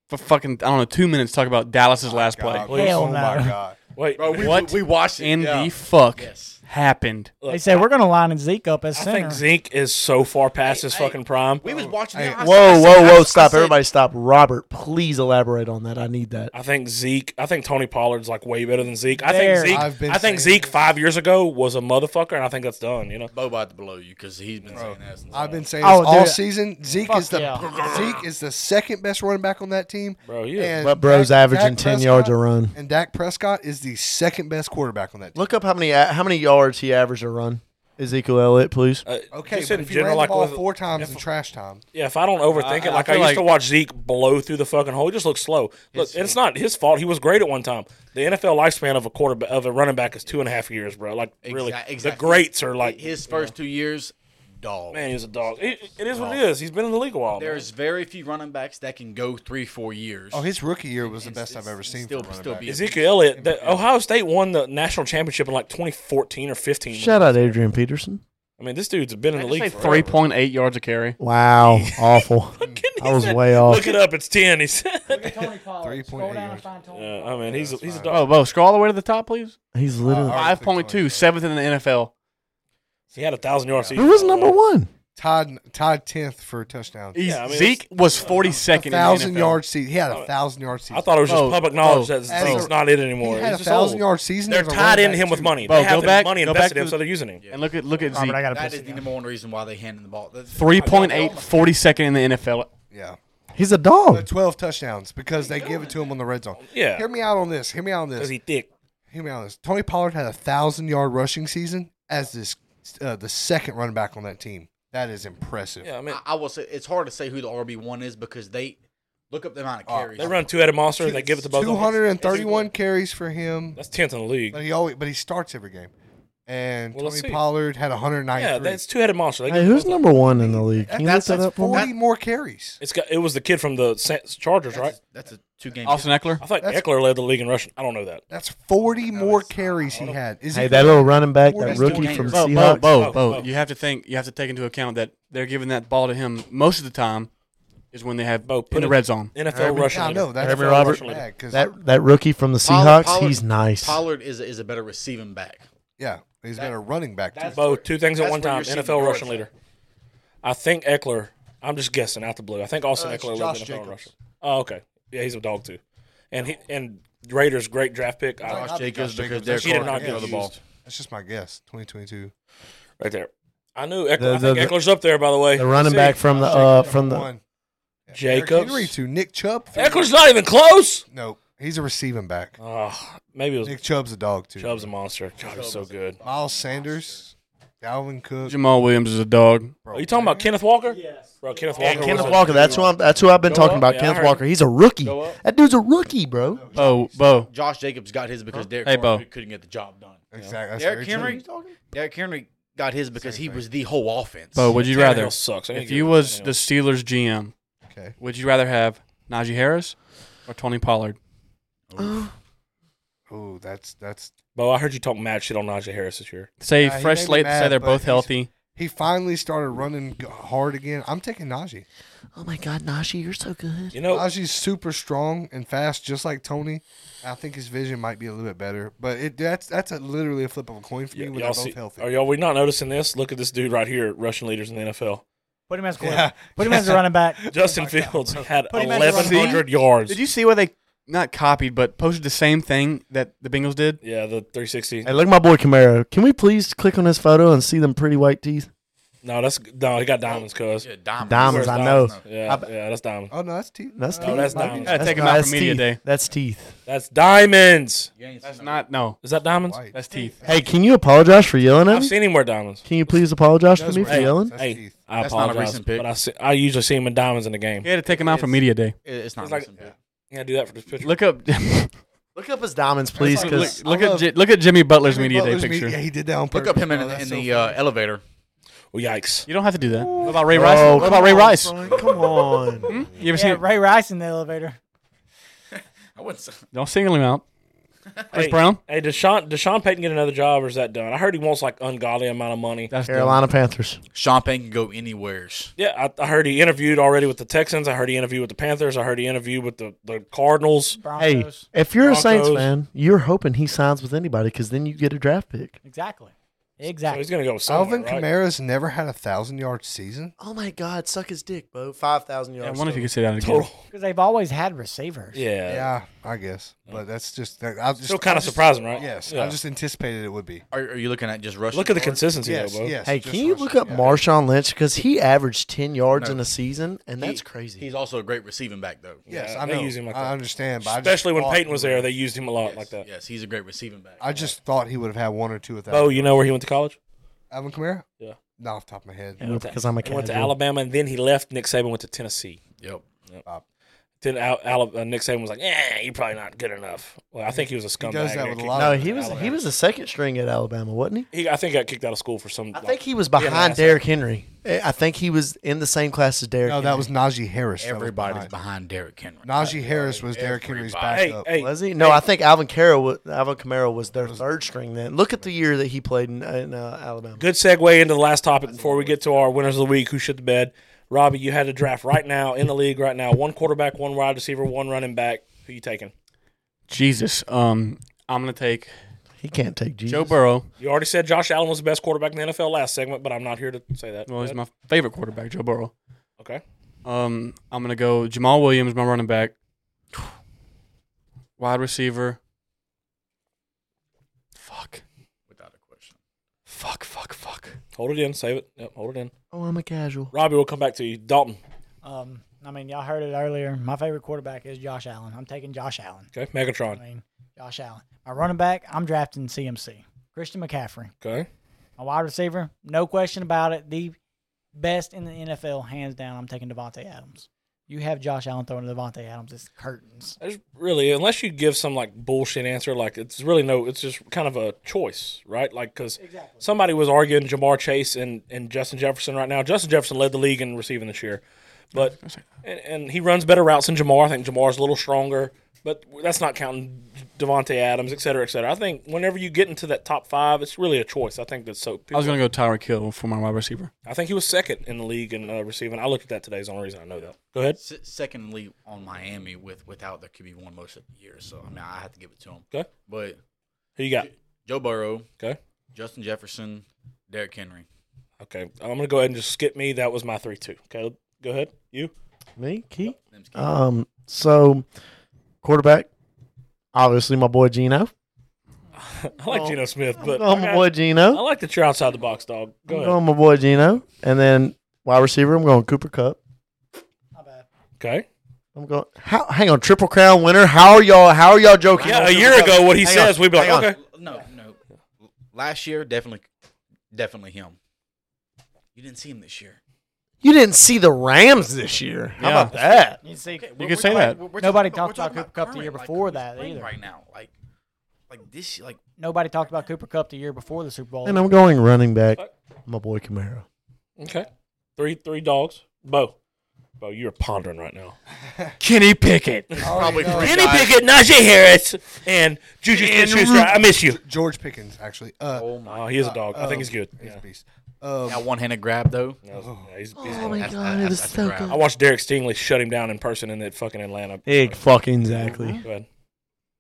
Speaker 2: for fucking I don't know two minutes talk about Dallas's last play?
Speaker 8: God,
Speaker 5: please.
Speaker 8: Oh
Speaker 6: Hell
Speaker 8: my
Speaker 6: no.
Speaker 8: god!
Speaker 5: Wait,
Speaker 7: Bro, we,
Speaker 2: What
Speaker 7: we watched it.
Speaker 2: In
Speaker 7: yeah.
Speaker 2: the fuck
Speaker 7: Yes.
Speaker 2: happened?
Speaker 6: They said we're going to line Zeke up as
Speaker 5: I
Speaker 6: center.
Speaker 5: think Zeke is so far past his
Speaker 7: Hey,
Speaker 5: fucking prime.
Speaker 7: We was watching
Speaker 8: Hey,
Speaker 7: it. I- I
Speaker 9: Whoa,
Speaker 7: said-
Speaker 9: whoa,
Speaker 7: I- I
Speaker 9: whoa! Stop!
Speaker 7: said-
Speaker 9: Everybody, stop! Robert, please elaborate on that. I need that.
Speaker 5: I think Zeke. I think Tony Pollard's like way better than Zeke. I
Speaker 6: There.
Speaker 5: think Zeke.
Speaker 8: I've been
Speaker 5: I think
Speaker 8: saying
Speaker 5: Zeke five years ago was a motherfucker, and I think that's done. You know,
Speaker 7: Bo about to blow you because he's been saying that. Since
Speaker 8: I've been saying
Speaker 6: Oh,
Speaker 8: this all
Speaker 6: dude.
Speaker 8: season. Zeke
Speaker 6: Fuck
Speaker 8: is the
Speaker 6: yeah.
Speaker 8: *laughs* Zeke is the second best running back on that team.
Speaker 5: bro. Yeah,
Speaker 8: And
Speaker 9: But bro's
Speaker 8: Dak-
Speaker 9: averaging
Speaker 8: Dak
Speaker 9: 10 yards a
Speaker 8: Prescott-
Speaker 9: run.
Speaker 8: and Dak Prescott is the second best quarterback on that team.
Speaker 9: Look up how many how many yards he averaged a run. Ezekiel Elliott, please.
Speaker 5: Uh,
Speaker 8: Okay,
Speaker 5: just
Speaker 8: but
Speaker 5: in
Speaker 8: if you
Speaker 5: general,
Speaker 8: ran
Speaker 5: like
Speaker 8: the ball
Speaker 5: with-
Speaker 8: four times
Speaker 5: if-
Speaker 8: in trash time,
Speaker 5: yeah, if I don't overthink
Speaker 2: I-
Speaker 5: it,
Speaker 2: I
Speaker 5: like I,
Speaker 2: feel
Speaker 5: used to
Speaker 2: like-
Speaker 5: watch Zeke blow through the fucking hole. He just looks slow. Look, and it's not his fault. He was great at one time. The NFL lifespan of a quarterback of a running back is two and a half years, bro. Like really,
Speaker 7: Exact-
Speaker 5: the
Speaker 7: exactly.
Speaker 5: greats are like
Speaker 7: his first two years, dog.
Speaker 5: man. He's a dog. It, it is
Speaker 7: Oh.
Speaker 5: what it is. He's been in the league a while. man.
Speaker 7: There's very few running backs that can go three, four years.
Speaker 8: oh, his rookie year was the
Speaker 7: and
Speaker 8: best
Speaker 7: s-
Speaker 8: I've ever seen.
Speaker 7: Still,
Speaker 8: for a running
Speaker 7: still
Speaker 8: back.
Speaker 7: be a
Speaker 5: Ezekiel Elliott. The, Ohio State won the national championship in like 2014 or 15.
Speaker 9: Shout out Adrian Peterson.
Speaker 5: I mean, this dude's been in the league
Speaker 2: Three
Speaker 5: forever. *laughs*
Speaker 2: point eight yards a carry.
Speaker 9: Wow, awful. I was way off.
Speaker 5: Look it up. It's 10. He said.
Speaker 7: *laughs*
Speaker 5: *laughs*
Speaker 8: Three point Scroll eight down and yards.
Speaker 6: find Tony
Speaker 5: Yeah, I mean, he's a,
Speaker 8: that's
Speaker 5: he's a
Speaker 8: fine.
Speaker 5: dog.
Speaker 2: Oh, whoa! Scroll all the way to the top, please.
Speaker 9: He's literally.
Speaker 8: Uh,
Speaker 2: Five point two, seventh in the NFL.
Speaker 5: He had a thousand yards.
Speaker 9: Who was number one?
Speaker 8: Todd Todd tenth for touchdowns.
Speaker 2: He's-
Speaker 5: Yeah, I mean,
Speaker 2: Zeke was forty second.
Speaker 8: thousand
Speaker 2: in the NFL.
Speaker 8: yard season. He had a thousand yard season.
Speaker 5: I thought it was just
Speaker 2: Bo,
Speaker 5: public knowledge
Speaker 2: Bo,
Speaker 5: that
Speaker 8: Bo.
Speaker 5: Zeke's not it anymore.
Speaker 8: he had a
Speaker 5: He's just old.
Speaker 8: thousand yard season.
Speaker 5: They're
Speaker 8: as a
Speaker 5: tied
Speaker 8: running
Speaker 5: in
Speaker 8: back,
Speaker 5: him with
Speaker 8: too.
Speaker 5: money.
Speaker 2: Bo,
Speaker 5: they have
Speaker 2: go
Speaker 5: the
Speaker 2: back-
Speaker 5: money
Speaker 2: go back
Speaker 5: invested
Speaker 2: to
Speaker 5: in him, so
Speaker 2: the-
Speaker 5: they're using him.
Speaker 2: And look at look at
Speaker 6: Robert, I
Speaker 2: Zeke.
Speaker 6: got to
Speaker 7: That
Speaker 6: piss
Speaker 7: is the
Speaker 6: again.
Speaker 7: number one reason why they handed the ball. That's-
Speaker 2: 3.8, 42nd in the NFL.
Speaker 8: Yeah,
Speaker 9: He's a
Speaker 8: but
Speaker 9: dog.
Speaker 8: twelve touchdowns because they give it to him on the red zone.
Speaker 5: Yeah.
Speaker 8: Hear me out on this. Hear me out on
Speaker 5: Because
Speaker 8: this.
Speaker 5: he thick.
Speaker 8: Hear me out on this. Tony Pollard had a thousand yard rushing season as this uh, the second running back on that team. That is impressive.
Speaker 5: Yeah, I mean,
Speaker 7: I, I will say it's hard to say who the RB one is because they look up the amount of
Speaker 8: Oh,
Speaker 7: carries.
Speaker 5: they run two-headed monster and they give it to both of
Speaker 8: Two
Speaker 5: them.
Speaker 8: hundred and thirty-one carries for him,
Speaker 5: That's 10th in the league.
Speaker 8: but he always but he starts every game. And
Speaker 5: Well, let's
Speaker 8: Tony
Speaker 5: see.
Speaker 8: Pollard had one hundred ninety-three.
Speaker 5: Yeah, that's two-headed monster. They give
Speaker 9: Hey,
Speaker 5: it to
Speaker 9: who's
Speaker 5: both of them.
Speaker 9: number one in the league? Can you look
Speaker 8: that's,
Speaker 9: that
Speaker 8: that's
Speaker 9: up for
Speaker 8: forty
Speaker 9: me?
Speaker 8: more carries.
Speaker 5: It's got, it was the kid from the Sa- Chargers,
Speaker 7: That's,
Speaker 5: right?
Speaker 7: a- that's a two game.
Speaker 2: Austin Eckler.
Speaker 5: I thought
Speaker 8: That's-
Speaker 5: Eckler led the league in rushing. I don't know that.
Speaker 8: That's forty more carries he had. Is
Speaker 9: Hey, that little running back, that
Speaker 8: That's
Speaker 9: rookie
Speaker 7: two games.
Speaker 9: from
Speaker 2: Bo, Bo,
Speaker 9: Seahawks.
Speaker 2: Bo,
Speaker 5: Bo,
Speaker 2: Bo,
Speaker 5: Bo.
Speaker 2: You have to think. You have to take into account that they're giving that ball to him most of the time. is when they have
Speaker 5: Bo, put
Speaker 2: in the
Speaker 5: it-
Speaker 2: red zone.
Speaker 5: NFL rushing.
Speaker 8: I
Speaker 5: leader.
Speaker 8: know that's
Speaker 9: Jeremy
Speaker 8: a
Speaker 9: Robert.
Speaker 8: rushing bag, 'cause-
Speaker 9: That that rookie from the
Speaker 7: Pollard-
Speaker 9: Seahawks,
Speaker 7: Pollard-
Speaker 9: he's nice.
Speaker 7: Pollard is a, is a better receiving back.
Speaker 8: yeah, he's been a running back. Too.
Speaker 7: That's-
Speaker 5: Bo, two things at
Speaker 7: That's
Speaker 5: one
Speaker 7: where
Speaker 5: time.
Speaker 7: you're seeing
Speaker 5: NFL
Speaker 7: the
Speaker 5: rushing
Speaker 7: yards
Speaker 5: leader. I think Eckler. I'm just guessing out the blue. I think Austin
Speaker 8: Uh, it's
Speaker 5: Eckler was
Speaker 8: Josh
Speaker 5: NFL
Speaker 8: Jacobs.
Speaker 5: rusher. Oh, okay. Yeah, he's a dog too. And he and Raiders great draft pick. I-
Speaker 7: Josh
Speaker 8: Josh
Speaker 7: Jacobs because
Speaker 8: Jacobs.
Speaker 7: Derek
Speaker 5: He did
Speaker 7: Carr
Speaker 5: not
Speaker 7: can
Speaker 5: get
Speaker 7: throw the ball.
Speaker 5: used.
Speaker 8: That's just my guess. 2022.
Speaker 5: right there. I knew Eckler.
Speaker 9: The-
Speaker 5: I think
Speaker 9: the-
Speaker 5: Eckler's up there. By the way,
Speaker 9: the running back from the uh, from the
Speaker 8: One. Derrick
Speaker 5: Jacobs.
Speaker 8: Henry two. Nick Chubb. three.
Speaker 5: Eckler's not even close.
Speaker 8: No, he's a receiving back.
Speaker 5: Oh, maybe it was
Speaker 8: Nick Chubb's a dog too.
Speaker 5: Chubb's a monster. God, he's so good.
Speaker 8: Miles Sanders, Dalvin Cook.
Speaker 2: Jamal Williams is a dog.
Speaker 8: Bro,
Speaker 5: Are you talking about Kenneth Walker? Yes. Bro, Kenneth Walker.
Speaker 9: Yeah,
Speaker 5: was
Speaker 9: Kenneth
Speaker 5: a-
Speaker 9: Walker. That's who I'm, that's who I've been
Speaker 5: Go
Speaker 9: talking
Speaker 5: up.
Speaker 9: about.
Speaker 5: Yeah, I
Speaker 9: Kenneth
Speaker 5: heard.
Speaker 9: Walker. He's a rookie.
Speaker 7: Go up.
Speaker 9: That dude's a rookie, bro.
Speaker 2: Bo, Bo.
Speaker 7: Josh Jacobs got his because Derek
Speaker 2: Hey,
Speaker 7: Derrick Carr
Speaker 2: Bo.
Speaker 7: couldn't get the job done.
Speaker 8: Exactly. that's
Speaker 7: Derrick
Speaker 8: very
Speaker 7: Henry,
Speaker 8: true.
Speaker 7: Derrick Henry got his because he was the whole offense.
Speaker 2: Bo, would you
Speaker 5: Tannehill
Speaker 2: rather?
Speaker 5: sucks. I ain't
Speaker 2: If
Speaker 5: giving
Speaker 2: you
Speaker 5: him
Speaker 2: was
Speaker 5: Tannehill.
Speaker 2: the Steelers GM,
Speaker 8: Okay.
Speaker 2: would you rather have Najee Harris or Tony Pollard?
Speaker 8: Ooh, that's that's.
Speaker 5: Bo, I heard you talk mad shit on Najee Harris this year.
Speaker 2: Say
Speaker 8: Yeah, he made
Speaker 2: fresh
Speaker 8: me
Speaker 2: slate. say
Speaker 8: mad,
Speaker 2: they're
Speaker 8: but
Speaker 2: both
Speaker 8: he's-
Speaker 2: healthy.
Speaker 8: He finally started running g- hard again. I'm taking Najee.
Speaker 9: Oh my God, Najee, you're so good.
Speaker 5: You know,
Speaker 8: Najee's super strong and fast, just like Tony. I think his vision might be a little bit better, but it that's that's a, literally a flip of a coin for me
Speaker 5: y-
Speaker 8: when
Speaker 5: y'all
Speaker 8: they're both
Speaker 5: see,
Speaker 8: healthy.
Speaker 5: are y'all we not noticing this? Look at this dude right here, rushing leaders in the NFL.
Speaker 6: Put
Speaker 5: *laughs*
Speaker 6: him as
Speaker 8: Yeah.
Speaker 6: quarterback. Put him as a running back.
Speaker 5: Justin Fields had
Speaker 6: Put him at the
Speaker 5: eleven
Speaker 6: running
Speaker 5: hundred yards.
Speaker 2: Did you see where they not copied but posted the same thing that the Bengals did?
Speaker 5: yeah, the three sixty.
Speaker 9: Hey, look at my boy Camaro. Can we please click on his photo and see them pretty white teeth?
Speaker 5: No, that's no. He got diamonds, cuz. Yeah,
Speaker 7: Oh, Yeah, diamonds.
Speaker 9: Diamonds, I know.
Speaker 5: yeah, that's diamonds.
Speaker 8: Oh no, that's T.
Speaker 9: That's
Speaker 5: No,
Speaker 9: teeth.
Speaker 5: that's
Speaker 9: Might
Speaker 5: not-
Speaker 9: be-
Speaker 5: Gotta
Speaker 2: take him
Speaker 9: not-
Speaker 2: out for
Speaker 9: that's
Speaker 2: media
Speaker 9: teeth.
Speaker 2: day.
Speaker 9: That's teeth.
Speaker 5: That's diamonds.
Speaker 2: That's not no.
Speaker 5: Is that diamonds?
Speaker 8: White.
Speaker 2: That's teeth.
Speaker 9: Hey, can you apologize for yelling at
Speaker 5: I've
Speaker 9: me?
Speaker 5: seen him wear diamonds.
Speaker 9: Can you please apologize for
Speaker 8: Those
Speaker 9: me
Speaker 8: were
Speaker 9: for
Speaker 8: diamonds.
Speaker 9: yelling?
Speaker 8: That's
Speaker 5: Hey,
Speaker 8: teeth.
Speaker 5: I
Speaker 7: That's not a
Speaker 5: apologize,
Speaker 7: recent pick.
Speaker 5: but I see, I usually see him in diamonds in the game.
Speaker 2: He had to take him out for media day.
Speaker 7: It's not.
Speaker 5: It's like-
Speaker 7: Mason Pitt.
Speaker 5: Yeah, do that for this picture.
Speaker 2: Look up,
Speaker 9: Look up his diamonds, please,
Speaker 8: like-
Speaker 9: because
Speaker 2: *laughs* look, look
Speaker 8: I
Speaker 2: at
Speaker 8: love-
Speaker 2: J- look at Jimmy Butler's
Speaker 8: Jimmy
Speaker 2: media
Speaker 8: Butler's
Speaker 2: day
Speaker 8: media-
Speaker 2: picture.
Speaker 8: Yeah, he did that on purpose.
Speaker 7: Look up him in,
Speaker 8: Oh,
Speaker 7: in
Speaker 8: that's so
Speaker 7: the uh, elevator.
Speaker 5: Oh, yikes.
Speaker 2: You don't have to do that. What about Ray
Speaker 9: Oh,
Speaker 2: Rice? What about Oh, Ray Rice?
Speaker 9: Come *laughs* on.
Speaker 2: Hmm? You ever
Speaker 6: Yeah,
Speaker 2: seen?
Speaker 6: Ray Rice in the elevator.
Speaker 7: I wouldn't. say-
Speaker 2: Don't single
Speaker 7: *laughs*
Speaker 2: him out. Chris
Speaker 5: Hey,
Speaker 2: Brown.
Speaker 5: Hey, does Sean, does Sean Payton get another job or is that done? I heard he wants like ungodly amount of money.
Speaker 2: That's
Speaker 9: Carolina Panthers.
Speaker 7: Sean Payne can go anywheres.
Speaker 5: Yeah, I, I heard he interviewed already with the Texans. I heard he interviewed with the Panthers. I heard he interviewed with the, the Cardinals.
Speaker 9: Hey,
Speaker 6: Broncos.
Speaker 9: if you're a Saints
Speaker 5: Broncos.
Speaker 9: fan, you're hoping he signs with anybody because then you get a draft pick.
Speaker 6: Exactly.
Speaker 5: So
Speaker 6: Exactly.
Speaker 5: he's going to go with someone,
Speaker 8: Alvin
Speaker 5: right?
Speaker 8: Kamara's never had a thousand yard season.
Speaker 9: Oh my God, suck his dick, Bo. Five thousand
Speaker 2: I
Speaker 9: yards.
Speaker 2: wonder if you could say that again.
Speaker 5: Total.
Speaker 6: Because they've always had receivers.
Speaker 5: Yeah.
Speaker 8: yeah, I guess, but that's just that. I just
Speaker 5: Still kind
Speaker 8: I
Speaker 5: of
Speaker 8: just-
Speaker 5: surprising, right?
Speaker 8: Yes,
Speaker 5: Yeah.
Speaker 8: I just anticipated it would be.
Speaker 7: Are, are you looking at just rushing?
Speaker 5: Look at the
Speaker 7: yards?
Speaker 5: consistency,
Speaker 8: Yes,
Speaker 5: though, bro.
Speaker 8: yes.
Speaker 9: Hey,
Speaker 8: just
Speaker 9: can you
Speaker 8: rushing,
Speaker 9: look up
Speaker 8: yeah.
Speaker 9: Marshawn Lynch because he averaged ten yards
Speaker 7: No.
Speaker 9: in a season, and
Speaker 7: He-
Speaker 9: that's crazy.
Speaker 7: He's also a great receiving back, though.
Speaker 8: Yes,
Speaker 5: Yeah,
Speaker 8: I
Speaker 5: they
Speaker 8: know.
Speaker 5: use him like
Speaker 8: I
Speaker 5: that.
Speaker 8: understand, but I just
Speaker 5: Especially when
Speaker 8: thought
Speaker 5: Peyton
Speaker 8: he
Speaker 5: was
Speaker 8: would
Speaker 5: there,
Speaker 8: have-
Speaker 5: they used him a lot
Speaker 7: Yes,
Speaker 5: like that.
Speaker 7: Yes, he's a great receiving back.
Speaker 8: I just thought he would have had one or two with that.
Speaker 5: Bo, you know where he went to college?
Speaker 8: Alvin Kamara?
Speaker 5: Yeah.
Speaker 8: Not off the top of my head.
Speaker 9: You know, because I'm a
Speaker 5: He went to
Speaker 9: casual.
Speaker 5: Alabama, and then he left. Nick Saban went to Tennessee.
Speaker 7: yep.
Speaker 5: Then Al- Al- uh, Nick Saban was like, "Yeah, you're probably not good enough." Well, I think he was a scumbag.
Speaker 8: He does that
Speaker 5: He
Speaker 8: with a
Speaker 5: got
Speaker 8: lot.
Speaker 9: No,
Speaker 8: of
Speaker 9: he was he was the second string at Alabama, wasn't he?
Speaker 5: kicked- He, I think, got kicked out of school for some.
Speaker 9: I
Speaker 5: like-
Speaker 9: think he was
Speaker 5: had an
Speaker 9: behind
Speaker 5: ass-
Speaker 9: Derrick Henry. Eh, I think he was in the same class as Derrick.
Speaker 8: No, that was Najee Harris. that was
Speaker 7: Everybody's
Speaker 8: behind.
Speaker 7: behind Derrick Henry.
Speaker 8: Najee Harris was Derrick Henry's
Speaker 7: Everybody.
Speaker 8: backup.
Speaker 5: Hey, hey,
Speaker 9: Was he? No, I think Alvin Camaro was, Alvin Kamara was their third string. Then look at the year that he played in, in uh, Alabama.
Speaker 5: good segue into the last topic before we get to our winners of the week. Who shit the bed? Robbie, you had a draft right now in the league right now. One quarterback, one wide receiver, one running back. Who you taking?
Speaker 2: Jesus. Um, I'm gonna take
Speaker 9: He can't take Jesus.
Speaker 2: Joe Burrow.
Speaker 5: You already said Josh Allen was the best quarterback in the NFL last segment, but I'm not here to say that.
Speaker 2: Well, he's my favorite quarterback, Joe Burrow.
Speaker 5: okay.
Speaker 2: Um, I'm gonna go Jamal Williams, my running back, wide receiver. Fuck,
Speaker 7: Without a question.
Speaker 2: fuck, fuck, fuck.
Speaker 5: Hold it in, save it. Yep, hold it in.
Speaker 9: Oh, I'm a casual.
Speaker 5: Robbie, we'll come back to you. Dalton.
Speaker 6: Um, I mean, y'all heard it earlier. My favorite quarterback is Josh Allen. I'm taking Josh Allen.
Speaker 5: Okay.
Speaker 6: I
Speaker 5: Megatron.
Speaker 6: mean, Josh Allen. My running back, I'm drafting CMC. Christian McCaffrey.
Speaker 5: Okay.
Speaker 6: My wide receiver, no question about it. The best in the NFL, hands down. I'm taking Devontae Adams. You have Josh Allen throwing to Devontae Adams. It's curtains.
Speaker 5: There's really, unless you give some like bullshit answer, like it's really no, it's just kind of a choice, right? Like, because somebody was arguing Jamar Chase and, and Justin Jefferson right now. Justin Jefferson led the league in receiving this year, but and, and he runs better routes than Jamar. I think Jamar's a little stronger, but that's not counting Devonte Adams, et cetera, et cetera. I think whenever you get into that top five, it's really a choice. I think that's so.
Speaker 2: I was going to go Tyreek Hill for my wide receiver.
Speaker 5: I think he was second in the league in uh, receiving. I looked at that today. Is the only reason I know that. Go ahead.
Speaker 7: S- second league on Miami with without the QB one most of the year. So I mean, I have to give it to him.
Speaker 5: Okay.
Speaker 7: But
Speaker 5: Who you got?
Speaker 7: Joe Burrow,
Speaker 5: Okay.
Speaker 7: Justin Jefferson, Derrick Henry.
Speaker 5: Okay. I'm gonna go ahead and just skip me. That was my three two. Okay. Go ahead. You. *laughs*
Speaker 9: Me, Keith.
Speaker 7: Them's key.
Speaker 9: Um, so quarterback, obviously my boy Gino.
Speaker 5: I like Geno Smith, but
Speaker 9: Oh, my
Speaker 5: okay.
Speaker 9: boy Gino.
Speaker 5: I like that you're outside the box, dog. Go
Speaker 9: I'm
Speaker 5: ahead.
Speaker 9: going my boy Gino, and then wide receiver. I'm going Cooper Cup.
Speaker 5: okay.
Speaker 9: I'm going. How, hang on, triple crown winner. How are y'all? How are y'all joking?
Speaker 5: Yeah, a year ago, what he
Speaker 9: Hang
Speaker 5: says,
Speaker 9: on,
Speaker 5: we'd be like,
Speaker 9: hang on.
Speaker 5: okay.
Speaker 7: No, no. Last year, definitely, definitely him. You didn't see him this year.
Speaker 9: You didn't see the Rams this year. How about that?
Speaker 6: You see,
Speaker 7: You
Speaker 2: could say that.
Speaker 6: Nobody talked about Cooper Kupp the year before that either.
Speaker 7: Right now, like, like this, like
Speaker 6: nobody talked about Cooper Cup the year before the Super Bowl.
Speaker 9: And I'm going running back. My boy Camaro.
Speaker 5: Okay. Three three dogs. Bo. Bo, you're pondering right
Speaker 9: *laughs*
Speaker 5: now.
Speaker 9: Kenny Pickett.
Speaker 7: probably three
Speaker 5: Kenny
Speaker 7: guys.
Speaker 5: Pickett, Najee Harris, and Juju Smith Schuster. I miss you.
Speaker 8: George Pickens, actually. Uh,
Speaker 7: Oh my!
Speaker 5: Oh, he is a dog. I
Speaker 8: um,
Speaker 5: think he's good.
Speaker 8: He's
Speaker 5: Yeah.
Speaker 8: a beast. Um,
Speaker 7: That one-handed grab though.
Speaker 5: Yeah, he's- he's-
Speaker 9: Oh my
Speaker 7: That's-
Speaker 9: god, it
Speaker 7: that's-
Speaker 9: was
Speaker 7: that's
Speaker 9: so
Speaker 7: a
Speaker 9: good.
Speaker 5: I watched Derek Stingley shut him down in person in that fucking Atlanta.
Speaker 9: Egg fucking exactly.
Speaker 5: Go ahead.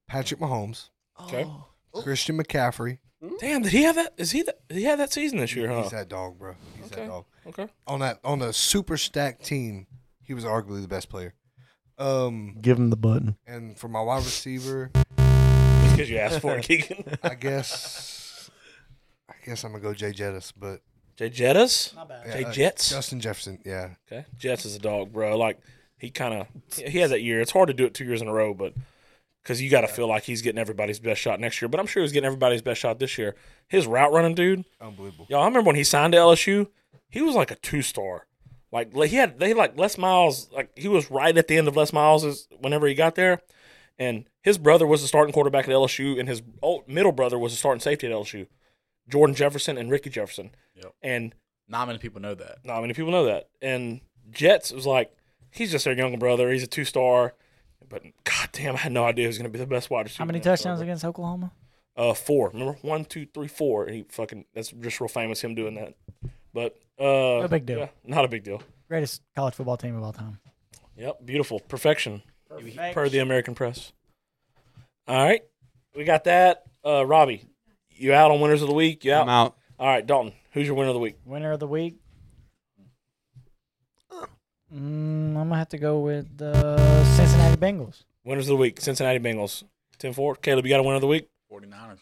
Speaker 8: Patrick Mahomes,
Speaker 5: Okay.
Speaker 8: Christian McCaffrey.
Speaker 5: Damn, did he have that? Is he that? He had that season this year, huh?
Speaker 8: He's that dog, bro. He's that dog.
Speaker 5: Okay.
Speaker 8: On that on the super stacked team, he was arguably the best player. Um,
Speaker 9: Give him the button.
Speaker 8: and for my wide receiver, *laughs*
Speaker 5: Just because you asked for it, Keegan.
Speaker 8: I guess I guess I'm gonna go Jay Jettis, but
Speaker 5: Jay Jettas.
Speaker 8: yeah,
Speaker 5: Jay
Speaker 8: uh,
Speaker 5: Jets.
Speaker 8: Justin Jefferson, yeah.
Speaker 5: Okay. Jets is a dog, bro. Like he kind of he has that year. It's hard to do it two years in a row, but because you got to feel like he's getting everybody's best shot next year. But I'm sure he's getting everybody's best shot this year. His route running, dude.
Speaker 8: Unbelievable.
Speaker 5: Y'all, I remember when he signed to LSU. He was like a two star. Like like, he had they like Les Miles. Like he was right at the end of Les Miles whenever he got there. And his brother was the starting quarterback at LSU, and his old middle brother was the starting safety at LSU. Jordan Jefferson and Ricky Jefferson.
Speaker 7: Yep.
Speaker 5: And
Speaker 7: Not many people know that.
Speaker 5: not many people know that. And Jets was like, he's just their younger brother. He's a two star. But goddamn, I had no idea he was going to be the best wide receiver.
Speaker 6: How many
Speaker 5: in the NFL.
Speaker 6: touchdowns against Oklahoma?
Speaker 5: Uh, four. Remember one, two, three, four. And he fucking that's just real famous him doing that. But uh,
Speaker 6: No big deal.
Speaker 5: yeah, not a big deal.
Speaker 6: Greatest college football team of all time.
Speaker 5: Yep, beautiful perfection per the American press. All right, we got that. Uh, Robbie, you out on winners of the week? You out?
Speaker 2: I'm out.
Speaker 5: All right, Dalton, who's your winner of the week?
Speaker 6: Winner of the week. Mm, I'm gonna have to go with the Cincinnati Bengals.
Speaker 5: Winners of the week: Cincinnati Bengals. Tim Ford, Caleb, you got a winner of the week?
Speaker 7: 49ers.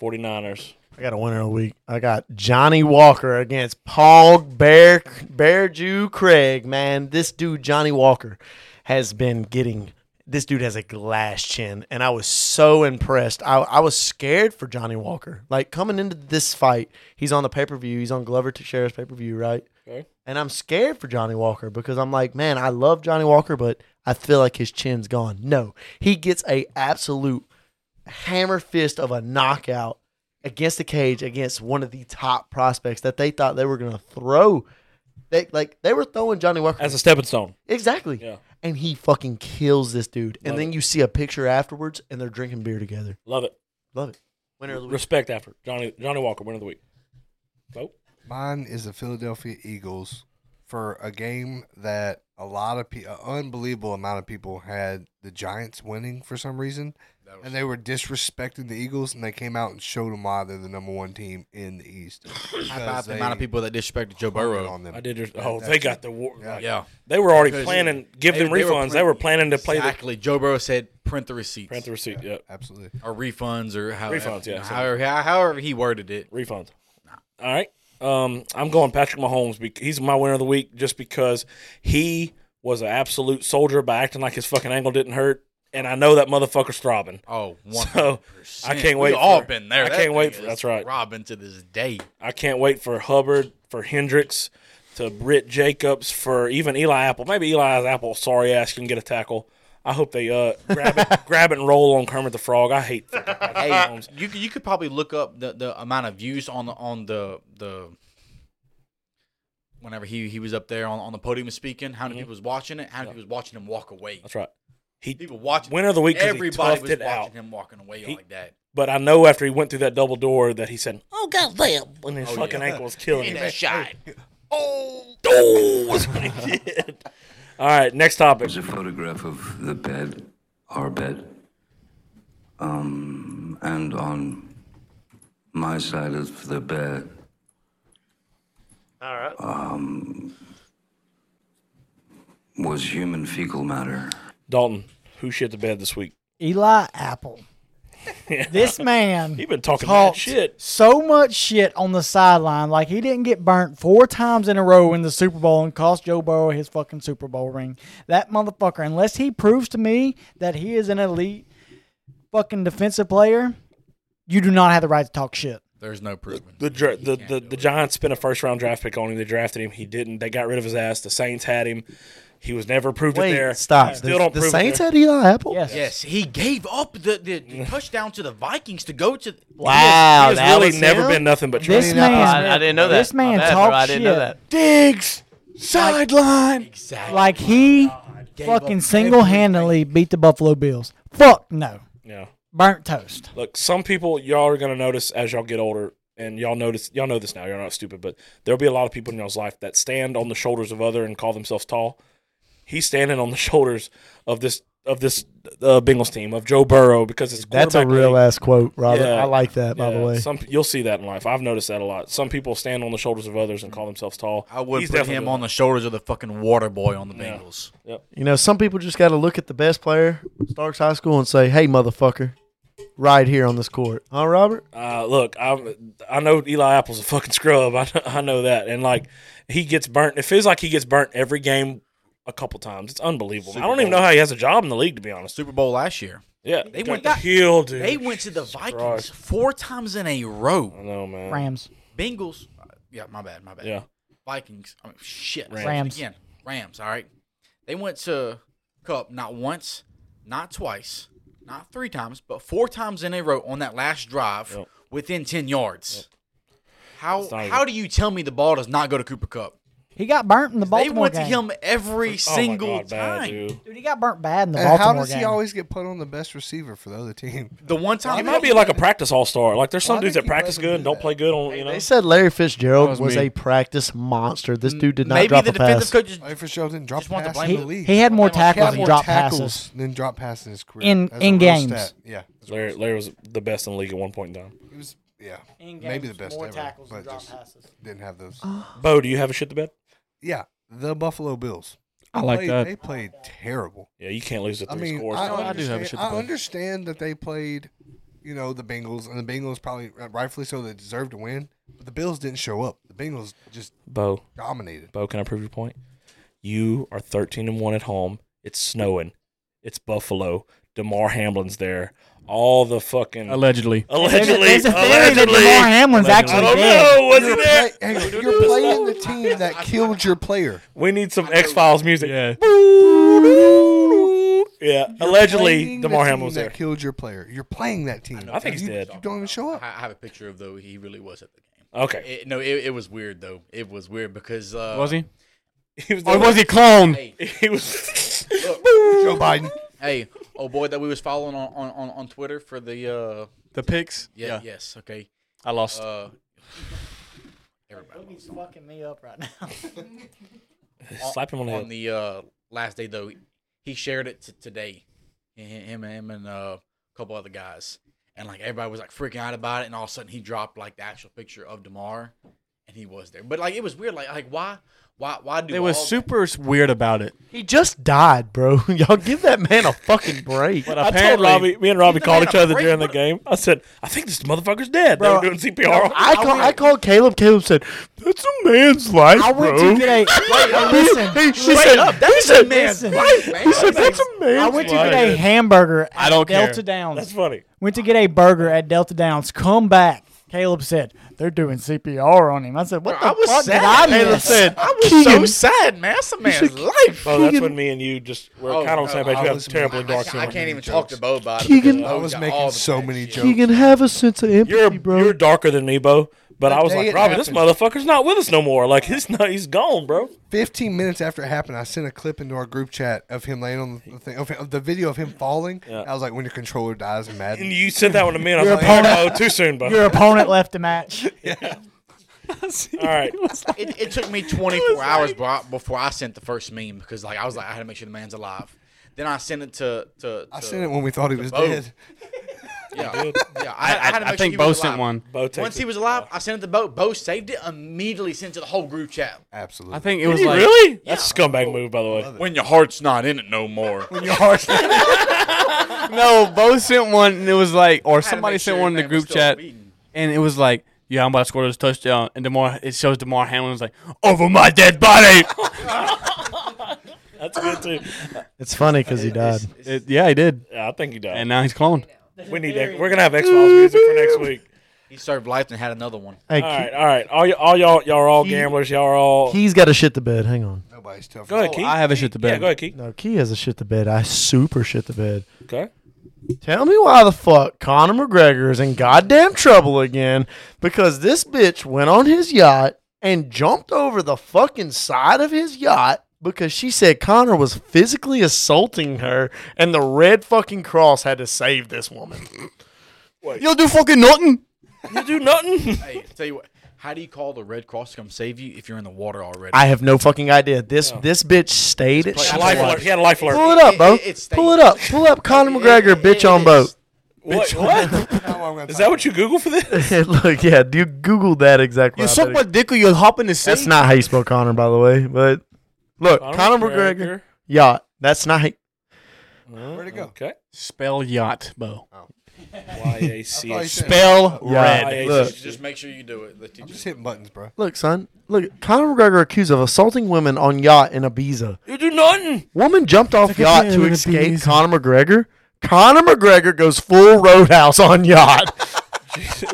Speaker 5: 49ers.
Speaker 9: I got a winner of the week. I got Johnny Walker against Paul Bear Bear Jew Craig. Man, this dude Johnny Walker has been getting. This dude has a glass chin, and I was so impressed. I, I was scared for Johnny Walker. Like coming into this fight, he's on the pay per view. He's on Glover Teixeira's pay per view, right?
Speaker 5: Okay.
Speaker 9: And I'm scared for Johnny Walker because I'm like, man, I love Johnny Walker, but I feel like his chin's gone. No, he gets a absolute hammer fist of a knockout against the cage against one of the top prospects that they thought they were going to throw. They like they were throwing Johnny Walker
Speaker 5: As a stepping stone.
Speaker 9: exactly,
Speaker 5: Yeah.
Speaker 9: and he fucking kills this dude.
Speaker 5: Love
Speaker 9: and then
Speaker 5: it.
Speaker 9: you see a picture afterwards, and they're drinking beer together.
Speaker 5: Love it.
Speaker 9: Love it. Winner of the week.
Speaker 5: Respect after Johnny Johnny Walker, winner of the week. Oh,
Speaker 8: Mine is the Philadelphia Eagles for a game that a lot of people, unbelievable amount of people had the Giants winning for some reason,
Speaker 7: That was-
Speaker 8: and they were disrespecting the Eagles, and they came out and showed them why they're the number one team in the East.
Speaker 7: *laughs* High
Speaker 8: Because
Speaker 7: five the
Speaker 8: they
Speaker 7: amount of people that disrespected Joe
Speaker 8: hung it
Speaker 7: Burrow.
Speaker 8: on them.
Speaker 5: I did. Just, oh, they got the war.
Speaker 8: Yeah.
Speaker 5: like,
Speaker 7: Yeah.
Speaker 5: They were already
Speaker 7: Because
Speaker 5: planning. Give them
Speaker 7: were
Speaker 5: refunds. They
Speaker 7: print-
Speaker 5: were planning to play the
Speaker 7: exactly. Joe Burrow said, "Print the receipts,
Speaker 5: print the receipt. Yeah,
Speaker 8: Absolutely.
Speaker 7: or refunds, or however,
Speaker 5: Refunds, yeah, so-
Speaker 7: however, however he worded it."
Speaker 5: refunds. All right. Um, I'm going Patrick Mahomes. bec- He's my winner of the week just because he was an absolute soldier by acting like his fucking ankle didn't hurt, and I know that motherfucker's throbbing.
Speaker 7: *laughs* Oh,
Speaker 5: So,
Speaker 7: 100%.
Speaker 5: I can't wait
Speaker 7: We've all
Speaker 5: for-
Speaker 7: been there.
Speaker 5: I
Speaker 7: That
Speaker 5: can't
Speaker 7: thing
Speaker 5: wait for-
Speaker 7: is
Speaker 5: that's right.
Speaker 7: Robin to this day.
Speaker 5: I can't wait for Hubbard, for Hendricks, to Britt Jacobs, for even Eli Apple. Maybe Eli Apple, sorry ass, can get a tackle. I hope they uh, grab
Speaker 7: *laughs*
Speaker 5: it, grab it and roll on Kermit the Frog. I hate fucking Patrick
Speaker 7: hey,
Speaker 5: Mahomes.
Speaker 7: you could- you could probably look up the, the amount of views on the on the the whenever he, he was up there on, on the podium speaking, how many people was watching it, how many people was watching him walk away.
Speaker 5: Mm-hmm. That's right. He
Speaker 7: People watching.
Speaker 5: winner of the week 'cause he
Speaker 7: Everybody
Speaker 5: toughed
Speaker 7: was
Speaker 5: it
Speaker 7: watching
Speaker 5: out.
Speaker 7: him walking away
Speaker 5: He-
Speaker 7: like that.
Speaker 5: But I know after he went through that double door that he said, "Oh God damn!" and his
Speaker 7: Oh,
Speaker 5: fucking
Speaker 7: yeah.
Speaker 5: ankle was killing him.
Speaker 7: shot.
Speaker 5: *laughs* Oh, that's
Speaker 7: *laughs*
Speaker 5: what he did. All right, next topic.
Speaker 11: There's a photograph of the bed, our bed. Um, and on my side of the bed,
Speaker 9: All right.
Speaker 11: was human fecal matter.
Speaker 5: Dalton, who shit the bed this week?
Speaker 6: Eli
Speaker 5: *laughs*
Speaker 6: Apple. This man
Speaker 5: He been talking mad
Speaker 6: talked
Speaker 5: shit.
Speaker 6: so much shit on the sideline, like he didn't get burnt four times in a row in the Super Bowl and cost Joe Burrow his fucking Super Bowl ring. That motherfucker, unless he proves to me that he is an elite fucking defensive player, you do not have the right to talk shit.
Speaker 7: There's no proving.
Speaker 5: The dra- the, the, the Giants spent a first round draft pick on him. They drafted him. He didn't. They got rid of his ass. The Saints had him. He was never proved
Speaker 9: Wait,
Speaker 5: it there.
Speaker 9: stop.
Speaker 5: He
Speaker 9: The,
Speaker 5: Still don't
Speaker 9: the
Speaker 5: prove
Speaker 9: Saints
Speaker 5: it there.
Speaker 9: had Eli Apple?
Speaker 6: Yes.
Speaker 7: Yes, he gave up the, the, the touchdown to the Vikings to go to.
Speaker 9: Wow.
Speaker 5: He has
Speaker 9: that
Speaker 5: really
Speaker 9: was
Speaker 5: never
Speaker 9: him?
Speaker 5: been nothing but
Speaker 6: This
Speaker 5: trash.
Speaker 9: No,
Speaker 6: man,
Speaker 9: Oh, I, I didn't know that.
Speaker 6: This man
Speaker 9: My bad,
Speaker 6: talked
Speaker 9: bro. I didn't
Speaker 6: shit.
Speaker 9: know that.
Speaker 2: Diggs sideline.
Speaker 7: Exactly.
Speaker 6: Like
Speaker 9: Oh
Speaker 6: he
Speaker 7: Gave up
Speaker 6: fucking single handedly beat the Buffalo Bills. Fuck no.
Speaker 5: Yeah.
Speaker 6: Burnt toast.
Speaker 5: Look, some people y'all are gonna notice as y'all get older, and y'all notice y'all know this now. You're not stupid, but there'll be a lot of people in y'all's life that stand on the shoulders of other and call themselves tall. He's standing on the *laughs* shoulders of this of this uh, Bengals team of Joe Burrow because it's
Speaker 9: That's a
Speaker 5: quarterback
Speaker 9: real
Speaker 5: league.
Speaker 9: ass quote, Robert.
Speaker 5: Yeah.
Speaker 9: I like that, by the
Speaker 5: Yeah,
Speaker 9: way.
Speaker 5: some you'll see that in life. I've noticed that a lot. Some people stand on the shoulders of others and call themselves tall.
Speaker 7: I would
Speaker 5: He's
Speaker 7: put
Speaker 5: definitely
Speaker 7: him
Speaker 5: doing
Speaker 7: on the shoulders of the fucking water boy on the Bengals.
Speaker 9: You know, some people just got to look at the best player, Starks High School, and say, hey, motherfucker, right here on this court. Huh, Robert?
Speaker 5: Uh, look, I I know Eli Apple's a fucking scrub. I *laughs* know, I know that, and like he gets burnt. It feels like he gets burnt every game a couple times. It's unbelievable. I don't even know how he has a job in the league, to be honest.
Speaker 7: Super Bowl last year.
Speaker 5: Yeah,
Speaker 7: They
Speaker 5: got
Speaker 7: went
Speaker 5: the
Speaker 7: that-
Speaker 5: heel, dude.
Speaker 7: They went to the Vikings
Speaker 5: Christ.
Speaker 7: four times in a row.
Speaker 5: I know, man.
Speaker 6: Rams.
Speaker 7: Bengals. uh, Yeah, my bad, my bad.
Speaker 5: Yeah,
Speaker 7: Vikings. I mean, shit.
Speaker 5: Rams.
Speaker 6: Rams.
Speaker 7: Again, Rams. All right. They went to Cup not once, not twice, not three times, but four times in a row on that last drive
Speaker 5: Yep.
Speaker 7: within 10 yards. How,
Speaker 5: It's not
Speaker 7: how
Speaker 5: even-
Speaker 7: do you tell me the ball does not go to Cooper Cup?
Speaker 6: He got burnt in the
Speaker 7: They
Speaker 6: Baltimore
Speaker 7: went
Speaker 6: game.
Speaker 7: to him every
Speaker 5: Oh my
Speaker 7: single
Speaker 5: God, bad,
Speaker 7: time.
Speaker 5: dude.
Speaker 6: Dude, he got burnt bad in the
Speaker 8: And
Speaker 6: Baltimore
Speaker 8: how does
Speaker 6: game.
Speaker 8: he always get put on the best receiver for the other team?
Speaker 7: The one
Speaker 5: He
Speaker 7: time
Speaker 5: might be like a practice all star. Like there's some
Speaker 8: Why
Speaker 5: dudes
Speaker 8: did
Speaker 5: that
Speaker 8: you
Speaker 5: practice
Speaker 8: let
Speaker 5: good
Speaker 8: him do
Speaker 5: and don't
Speaker 8: that?
Speaker 5: play good on. You know,
Speaker 9: They said Larry Fitzgerald
Speaker 7: That was
Speaker 9: was,
Speaker 7: me.
Speaker 9: a practice monster. This dude did not
Speaker 7: maybe
Speaker 9: drop
Speaker 7: the
Speaker 9: a pass.
Speaker 7: defensive coaches
Speaker 8: Larry Fitzgerald didn't drop
Speaker 7: Just want to
Speaker 8: passes
Speaker 7: blame
Speaker 8: in
Speaker 7: the
Speaker 8: the
Speaker 6: he,
Speaker 8: league.
Speaker 6: he had more
Speaker 7: He had
Speaker 8: He
Speaker 6: tackles
Speaker 8: had
Speaker 6: than
Speaker 8: more
Speaker 6: drop
Speaker 8: tackles
Speaker 6: passes.
Speaker 8: than drop passes in his career.
Speaker 6: In-
Speaker 8: That's a
Speaker 6: in
Speaker 8: real
Speaker 6: games.
Speaker 8: stat. Yeah, that's a real
Speaker 5: Larry,
Speaker 8: stat.
Speaker 5: Larry was the best in the league at one point in time.
Speaker 8: He was yeah, maybe the best ever, but just
Speaker 6: passes.
Speaker 8: didn't have those.
Speaker 5: Bo, do you have a shit to bed?
Speaker 8: Yeah, the Buffalo Bills.
Speaker 2: I like
Speaker 8: played,
Speaker 2: that.
Speaker 8: They played terrible.
Speaker 5: Yeah, you can't lose the
Speaker 8: I
Speaker 5: three
Speaker 8: mean,
Speaker 5: scores.
Speaker 8: I,
Speaker 2: No, I do
Speaker 8: understand,
Speaker 2: have a
Speaker 8: I,
Speaker 2: shit to play.
Speaker 8: understand that they played, you know, the Bengals, and the Bengals probably uh, rightfully so they deserved to win. But the Bills didn't show up. The Bengals just
Speaker 5: Bo,
Speaker 8: dominated.
Speaker 5: Bo, can I prove your point? You are 13 and 1 at home. It's snowing. It's Buffalo. DeMar Hamlin's there. All the fucking.
Speaker 2: Allegedly.
Speaker 7: Uh,
Speaker 5: allegedly.
Speaker 6: There's a theory that
Speaker 5: allegedly.
Speaker 6: DeMar Hamlin's
Speaker 5: I
Speaker 6: actually
Speaker 5: don't
Speaker 6: dead.
Speaker 5: know. Was he there?
Speaker 8: Hey, hey, you're playing the team that killed your player.
Speaker 5: We need some X Files music. Yeah.
Speaker 2: Yeah.
Speaker 5: Allegedly,
Speaker 8: Playing the
Speaker 5: DeMar
Speaker 8: team
Speaker 5: Hamlin's
Speaker 8: that
Speaker 5: there.
Speaker 8: Killed your player. You're playing that team.
Speaker 5: I think he's
Speaker 8: you,
Speaker 5: dead.
Speaker 8: You don't even show
Speaker 7: I
Speaker 8: up.
Speaker 7: I have a picture of though he really was at the game.
Speaker 5: Okay. *laughs*
Speaker 7: It, no, it, it was weird though. It was weird because uh,
Speaker 2: Was he?
Speaker 5: He was.
Speaker 2: Or was he cloned?
Speaker 7: Hey,
Speaker 5: *laughs* He was.
Speaker 8: *laughs* Joe Biden.
Speaker 7: hey, oh boy, that we was following on on, on, on Twitter for the uh,
Speaker 2: The picks?
Speaker 7: yeah, yes, okay,
Speaker 2: I lost.
Speaker 7: uh, everybody
Speaker 6: He's fucking me up right now.
Speaker 5: *laughs* Slap him on the
Speaker 7: on
Speaker 5: head.
Speaker 7: the uh, last day though. He shared it t- today, H- him him and uh, a couple other guys, and like everybody was like freaking out about it, and all of a sudden he dropped like the actual picture of Demar, and he was there. But like it was weird, like like why why why do
Speaker 2: They was
Speaker 7: all-
Speaker 2: super weird about it.
Speaker 9: He just died, bro. *laughs* Y'all give that man a fucking break.
Speaker 2: But
Speaker 5: I told
Speaker 2: apparently,
Speaker 5: Robbie, me and Robbie
Speaker 7: Give the
Speaker 5: called
Speaker 7: man
Speaker 5: each
Speaker 7: a
Speaker 5: other
Speaker 7: break,
Speaker 5: during the
Speaker 7: bro.
Speaker 5: game. I said, I think this motherfucker's dead.
Speaker 6: Bro,
Speaker 5: they were doing CPR.
Speaker 9: I, call, I called Caleb. Caleb said, "That's a man's life,
Speaker 6: I
Speaker 9: bro."
Speaker 6: went to get a. Hey, listen.
Speaker 9: He, he said, he said,
Speaker 6: Listen.
Speaker 9: he said, "That's a man's
Speaker 6: I went to
Speaker 5: why.
Speaker 6: get a hamburger at
Speaker 2: I don't care.
Speaker 6: Delta Downs.
Speaker 5: That's funny.
Speaker 6: Went to get a burger at Delta Downs. Come back. Caleb said, they're doing CPR on him. I said, what
Speaker 7: Bro, I
Speaker 6: the
Speaker 7: was
Speaker 6: fuck
Speaker 7: sad.
Speaker 6: did I
Speaker 9: Caleb
Speaker 6: miss?
Speaker 9: said,
Speaker 7: I was so
Speaker 9: Keegan-
Speaker 7: sad, man. That's a
Speaker 9: *laughs*
Speaker 7: man's life.
Speaker 5: Oh, that's when me and you just were
Speaker 7: Oh,
Speaker 5: kind of on the same
Speaker 7: no,
Speaker 5: page.
Speaker 8: I
Speaker 5: We have
Speaker 8: was-
Speaker 5: terribly
Speaker 8: I-
Speaker 5: dark
Speaker 7: I
Speaker 5: humor.
Speaker 7: can't even
Speaker 8: jokes.
Speaker 7: talk to Bo about it.
Speaker 9: Keegan-
Speaker 7: because
Speaker 8: I was
Speaker 7: got
Speaker 8: making
Speaker 7: all the
Speaker 8: so
Speaker 7: bad
Speaker 8: many
Speaker 7: shit.
Speaker 8: jokes.
Speaker 9: Keegan, have a sense of empathy,
Speaker 5: You're
Speaker 9: bro."
Speaker 5: you're darker than me, Bo. But I was
Speaker 8: day
Speaker 5: like,
Speaker 8: it
Speaker 5: Robbie, this
Speaker 8: happened-
Speaker 5: motherfucker's not with us no more. Like he's not, he's gone, bro.
Speaker 8: 15 minutes after it happened, I sent a clip into our group chat of him laying on the thing, of, of the video of him falling. I was like, when your controller dies in Madden.
Speaker 5: And you sent that one to me, and I was
Speaker 8: Your
Speaker 5: like, oh no, too soon, bro.
Speaker 6: Your opponent left the match.
Speaker 5: All right,
Speaker 9: *laughs*
Speaker 7: It, it took me 24 hours bro, before I sent the first meme because like I was like I had to make sure the man's alive. Then I sent it to to.
Speaker 8: I
Speaker 7: to-
Speaker 8: sent it when we thought he was
Speaker 7: Bo.
Speaker 8: dead.
Speaker 7: Yeah, yeah. I, I had to make
Speaker 2: I
Speaker 7: sure
Speaker 2: think
Speaker 7: he
Speaker 2: Bo
Speaker 7: was
Speaker 2: sent
Speaker 7: alive.
Speaker 2: one.
Speaker 5: Bo takes
Speaker 7: Once he
Speaker 5: it.
Speaker 7: was alive, I sent it to Bo. Bo saved it immediately. Sent it to the whole group chat.
Speaker 8: Absolutely.
Speaker 2: I think it was like
Speaker 5: really? That's a scumbag move, by the way.
Speaker 7: When your heart's not in it no more.
Speaker 8: your heart's
Speaker 2: no. Bo sent one, and it was like,
Speaker 7: I
Speaker 2: or
Speaker 7: had to
Speaker 2: somebody
Speaker 7: make
Speaker 2: sent
Speaker 7: sure
Speaker 2: one in the
Speaker 7: everything was
Speaker 2: group
Speaker 7: still
Speaker 2: chat,
Speaker 7: beating.
Speaker 2: and it was like, yeah, I'm about to score this touchdown, and Demar, it shows Demar Hamlin's like, over my dead
Speaker 7: *laughs*
Speaker 2: body.
Speaker 5: *laughs* That's good too.
Speaker 9: It's funny because he died.
Speaker 2: It- yeah, he did,
Speaker 5: Yeah, I think he died.
Speaker 2: and now he's cloned.
Speaker 5: we need that. We're gonna have X Files music for next week.
Speaker 7: He served life and had another one.
Speaker 9: Hey,
Speaker 5: *laughs* All right, all right. All, y- all y'all, y'all are all gamblers. Y'all are all.
Speaker 9: Key's got to shit the bed. Hang on.
Speaker 8: Nobody's tough.
Speaker 5: Go ahead,
Speaker 2: Oh,
Speaker 5: Keith.
Speaker 2: I have a shit to bed.
Speaker 5: Yeah, go ahead, Keith.
Speaker 9: No, Key has a shit the bed. I super shit the bed.
Speaker 5: Okay.
Speaker 9: Tell me why the fuck Conor McGregor is in goddamn trouble again because this bitch went on his yacht and jumped over the fucking side of his yacht because she said Conor was physically assaulting her and the red fucking cross had to save this woman.
Speaker 2: You'll do fucking nothing.
Speaker 5: You do *laughs* nothing.
Speaker 7: Hey, tell you what. How do you call the Red Cross to come save you if you're in the water already?
Speaker 9: I have no fucking idea. This this bitch stayed at
Speaker 7: play-
Speaker 5: life
Speaker 9: Shore.
Speaker 5: alert. He had a life alert.
Speaker 9: Pull it up,
Speaker 7: It-
Speaker 9: bro.
Speaker 7: it- it's
Speaker 9: Pull *laughs* it
Speaker 7: stayed.
Speaker 9: up. Pull up Conor McGregor, bitch on
Speaker 7: It-
Speaker 9: boat.
Speaker 5: What? *laughs* what? Is that what you Google for this?
Speaker 9: *laughs* Look, yeah, you Google that exactly.
Speaker 2: You suck my dick, or you'll hop in the sea.
Speaker 9: That's not how you spell Connor, by the way. But look, Conor, McGregor. yacht. That's not. How you-
Speaker 8: Where'd it go?
Speaker 5: Okay.
Speaker 2: spell yacht, Bo.
Speaker 5: Y A *laughs* C
Speaker 8: I thought you
Speaker 5: H.
Speaker 8: said-
Speaker 2: Spell
Speaker 9: Yeah.
Speaker 2: red.
Speaker 9: Look.
Speaker 7: Just make sure you do it. The teacher-
Speaker 8: I'm just hitting buttons, bro.
Speaker 9: look, son. Look, Conor McGregor accused of assaulting women on yacht in Ibiza.
Speaker 5: You do nothing.
Speaker 9: Woman jumped off
Speaker 2: Look at
Speaker 9: yacht
Speaker 2: him
Speaker 9: to
Speaker 2: in
Speaker 9: escape
Speaker 2: Ibiza.
Speaker 9: Conor McGregor. Conor McGregor goes full roadhouse on yacht.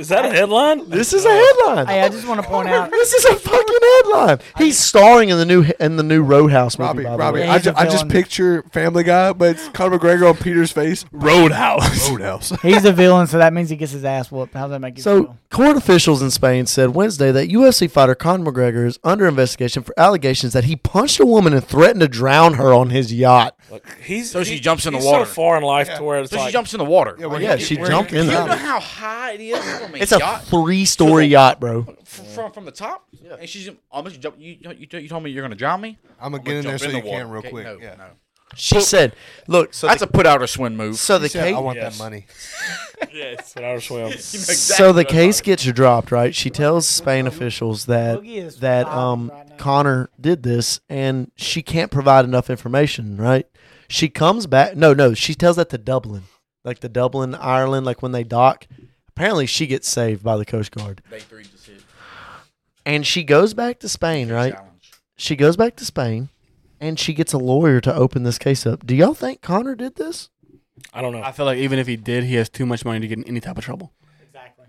Speaker 5: Is that a headline?
Speaker 9: *laughs* This is a headline.
Speaker 6: Hey, I just want to point out.
Speaker 9: this is a fucking headline. He's starring in the new in the new Roadhouse movie.
Speaker 8: Robbie,
Speaker 9: by the
Speaker 8: Robbie,
Speaker 9: way.
Speaker 6: Yeah,
Speaker 8: I,
Speaker 6: he's
Speaker 8: ju-
Speaker 6: a
Speaker 8: I just
Speaker 6: villain.
Speaker 8: picture Family Guy, but it's Conor McGregor on Peter's face.
Speaker 2: Roadhouse.
Speaker 8: Roadhouse.
Speaker 6: He's a villain, so that means he gets his ass whooped. How does that make you
Speaker 9: So,
Speaker 6: feel?
Speaker 9: court officials in Spain said Wednesday that UFC fighter Conor McGregor is under investigation for allegations that he punched a woman and threatened to drown her on his yacht.
Speaker 5: He's
Speaker 7: So she
Speaker 5: he-
Speaker 7: jumps in the
Speaker 5: he's
Speaker 7: water.
Speaker 5: So far in life to where it's
Speaker 7: so
Speaker 5: like
Speaker 7: she jumps in the water.
Speaker 8: well,
Speaker 9: yeah, she jumped in
Speaker 7: you know
Speaker 9: there.
Speaker 7: how high it is from a
Speaker 9: It's a
Speaker 7: yacht
Speaker 9: three-story yacht, bro.
Speaker 7: from, from from the top, and she's almost jump. You, you you told me you're gonna drown me.
Speaker 8: I'm gonna get in there
Speaker 7: jump
Speaker 8: so you
Speaker 7: the water.
Speaker 8: can real
Speaker 7: Okay,
Speaker 8: quick.
Speaker 7: no,
Speaker 8: yeah.
Speaker 7: no.
Speaker 9: She said, "Look, so
Speaker 7: That's
Speaker 9: the,
Speaker 7: a put out or swim move.
Speaker 9: so the
Speaker 8: He said,
Speaker 9: case,
Speaker 8: I want
Speaker 5: Yes.
Speaker 8: that money.
Speaker 5: yes, an outer swim.
Speaker 9: *laughs* so the case gets dropped, right? She tells Spain officials that
Speaker 6: Boogie is
Speaker 9: that
Speaker 6: wild
Speaker 9: um
Speaker 6: right now.
Speaker 9: Connor did this, and she can't provide enough information, right? She comes back. No, no, she tells that to Dublin, like the Dublin, Ireland, like when they dock. Apparently, she gets saved by the Coast Guard,
Speaker 7: Day three just hit.
Speaker 9: and she goes back to Spain, right?
Speaker 7: Challenge.
Speaker 9: She goes back to Spain, and she gets a lawyer to open this case up. Do y'all think Connor did this?
Speaker 5: I don't know.
Speaker 2: I feel like even if he did, he has too much money to get in any type of trouble.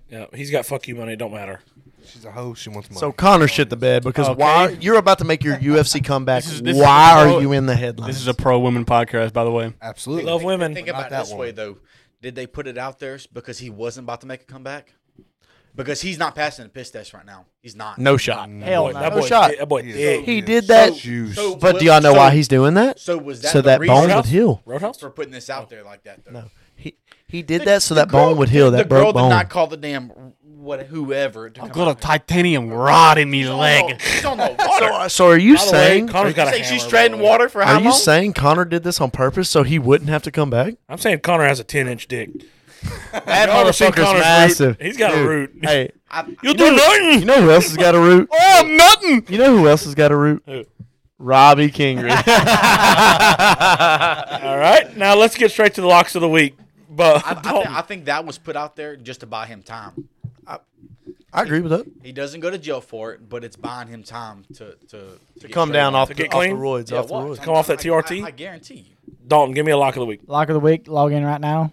Speaker 5: yeah, he's got fuck you money. It don't matter.
Speaker 8: She's a hoe. She wants money.
Speaker 9: So Connor shit the bed because
Speaker 2: Okay.
Speaker 9: why you're about to make your UFC comeback?
Speaker 2: This is- this is
Speaker 9: why
Speaker 2: pro-
Speaker 9: are you in the headlines?
Speaker 2: This is a pro women podcast, by the way.
Speaker 8: absolutely.
Speaker 5: Love women.
Speaker 7: Think about it
Speaker 8: that
Speaker 7: this way
Speaker 8: one.
Speaker 7: though. Did they put it out there because he wasn't about to make a comeback? Because he's not passing the piss test right now. He's not.
Speaker 9: no shot.
Speaker 6: Hell
Speaker 5: Boy,
Speaker 6: no.
Speaker 5: that boy,
Speaker 9: No shot.
Speaker 5: That boy
Speaker 8: He is.
Speaker 5: dick.
Speaker 9: He
Speaker 8: Yeah.
Speaker 9: did that,
Speaker 8: Juice.
Speaker 7: So-
Speaker 9: but do y'all know
Speaker 7: so-
Speaker 9: why he's doing that?
Speaker 7: So was that
Speaker 9: so
Speaker 7: the
Speaker 9: that
Speaker 7: reason
Speaker 9: bone would heal.
Speaker 5: Roadhouse.
Speaker 7: for putting this out there like that? Though?
Speaker 9: No, he he did that so that bone would heal.
Speaker 7: the
Speaker 9: That
Speaker 7: girl
Speaker 9: broke
Speaker 7: did
Speaker 9: bone.
Speaker 7: not call the damn what whoever. To
Speaker 2: I've got a titanium rod in me leg.
Speaker 7: She's on the
Speaker 9: So,
Speaker 7: water.
Speaker 9: uh, so are you
Speaker 5: By the way,
Speaker 9: saying
Speaker 5: Connor's got a
Speaker 7: Say
Speaker 5: hammer.
Speaker 7: she's
Speaker 5: by
Speaker 7: treading
Speaker 5: the way.
Speaker 7: water for how
Speaker 9: are you
Speaker 7: long?
Speaker 9: saying Connor did this on purpose so he wouldn't have to come back?
Speaker 5: I'm saying Connor has a ten inch dick.
Speaker 9: *laughs* That
Speaker 5: Y'all ever seen Connor's root?
Speaker 9: massive.
Speaker 5: He's got a
Speaker 9: Dude,
Speaker 5: root.
Speaker 9: Hey,
Speaker 5: *laughs* You'll do
Speaker 9: you
Speaker 5: nothing.
Speaker 9: know who else has got a root?
Speaker 2: Oh, nothing.
Speaker 9: You know who else has got a root?
Speaker 5: Who?
Speaker 9: Robbie Kingry.
Speaker 5: All right, now let's get straight to the locks of the week. But *laughs*
Speaker 7: I, I, thi- I think that was put out there just to buy him time.
Speaker 9: I agree with that.
Speaker 7: He doesn't go to jail for it, but it's buying him time to to, to, get
Speaker 9: Come
Speaker 7: straight
Speaker 9: down
Speaker 7: on.
Speaker 9: off
Speaker 5: To
Speaker 9: the,
Speaker 5: get
Speaker 9: off the
Speaker 5: clean?
Speaker 9: roids.
Speaker 7: Yeah,
Speaker 9: off the
Speaker 7: what?
Speaker 9: roids.
Speaker 5: Come off that
Speaker 7: I-
Speaker 5: TRT?
Speaker 7: I, I guarantee you.
Speaker 5: Dalton, give me a lock of the week.
Speaker 6: Lock of the week, log in right now.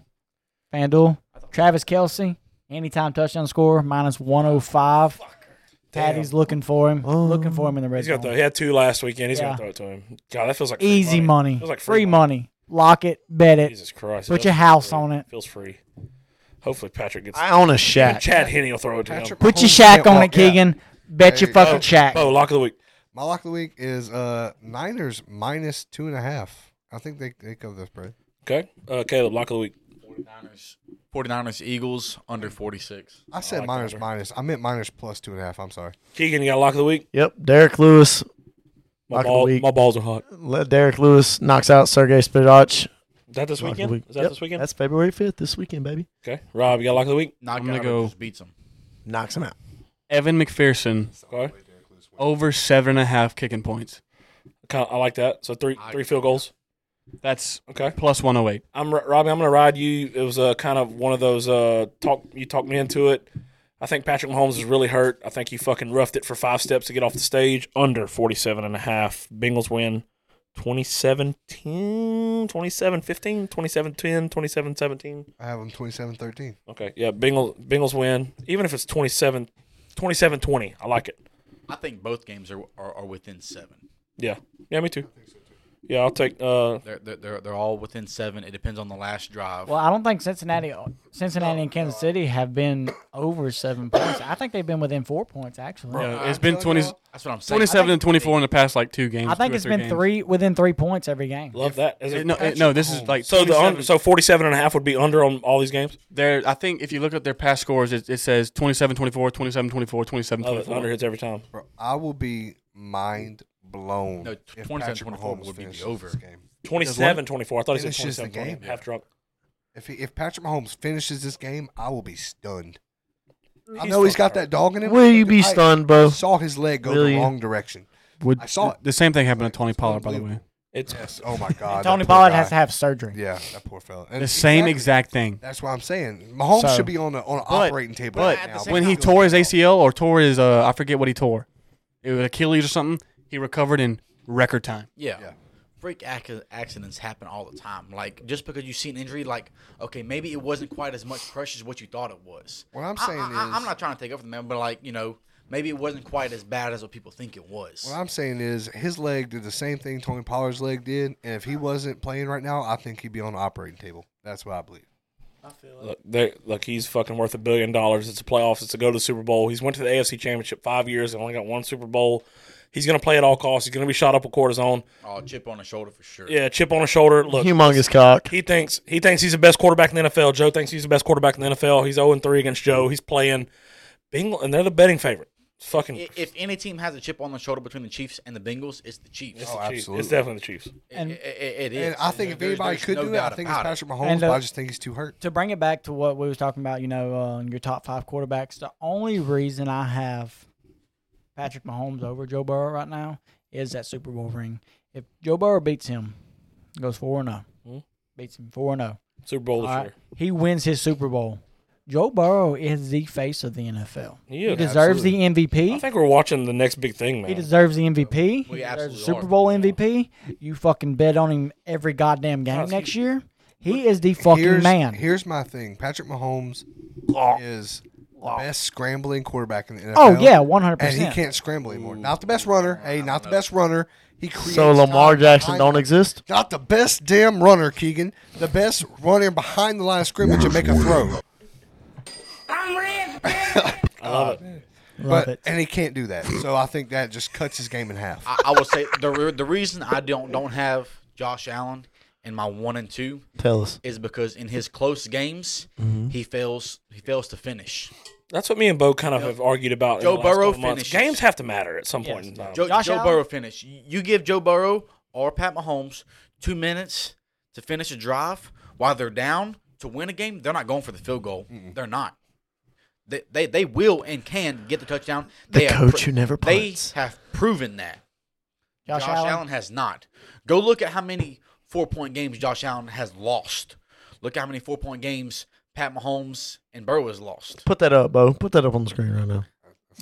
Speaker 6: FanDuel, Travis Kelsey, anytime touchdown score, minus 105. Patty's looking for him. looking for him in the red
Speaker 5: He's gonna throw.
Speaker 6: zone.
Speaker 5: He had two last weekend. He's gonna
Speaker 6: Yeah.
Speaker 5: throw it to him. God, that feels like free
Speaker 6: Easy money.
Speaker 5: Feels like
Speaker 6: free money. Lock it, bet it.
Speaker 5: Jesus Christ!
Speaker 6: Put
Speaker 5: That
Speaker 6: your
Speaker 5: feels
Speaker 6: house
Speaker 5: free.
Speaker 6: on it.
Speaker 5: Feels free. Hopefully Patrick gets.
Speaker 9: I own a Shaq.
Speaker 5: Chad Henney will throw it to him.
Speaker 6: Put your
Speaker 8: Mahomes
Speaker 6: shack
Speaker 8: can't
Speaker 6: on
Speaker 8: walk
Speaker 6: it, Keegan. Bet your
Speaker 8: Hey,
Speaker 6: fucking
Speaker 8: oh,
Speaker 6: shack.
Speaker 5: Oh, lock of the week.
Speaker 8: My lock of the week is uh Niners minus two and a half. I think they, they cover this, bro.
Speaker 5: Okay, uh, Caleb, lock of the week.
Speaker 7: 49ers, 49ers Eagles under 46.
Speaker 8: I said
Speaker 5: like
Speaker 8: miners
Speaker 5: over.
Speaker 8: minus. I meant miners plus two and a half. I'm sorry.
Speaker 5: Keegan, you got a lock of the week.
Speaker 9: Yep, Derek Lewis.
Speaker 5: My,
Speaker 9: Lock of the
Speaker 5: ball,
Speaker 9: week.
Speaker 5: my balls are hot.
Speaker 9: Let Derek Lewis knocks out Sergey Spivak.
Speaker 5: Is that this
Speaker 9: Lock of the
Speaker 5: weekend?
Speaker 9: week.
Speaker 5: Is that
Speaker 9: Yep,
Speaker 5: this weekend?
Speaker 9: That's February fifth. This weekend, baby.
Speaker 5: okay. Rob, you got a lock of the week.
Speaker 7: Not
Speaker 2: I'm
Speaker 7: gonna
Speaker 2: gonna
Speaker 7: go.
Speaker 2: go-
Speaker 7: Just beats them.
Speaker 9: Knocks him out.
Speaker 2: Evan McPherson
Speaker 5: Okay.
Speaker 2: over seven and a half kicking points.
Speaker 5: Kinda- I like that. So three
Speaker 7: I-
Speaker 5: three field goals.
Speaker 2: That's
Speaker 5: Okay.
Speaker 2: plus 108.
Speaker 5: I'm r- Robbie. I'm gonna ride you. It was uh, kind of one of those uh, talk. You talked me into it. I think Patrick Mahomes is really hurt. I think he fucking roughed it for five steps to get off the stage. Under 47 and a half. Bengals win 27-10, 27-15, 27-10, 27-17.
Speaker 8: I have them 27-13.
Speaker 5: Okay. Yeah, Bengals Bengals win. Even if it's 27 27-20. I like it.
Speaker 7: I think both games are are, are within seven.
Speaker 5: Yeah. Yeah, me too. Yeah, I'll take uh
Speaker 7: They're, they're they're they're all within seven. It depends on the last drive.
Speaker 6: Well, I don't think Cincinnati, Cincinnati and Kansas City have been over seven points. I think they've been within four points actually.
Speaker 2: Yeah, it's been 20,
Speaker 7: That's what I'm saying.
Speaker 2: 27 and 24 in the past like two games.
Speaker 6: I think
Speaker 2: two or
Speaker 6: it's
Speaker 2: three
Speaker 6: been
Speaker 2: games.
Speaker 6: three within three points every game.
Speaker 5: love that. Is
Speaker 2: Uh,
Speaker 5: it-
Speaker 2: No, uh, no, this is like
Speaker 5: so the under,
Speaker 2: 27
Speaker 5: so 47 and a half would be under on all these games?
Speaker 2: There, I think if you look at their past scores, it, it says 27 24, 27 24, 27
Speaker 5: Love it.
Speaker 2: 24.
Speaker 5: Oh, Under hits every time.
Speaker 8: Bro, I will be mind blown.
Speaker 7: No,
Speaker 8: if
Speaker 7: 27-24
Speaker 8: Patrick Mahomes
Speaker 7: would be
Speaker 8: finishes
Speaker 7: the over.
Speaker 8: This game.
Speaker 5: 27 24. I thought he said
Speaker 8: Finishes the
Speaker 5: 27 20.
Speaker 8: game.
Speaker 5: Half drunk.
Speaker 8: If he, if Patrick Mahomes finishes this game, I will be stunned. I
Speaker 5: He's
Speaker 8: know he's
Speaker 5: not
Speaker 8: got that dog in him.
Speaker 9: Will you be
Speaker 8: I
Speaker 9: stunned, bro?
Speaker 8: Saw his leg go
Speaker 9: Will
Speaker 8: the
Speaker 9: you?
Speaker 8: wrong direction.
Speaker 2: Would,
Speaker 8: I saw it.
Speaker 2: The same thing happened
Speaker 8: Like,
Speaker 2: to Tony
Speaker 8: it's
Speaker 2: Pollard, by the way.
Speaker 8: unbelievable.
Speaker 5: It's
Speaker 8: Yes. Oh my God.
Speaker 6: Tony
Speaker 8: that poor
Speaker 6: Pollard
Speaker 8: guy.
Speaker 6: has to have surgery.
Speaker 8: Yeah, that poor fella. And
Speaker 2: The same
Speaker 8: exactly-
Speaker 2: exact thing.
Speaker 8: That's what I'm saying. Mahomes
Speaker 6: So-
Speaker 8: should be on a, on an
Speaker 2: But-
Speaker 8: operating table.
Speaker 2: But
Speaker 8: right now,
Speaker 2: when he
Speaker 8: he's
Speaker 2: tore his
Speaker 8: doing
Speaker 2: ACL
Speaker 8: well.
Speaker 2: or tore his, uh, I forget what he tore, it was Achilles or something, he recovered in record time.
Speaker 7: Yeah.
Speaker 8: Yeah.
Speaker 7: Freak ac- accidents happen all the time. Like just because you see an injury, like okay, maybe it wasn't quite as much pressure as what you thought it was.
Speaker 8: What I'm
Speaker 7: I-
Speaker 8: saying
Speaker 7: I,
Speaker 8: is-
Speaker 7: I, am not trying to take over the man, but like you know, maybe it wasn't quite as bad as what people think it was.
Speaker 8: What I'm saying is his leg did the same thing Tony Pollard's leg did, and if he wasn't playing right now, I think he'd be on the operating table. That's what I believe.
Speaker 5: Look, they, look, he's fucking worth a billion dollars. It's a playoffs. It's a go to the Super Bowl. He's went to the AFC Championship five years and only got one Super Bowl. He's going to play at all costs. He's going to be shot up with cortisone.
Speaker 7: oh, chip on the shoulder for sure.
Speaker 5: Yeah, chip on his shoulder. Look,
Speaker 9: Humongous cock.
Speaker 5: he thinks he thinks he's the best quarterback in the NFL. Joe thinks he's the best quarterback in the NFL. He's 0 3 against Joe. He's playing Bengals, and they're the betting favorite. It's fucking.
Speaker 7: I- If any team has a chip on the shoulder between the Chiefs and the Bengals, it's the Chiefs.
Speaker 5: it's
Speaker 8: Oh,
Speaker 5: the Chiefs.
Speaker 8: absolutely.
Speaker 5: It's definitely the Chiefs.
Speaker 7: and, it, it- it is.
Speaker 8: And I think if
Speaker 7: There's-
Speaker 8: anybody
Speaker 7: there's
Speaker 8: could
Speaker 7: no
Speaker 8: do it, I
Speaker 7: doubt
Speaker 8: think it's
Speaker 7: about it.
Speaker 8: Patrick Mahomes,
Speaker 6: And,
Speaker 8: but
Speaker 6: uh,
Speaker 8: I just think he's too hurt.
Speaker 6: To bring it back to what we was talking about, you know, uh, your top five quarterbacks, the only reason I have Patrick Mahomes over Joe Burrow right now is that Super Bowl ring. If Joe Burrow beats him, goes four and
Speaker 5: Mhm.
Speaker 6: zero, beats him four and zero.
Speaker 5: Super Bowl this
Speaker 6: All right.
Speaker 5: year.
Speaker 6: He wins his Super Bowl. Joe Burrow is the face of the NFL.
Speaker 5: He
Speaker 6: He
Speaker 5: is.
Speaker 6: deserves the
Speaker 5: I
Speaker 6: MVP.
Speaker 5: think we're watching the next big thing, man.
Speaker 6: He deserves the MVP.
Speaker 7: We
Speaker 6: He deserves
Speaker 7: absolutely
Speaker 6: the Super
Speaker 7: are.
Speaker 6: Bowl MVP. You fucking bet on him every goddamn game
Speaker 5: Guys,
Speaker 6: next year. He is the fucking
Speaker 8: here's,
Speaker 6: man.
Speaker 8: Here's my thing: Patrick Mahomes is the best scrambling quarterback in the NFL.
Speaker 6: Oh, yeah, 100%.
Speaker 8: and he can't scramble anymore. Not the best runner. Hey, not the best runner. He creates
Speaker 9: So Lamar
Speaker 8: time
Speaker 9: Jackson
Speaker 8: behind-
Speaker 9: don't exist.
Speaker 8: Not the best damn runner, Keegan. The best runner behind the line of scrimmage and make a throw. *laughs*
Speaker 5: I love it.
Speaker 6: Love
Speaker 8: But
Speaker 6: it.
Speaker 8: and he can't do that. So I think that just cuts his game in half.
Speaker 7: I, I would say the re- the reason I don't don't have Josh Allen in my one and two
Speaker 9: Tell us.
Speaker 7: is because in his close games he fails he fails to finish.
Speaker 5: That's what me and Bo kind of have argued about.
Speaker 7: Joe
Speaker 5: in the last
Speaker 7: Burrow
Speaker 5: couple months.
Speaker 7: finishes.
Speaker 5: Games have to matter at some point in time.
Speaker 7: Joe,
Speaker 6: Josh
Speaker 7: Joe
Speaker 6: Allen?
Speaker 7: Burrow finish. You you give Joe Burrow or Pat Mahomes two minutes to finish a drive while they're down to win a game. They're not going for the field goal. They're not. They, they they will and can get the touchdown.
Speaker 9: The
Speaker 7: They have
Speaker 9: coach who never
Speaker 7: they
Speaker 9: punts.
Speaker 7: have proven that.
Speaker 6: Josh,
Speaker 7: Josh,
Speaker 6: Allen.
Speaker 7: Allen. has not. Go look at how many four point games Josh Allen has lost. Look how many four point games Pat Mahomes and Burrow has lost.
Speaker 9: Put that up, Bo. Put that up on the screen right now.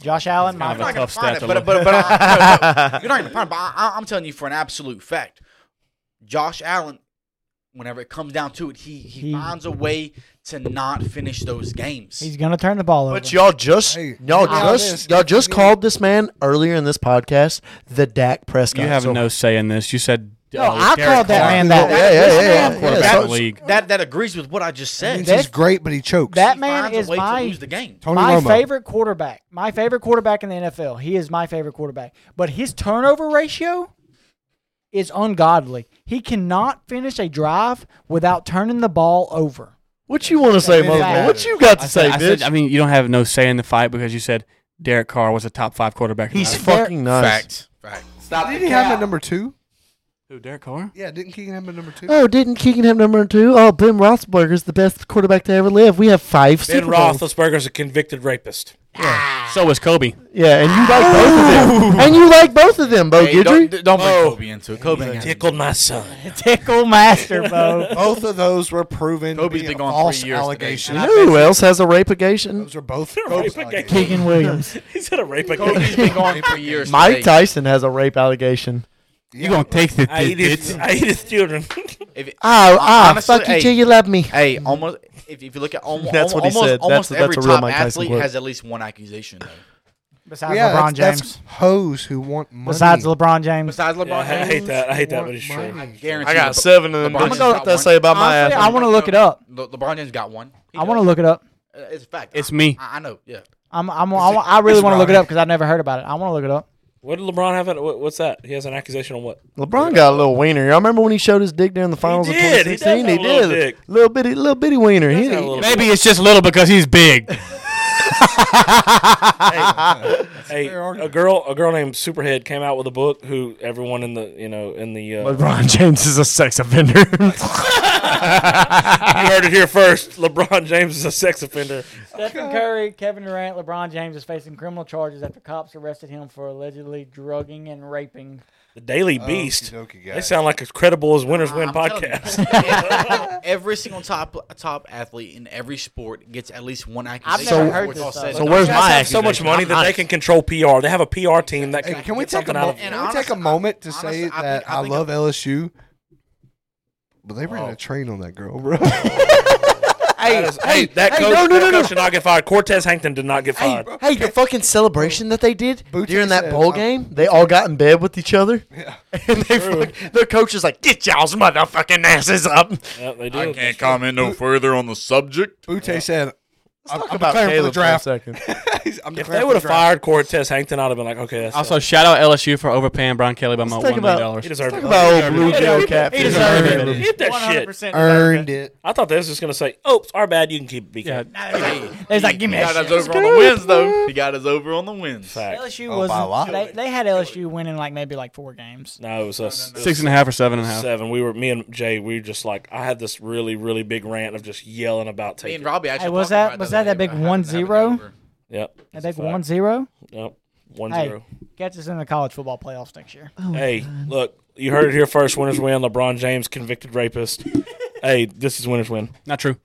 Speaker 6: Josh Allen, my
Speaker 2: kind
Speaker 7: I'm
Speaker 2: of a
Speaker 7: not gonna
Speaker 2: tough
Speaker 7: find
Speaker 2: stat
Speaker 7: it,
Speaker 2: to
Speaker 7: but, but,
Speaker 2: look.
Speaker 7: but, I- no, no, you're not even find it. But I, I- I'm telling you for an absolute fact, Josh Allen, whenever it comes down to it, he he,
Speaker 6: He-
Speaker 7: finds a way to not finish those games.
Speaker 6: he's gonna turn the ball over.
Speaker 9: But y'all just
Speaker 8: Hey,
Speaker 9: y'all
Speaker 8: check out
Speaker 9: just
Speaker 8: this.
Speaker 9: y'all just
Speaker 8: Keegan-
Speaker 9: called this man earlier in this podcast the Dak Prescott.
Speaker 2: You have
Speaker 9: So
Speaker 2: no say in this. You said uh,
Speaker 6: No, I called that man that.
Speaker 7: Yeah, yeah,
Speaker 6: This
Speaker 7: yeah,
Speaker 6: man-
Speaker 7: yeah.
Speaker 6: this-
Speaker 7: That's-
Speaker 2: league.
Speaker 7: That that agrees with what I just said.
Speaker 8: He's great, but he chokes.
Speaker 6: That
Speaker 7: finds
Speaker 6: man
Speaker 7: a
Speaker 6: is
Speaker 7: way to
Speaker 6: my
Speaker 7: lose the game.
Speaker 8: Tony
Speaker 6: my
Speaker 8: Romo.
Speaker 6: favorite quarterback. My favorite quarterback in the NFL. He is my favorite quarterback. But his turnover ratio is ungodly. He cannot finish a drive without turning the ball over.
Speaker 9: What you want to say,
Speaker 8: It didn't
Speaker 9: motherfucker? What
Speaker 8: matter.
Speaker 9: you got to
Speaker 2: I
Speaker 9: say,
Speaker 2: said, I, said,
Speaker 9: bitch?
Speaker 2: I mean, you don't have no say in the fight because you said Derek Carr was a top five quarterback. in
Speaker 9: He's
Speaker 2: the league.
Speaker 9: fucking nuts.
Speaker 7: Fact. Fact.
Speaker 8: Didn't he have him at number two?
Speaker 2: Who, Derek Carr?
Speaker 8: Yeah, didn't Keegan have him at number two?
Speaker 9: Oh, didn't Keegan have number two? Oh, Ben Roethlisberger's the best quarterback to ever live. We have five
Speaker 5: Ben
Speaker 9: Super Bowls.
Speaker 5: Roethlisberger's a convicted rapist.
Speaker 2: So was Kobe.
Speaker 9: Yeah, and you like both of them. And you like both of them, Bo
Speaker 7: Hey, don't,
Speaker 9: Guidry.
Speaker 7: d- don't bring Kobe into it. Kobe ain't got-
Speaker 5: Tickled my son. *laughs*
Speaker 6: Tickle *laughs* master, Bo.
Speaker 8: Both of those were proven
Speaker 7: Kobe's
Speaker 8: to be
Speaker 7: been
Speaker 8: been
Speaker 7: gone three
Speaker 8: false
Speaker 7: years today.
Speaker 8: allegations.
Speaker 9: You know who else has a rapegation?
Speaker 8: Those are both
Speaker 5: Rape
Speaker 8: false allegations.
Speaker 5: again.
Speaker 6: Keegan Williams.
Speaker 5: He said a rape
Speaker 7: Kobe's
Speaker 5: again.
Speaker 7: been gone for years.
Speaker 9: Mike
Speaker 7: today.
Speaker 9: Tyson has a rape allegation.
Speaker 2: You gonna take the,
Speaker 5: I
Speaker 2: the
Speaker 5: eat his,
Speaker 2: bits?
Speaker 5: I eat his children.
Speaker 7: If *laughs* it-
Speaker 9: Oh, ah,
Speaker 7: Honestly,
Speaker 9: fuck you
Speaker 7: hey.
Speaker 9: till you love me.
Speaker 7: Hey, almost. If, if you look at almost,
Speaker 9: That's what he
Speaker 7: almost,
Speaker 9: said. That's-
Speaker 7: almost
Speaker 9: that's
Speaker 7: every
Speaker 9: a real
Speaker 7: top
Speaker 9: Mike Tyson
Speaker 7: athlete
Speaker 9: quote.
Speaker 7: has at least one accusation. Though.
Speaker 6: Besides
Speaker 8: yeah,
Speaker 6: LeBron
Speaker 8: that's,
Speaker 6: James.
Speaker 8: that's hoes who want money.
Speaker 6: Besides LeBron James.
Speaker 7: Besides LeBron,
Speaker 5: Yeah, *laughs* I hate that. I hate that,
Speaker 8: Want
Speaker 5: but it's true.
Speaker 8: money.
Speaker 7: guarantee Le- LeBron
Speaker 9: I'm
Speaker 7: James
Speaker 9: gonna
Speaker 7: got
Speaker 9: that
Speaker 7: one.
Speaker 9: say about my
Speaker 6: Honestly, I
Speaker 9: ass.
Speaker 6: want to look it up.
Speaker 7: Le- LeBron James got one. He
Speaker 6: I
Speaker 7: does.
Speaker 6: want to look it up.
Speaker 7: Uh, It's a fact.
Speaker 2: It's me.
Speaker 7: I, I know. Yeah.
Speaker 6: I'm, I'm, I, wa- I really want to look it up because I've never heard about it. I want to look it up.
Speaker 5: What did LeBron have? At, what, what's that? He has an accusation on what?
Speaker 9: LeBron got a little wiener. Y'all remember when he showed his dick during the finals
Speaker 5: did. He
Speaker 9: of 2016?
Speaker 5: does have a little dick.
Speaker 9: Little bitty, little bitty wiener. He,
Speaker 5: have a little-
Speaker 2: Maybe it's just little because he's
Speaker 9: *laughs*
Speaker 2: big.
Speaker 5: Hey, a girl, a girl named Superhead came out with a book. Who everyone in the you know in the uh,
Speaker 9: LeBron James is a
Speaker 5: *laughs*
Speaker 9: sex offender.
Speaker 5: you heard it here first. LeBron James is a sex offender.
Speaker 6: Stephen Curry, Kevin Durant, LeBron James is facing criminal charges after cops arrested him for allegedly drugging and raping.
Speaker 5: The Daily Beast.
Speaker 8: Okey-dokey,
Speaker 5: They
Speaker 8: guys.
Speaker 5: sound like as credible as Winners Win
Speaker 7: I'm telling you.
Speaker 5: podcast.
Speaker 7: Every- every single top top athlete in every sport gets at least one accusation.
Speaker 6: never
Speaker 7: before
Speaker 6: heard
Speaker 7: it's
Speaker 6: this,
Speaker 7: all
Speaker 6: though.
Speaker 7: said
Speaker 9: so
Speaker 7: and
Speaker 9: where's
Speaker 7: done.
Speaker 9: my
Speaker 5: They have so much money that they can control PR. They have a PR team that can.
Speaker 8: Hey, can we
Speaker 5: get
Speaker 8: take a,
Speaker 5: something
Speaker 8: mo-
Speaker 5: out of
Speaker 8: can
Speaker 5: it.
Speaker 7: And
Speaker 8: we take a
Speaker 7: honest-
Speaker 8: moment to
Speaker 7: honestly, I
Speaker 8: say
Speaker 7: think-
Speaker 8: that
Speaker 7: I
Speaker 8: I,
Speaker 7: think-
Speaker 8: love LSU? But they ran a train on that girl, bro.
Speaker 5: That is- hey, that
Speaker 9: hey,
Speaker 5: coach,
Speaker 9: no, no,
Speaker 5: that
Speaker 9: no, no.
Speaker 5: coach did not get fired. Cortez Hankton did not get fired.
Speaker 9: Hey, the fucking celebration that they did
Speaker 8: Booty
Speaker 9: during that
Speaker 8: said,
Speaker 9: bowl
Speaker 8: uh,
Speaker 9: game, they all got in bed with each other. *laughs* Yeah.
Speaker 7: *laughs*
Speaker 9: And they fuck, the coach is like, get y'all's motherfucking asses up.
Speaker 5: Yeah, they
Speaker 10: I
Speaker 5: did.
Speaker 10: can't comment no further on the subject.
Speaker 8: Butte said, I'm,
Speaker 9: Talk
Speaker 8: I'm
Speaker 9: about
Speaker 8: declaring for the
Speaker 9: Caleb for a
Speaker 8: draft.
Speaker 9: second.
Speaker 8: *laughs* He's- I'm
Speaker 5: If
Speaker 8: declaring
Speaker 5: they
Speaker 8: for
Speaker 5: would have
Speaker 8: the draft.
Speaker 5: fired Cortez Hankton, I'd have been like, okay, that's
Speaker 2: Also, shout out LSU for overpaying Brian Kelly by my
Speaker 9: Let's
Speaker 2: one
Speaker 9: talk
Speaker 2: million
Speaker 9: about-
Speaker 2: dollars.
Speaker 5: he deserved
Speaker 9: Talk
Speaker 5: it.
Speaker 9: about old blue
Speaker 5: He-
Speaker 9: Joe
Speaker 5: he
Speaker 9: catfish.
Speaker 5: deserved it.
Speaker 9: Earned it.
Speaker 5: Get that shit.
Speaker 8: Earned it.
Speaker 5: I thought they was just gonna say, "Oops, our bad. You can keep BK."
Speaker 2: Yeah,
Speaker 6: He's like, give me
Speaker 7: He got
Speaker 6: that
Speaker 7: us
Speaker 6: shit.
Speaker 7: over on the wins, though. He got us over on the wins.
Speaker 5: Fact.
Speaker 6: LSU
Speaker 8: Oh, by a
Speaker 6: was
Speaker 8: lot.
Speaker 6: they, they had LSU winning like maybe like four games.
Speaker 5: No, it was us.
Speaker 2: six and a half or seven and a half.
Speaker 5: Seven. We were me and Jay. We were just like I had this really really big rant of just yelling about
Speaker 7: Me and
Speaker 5: taking.
Speaker 7: Robbie actually.
Speaker 6: Hey,
Speaker 7: talked
Speaker 6: was that-
Speaker 7: about it
Speaker 6: was
Speaker 7: the
Speaker 6: that
Speaker 7: other
Speaker 6: that
Speaker 7: day
Speaker 6: big
Speaker 7: about having-
Speaker 6: 1-0?
Speaker 7: having it over.
Speaker 5: Yep.
Speaker 6: And they've
Speaker 5: Fact.
Speaker 6: won zero.
Speaker 5: Yep. One
Speaker 6: Hey,
Speaker 5: zero.
Speaker 6: catch us in the college football playoffs next year.
Speaker 7: Oh
Speaker 5: Hey, look,
Speaker 7: *laughs*
Speaker 5: you heard it here first. Winners win. LeBron James convicted rapist. hey, this is winners win.
Speaker 2: Not true.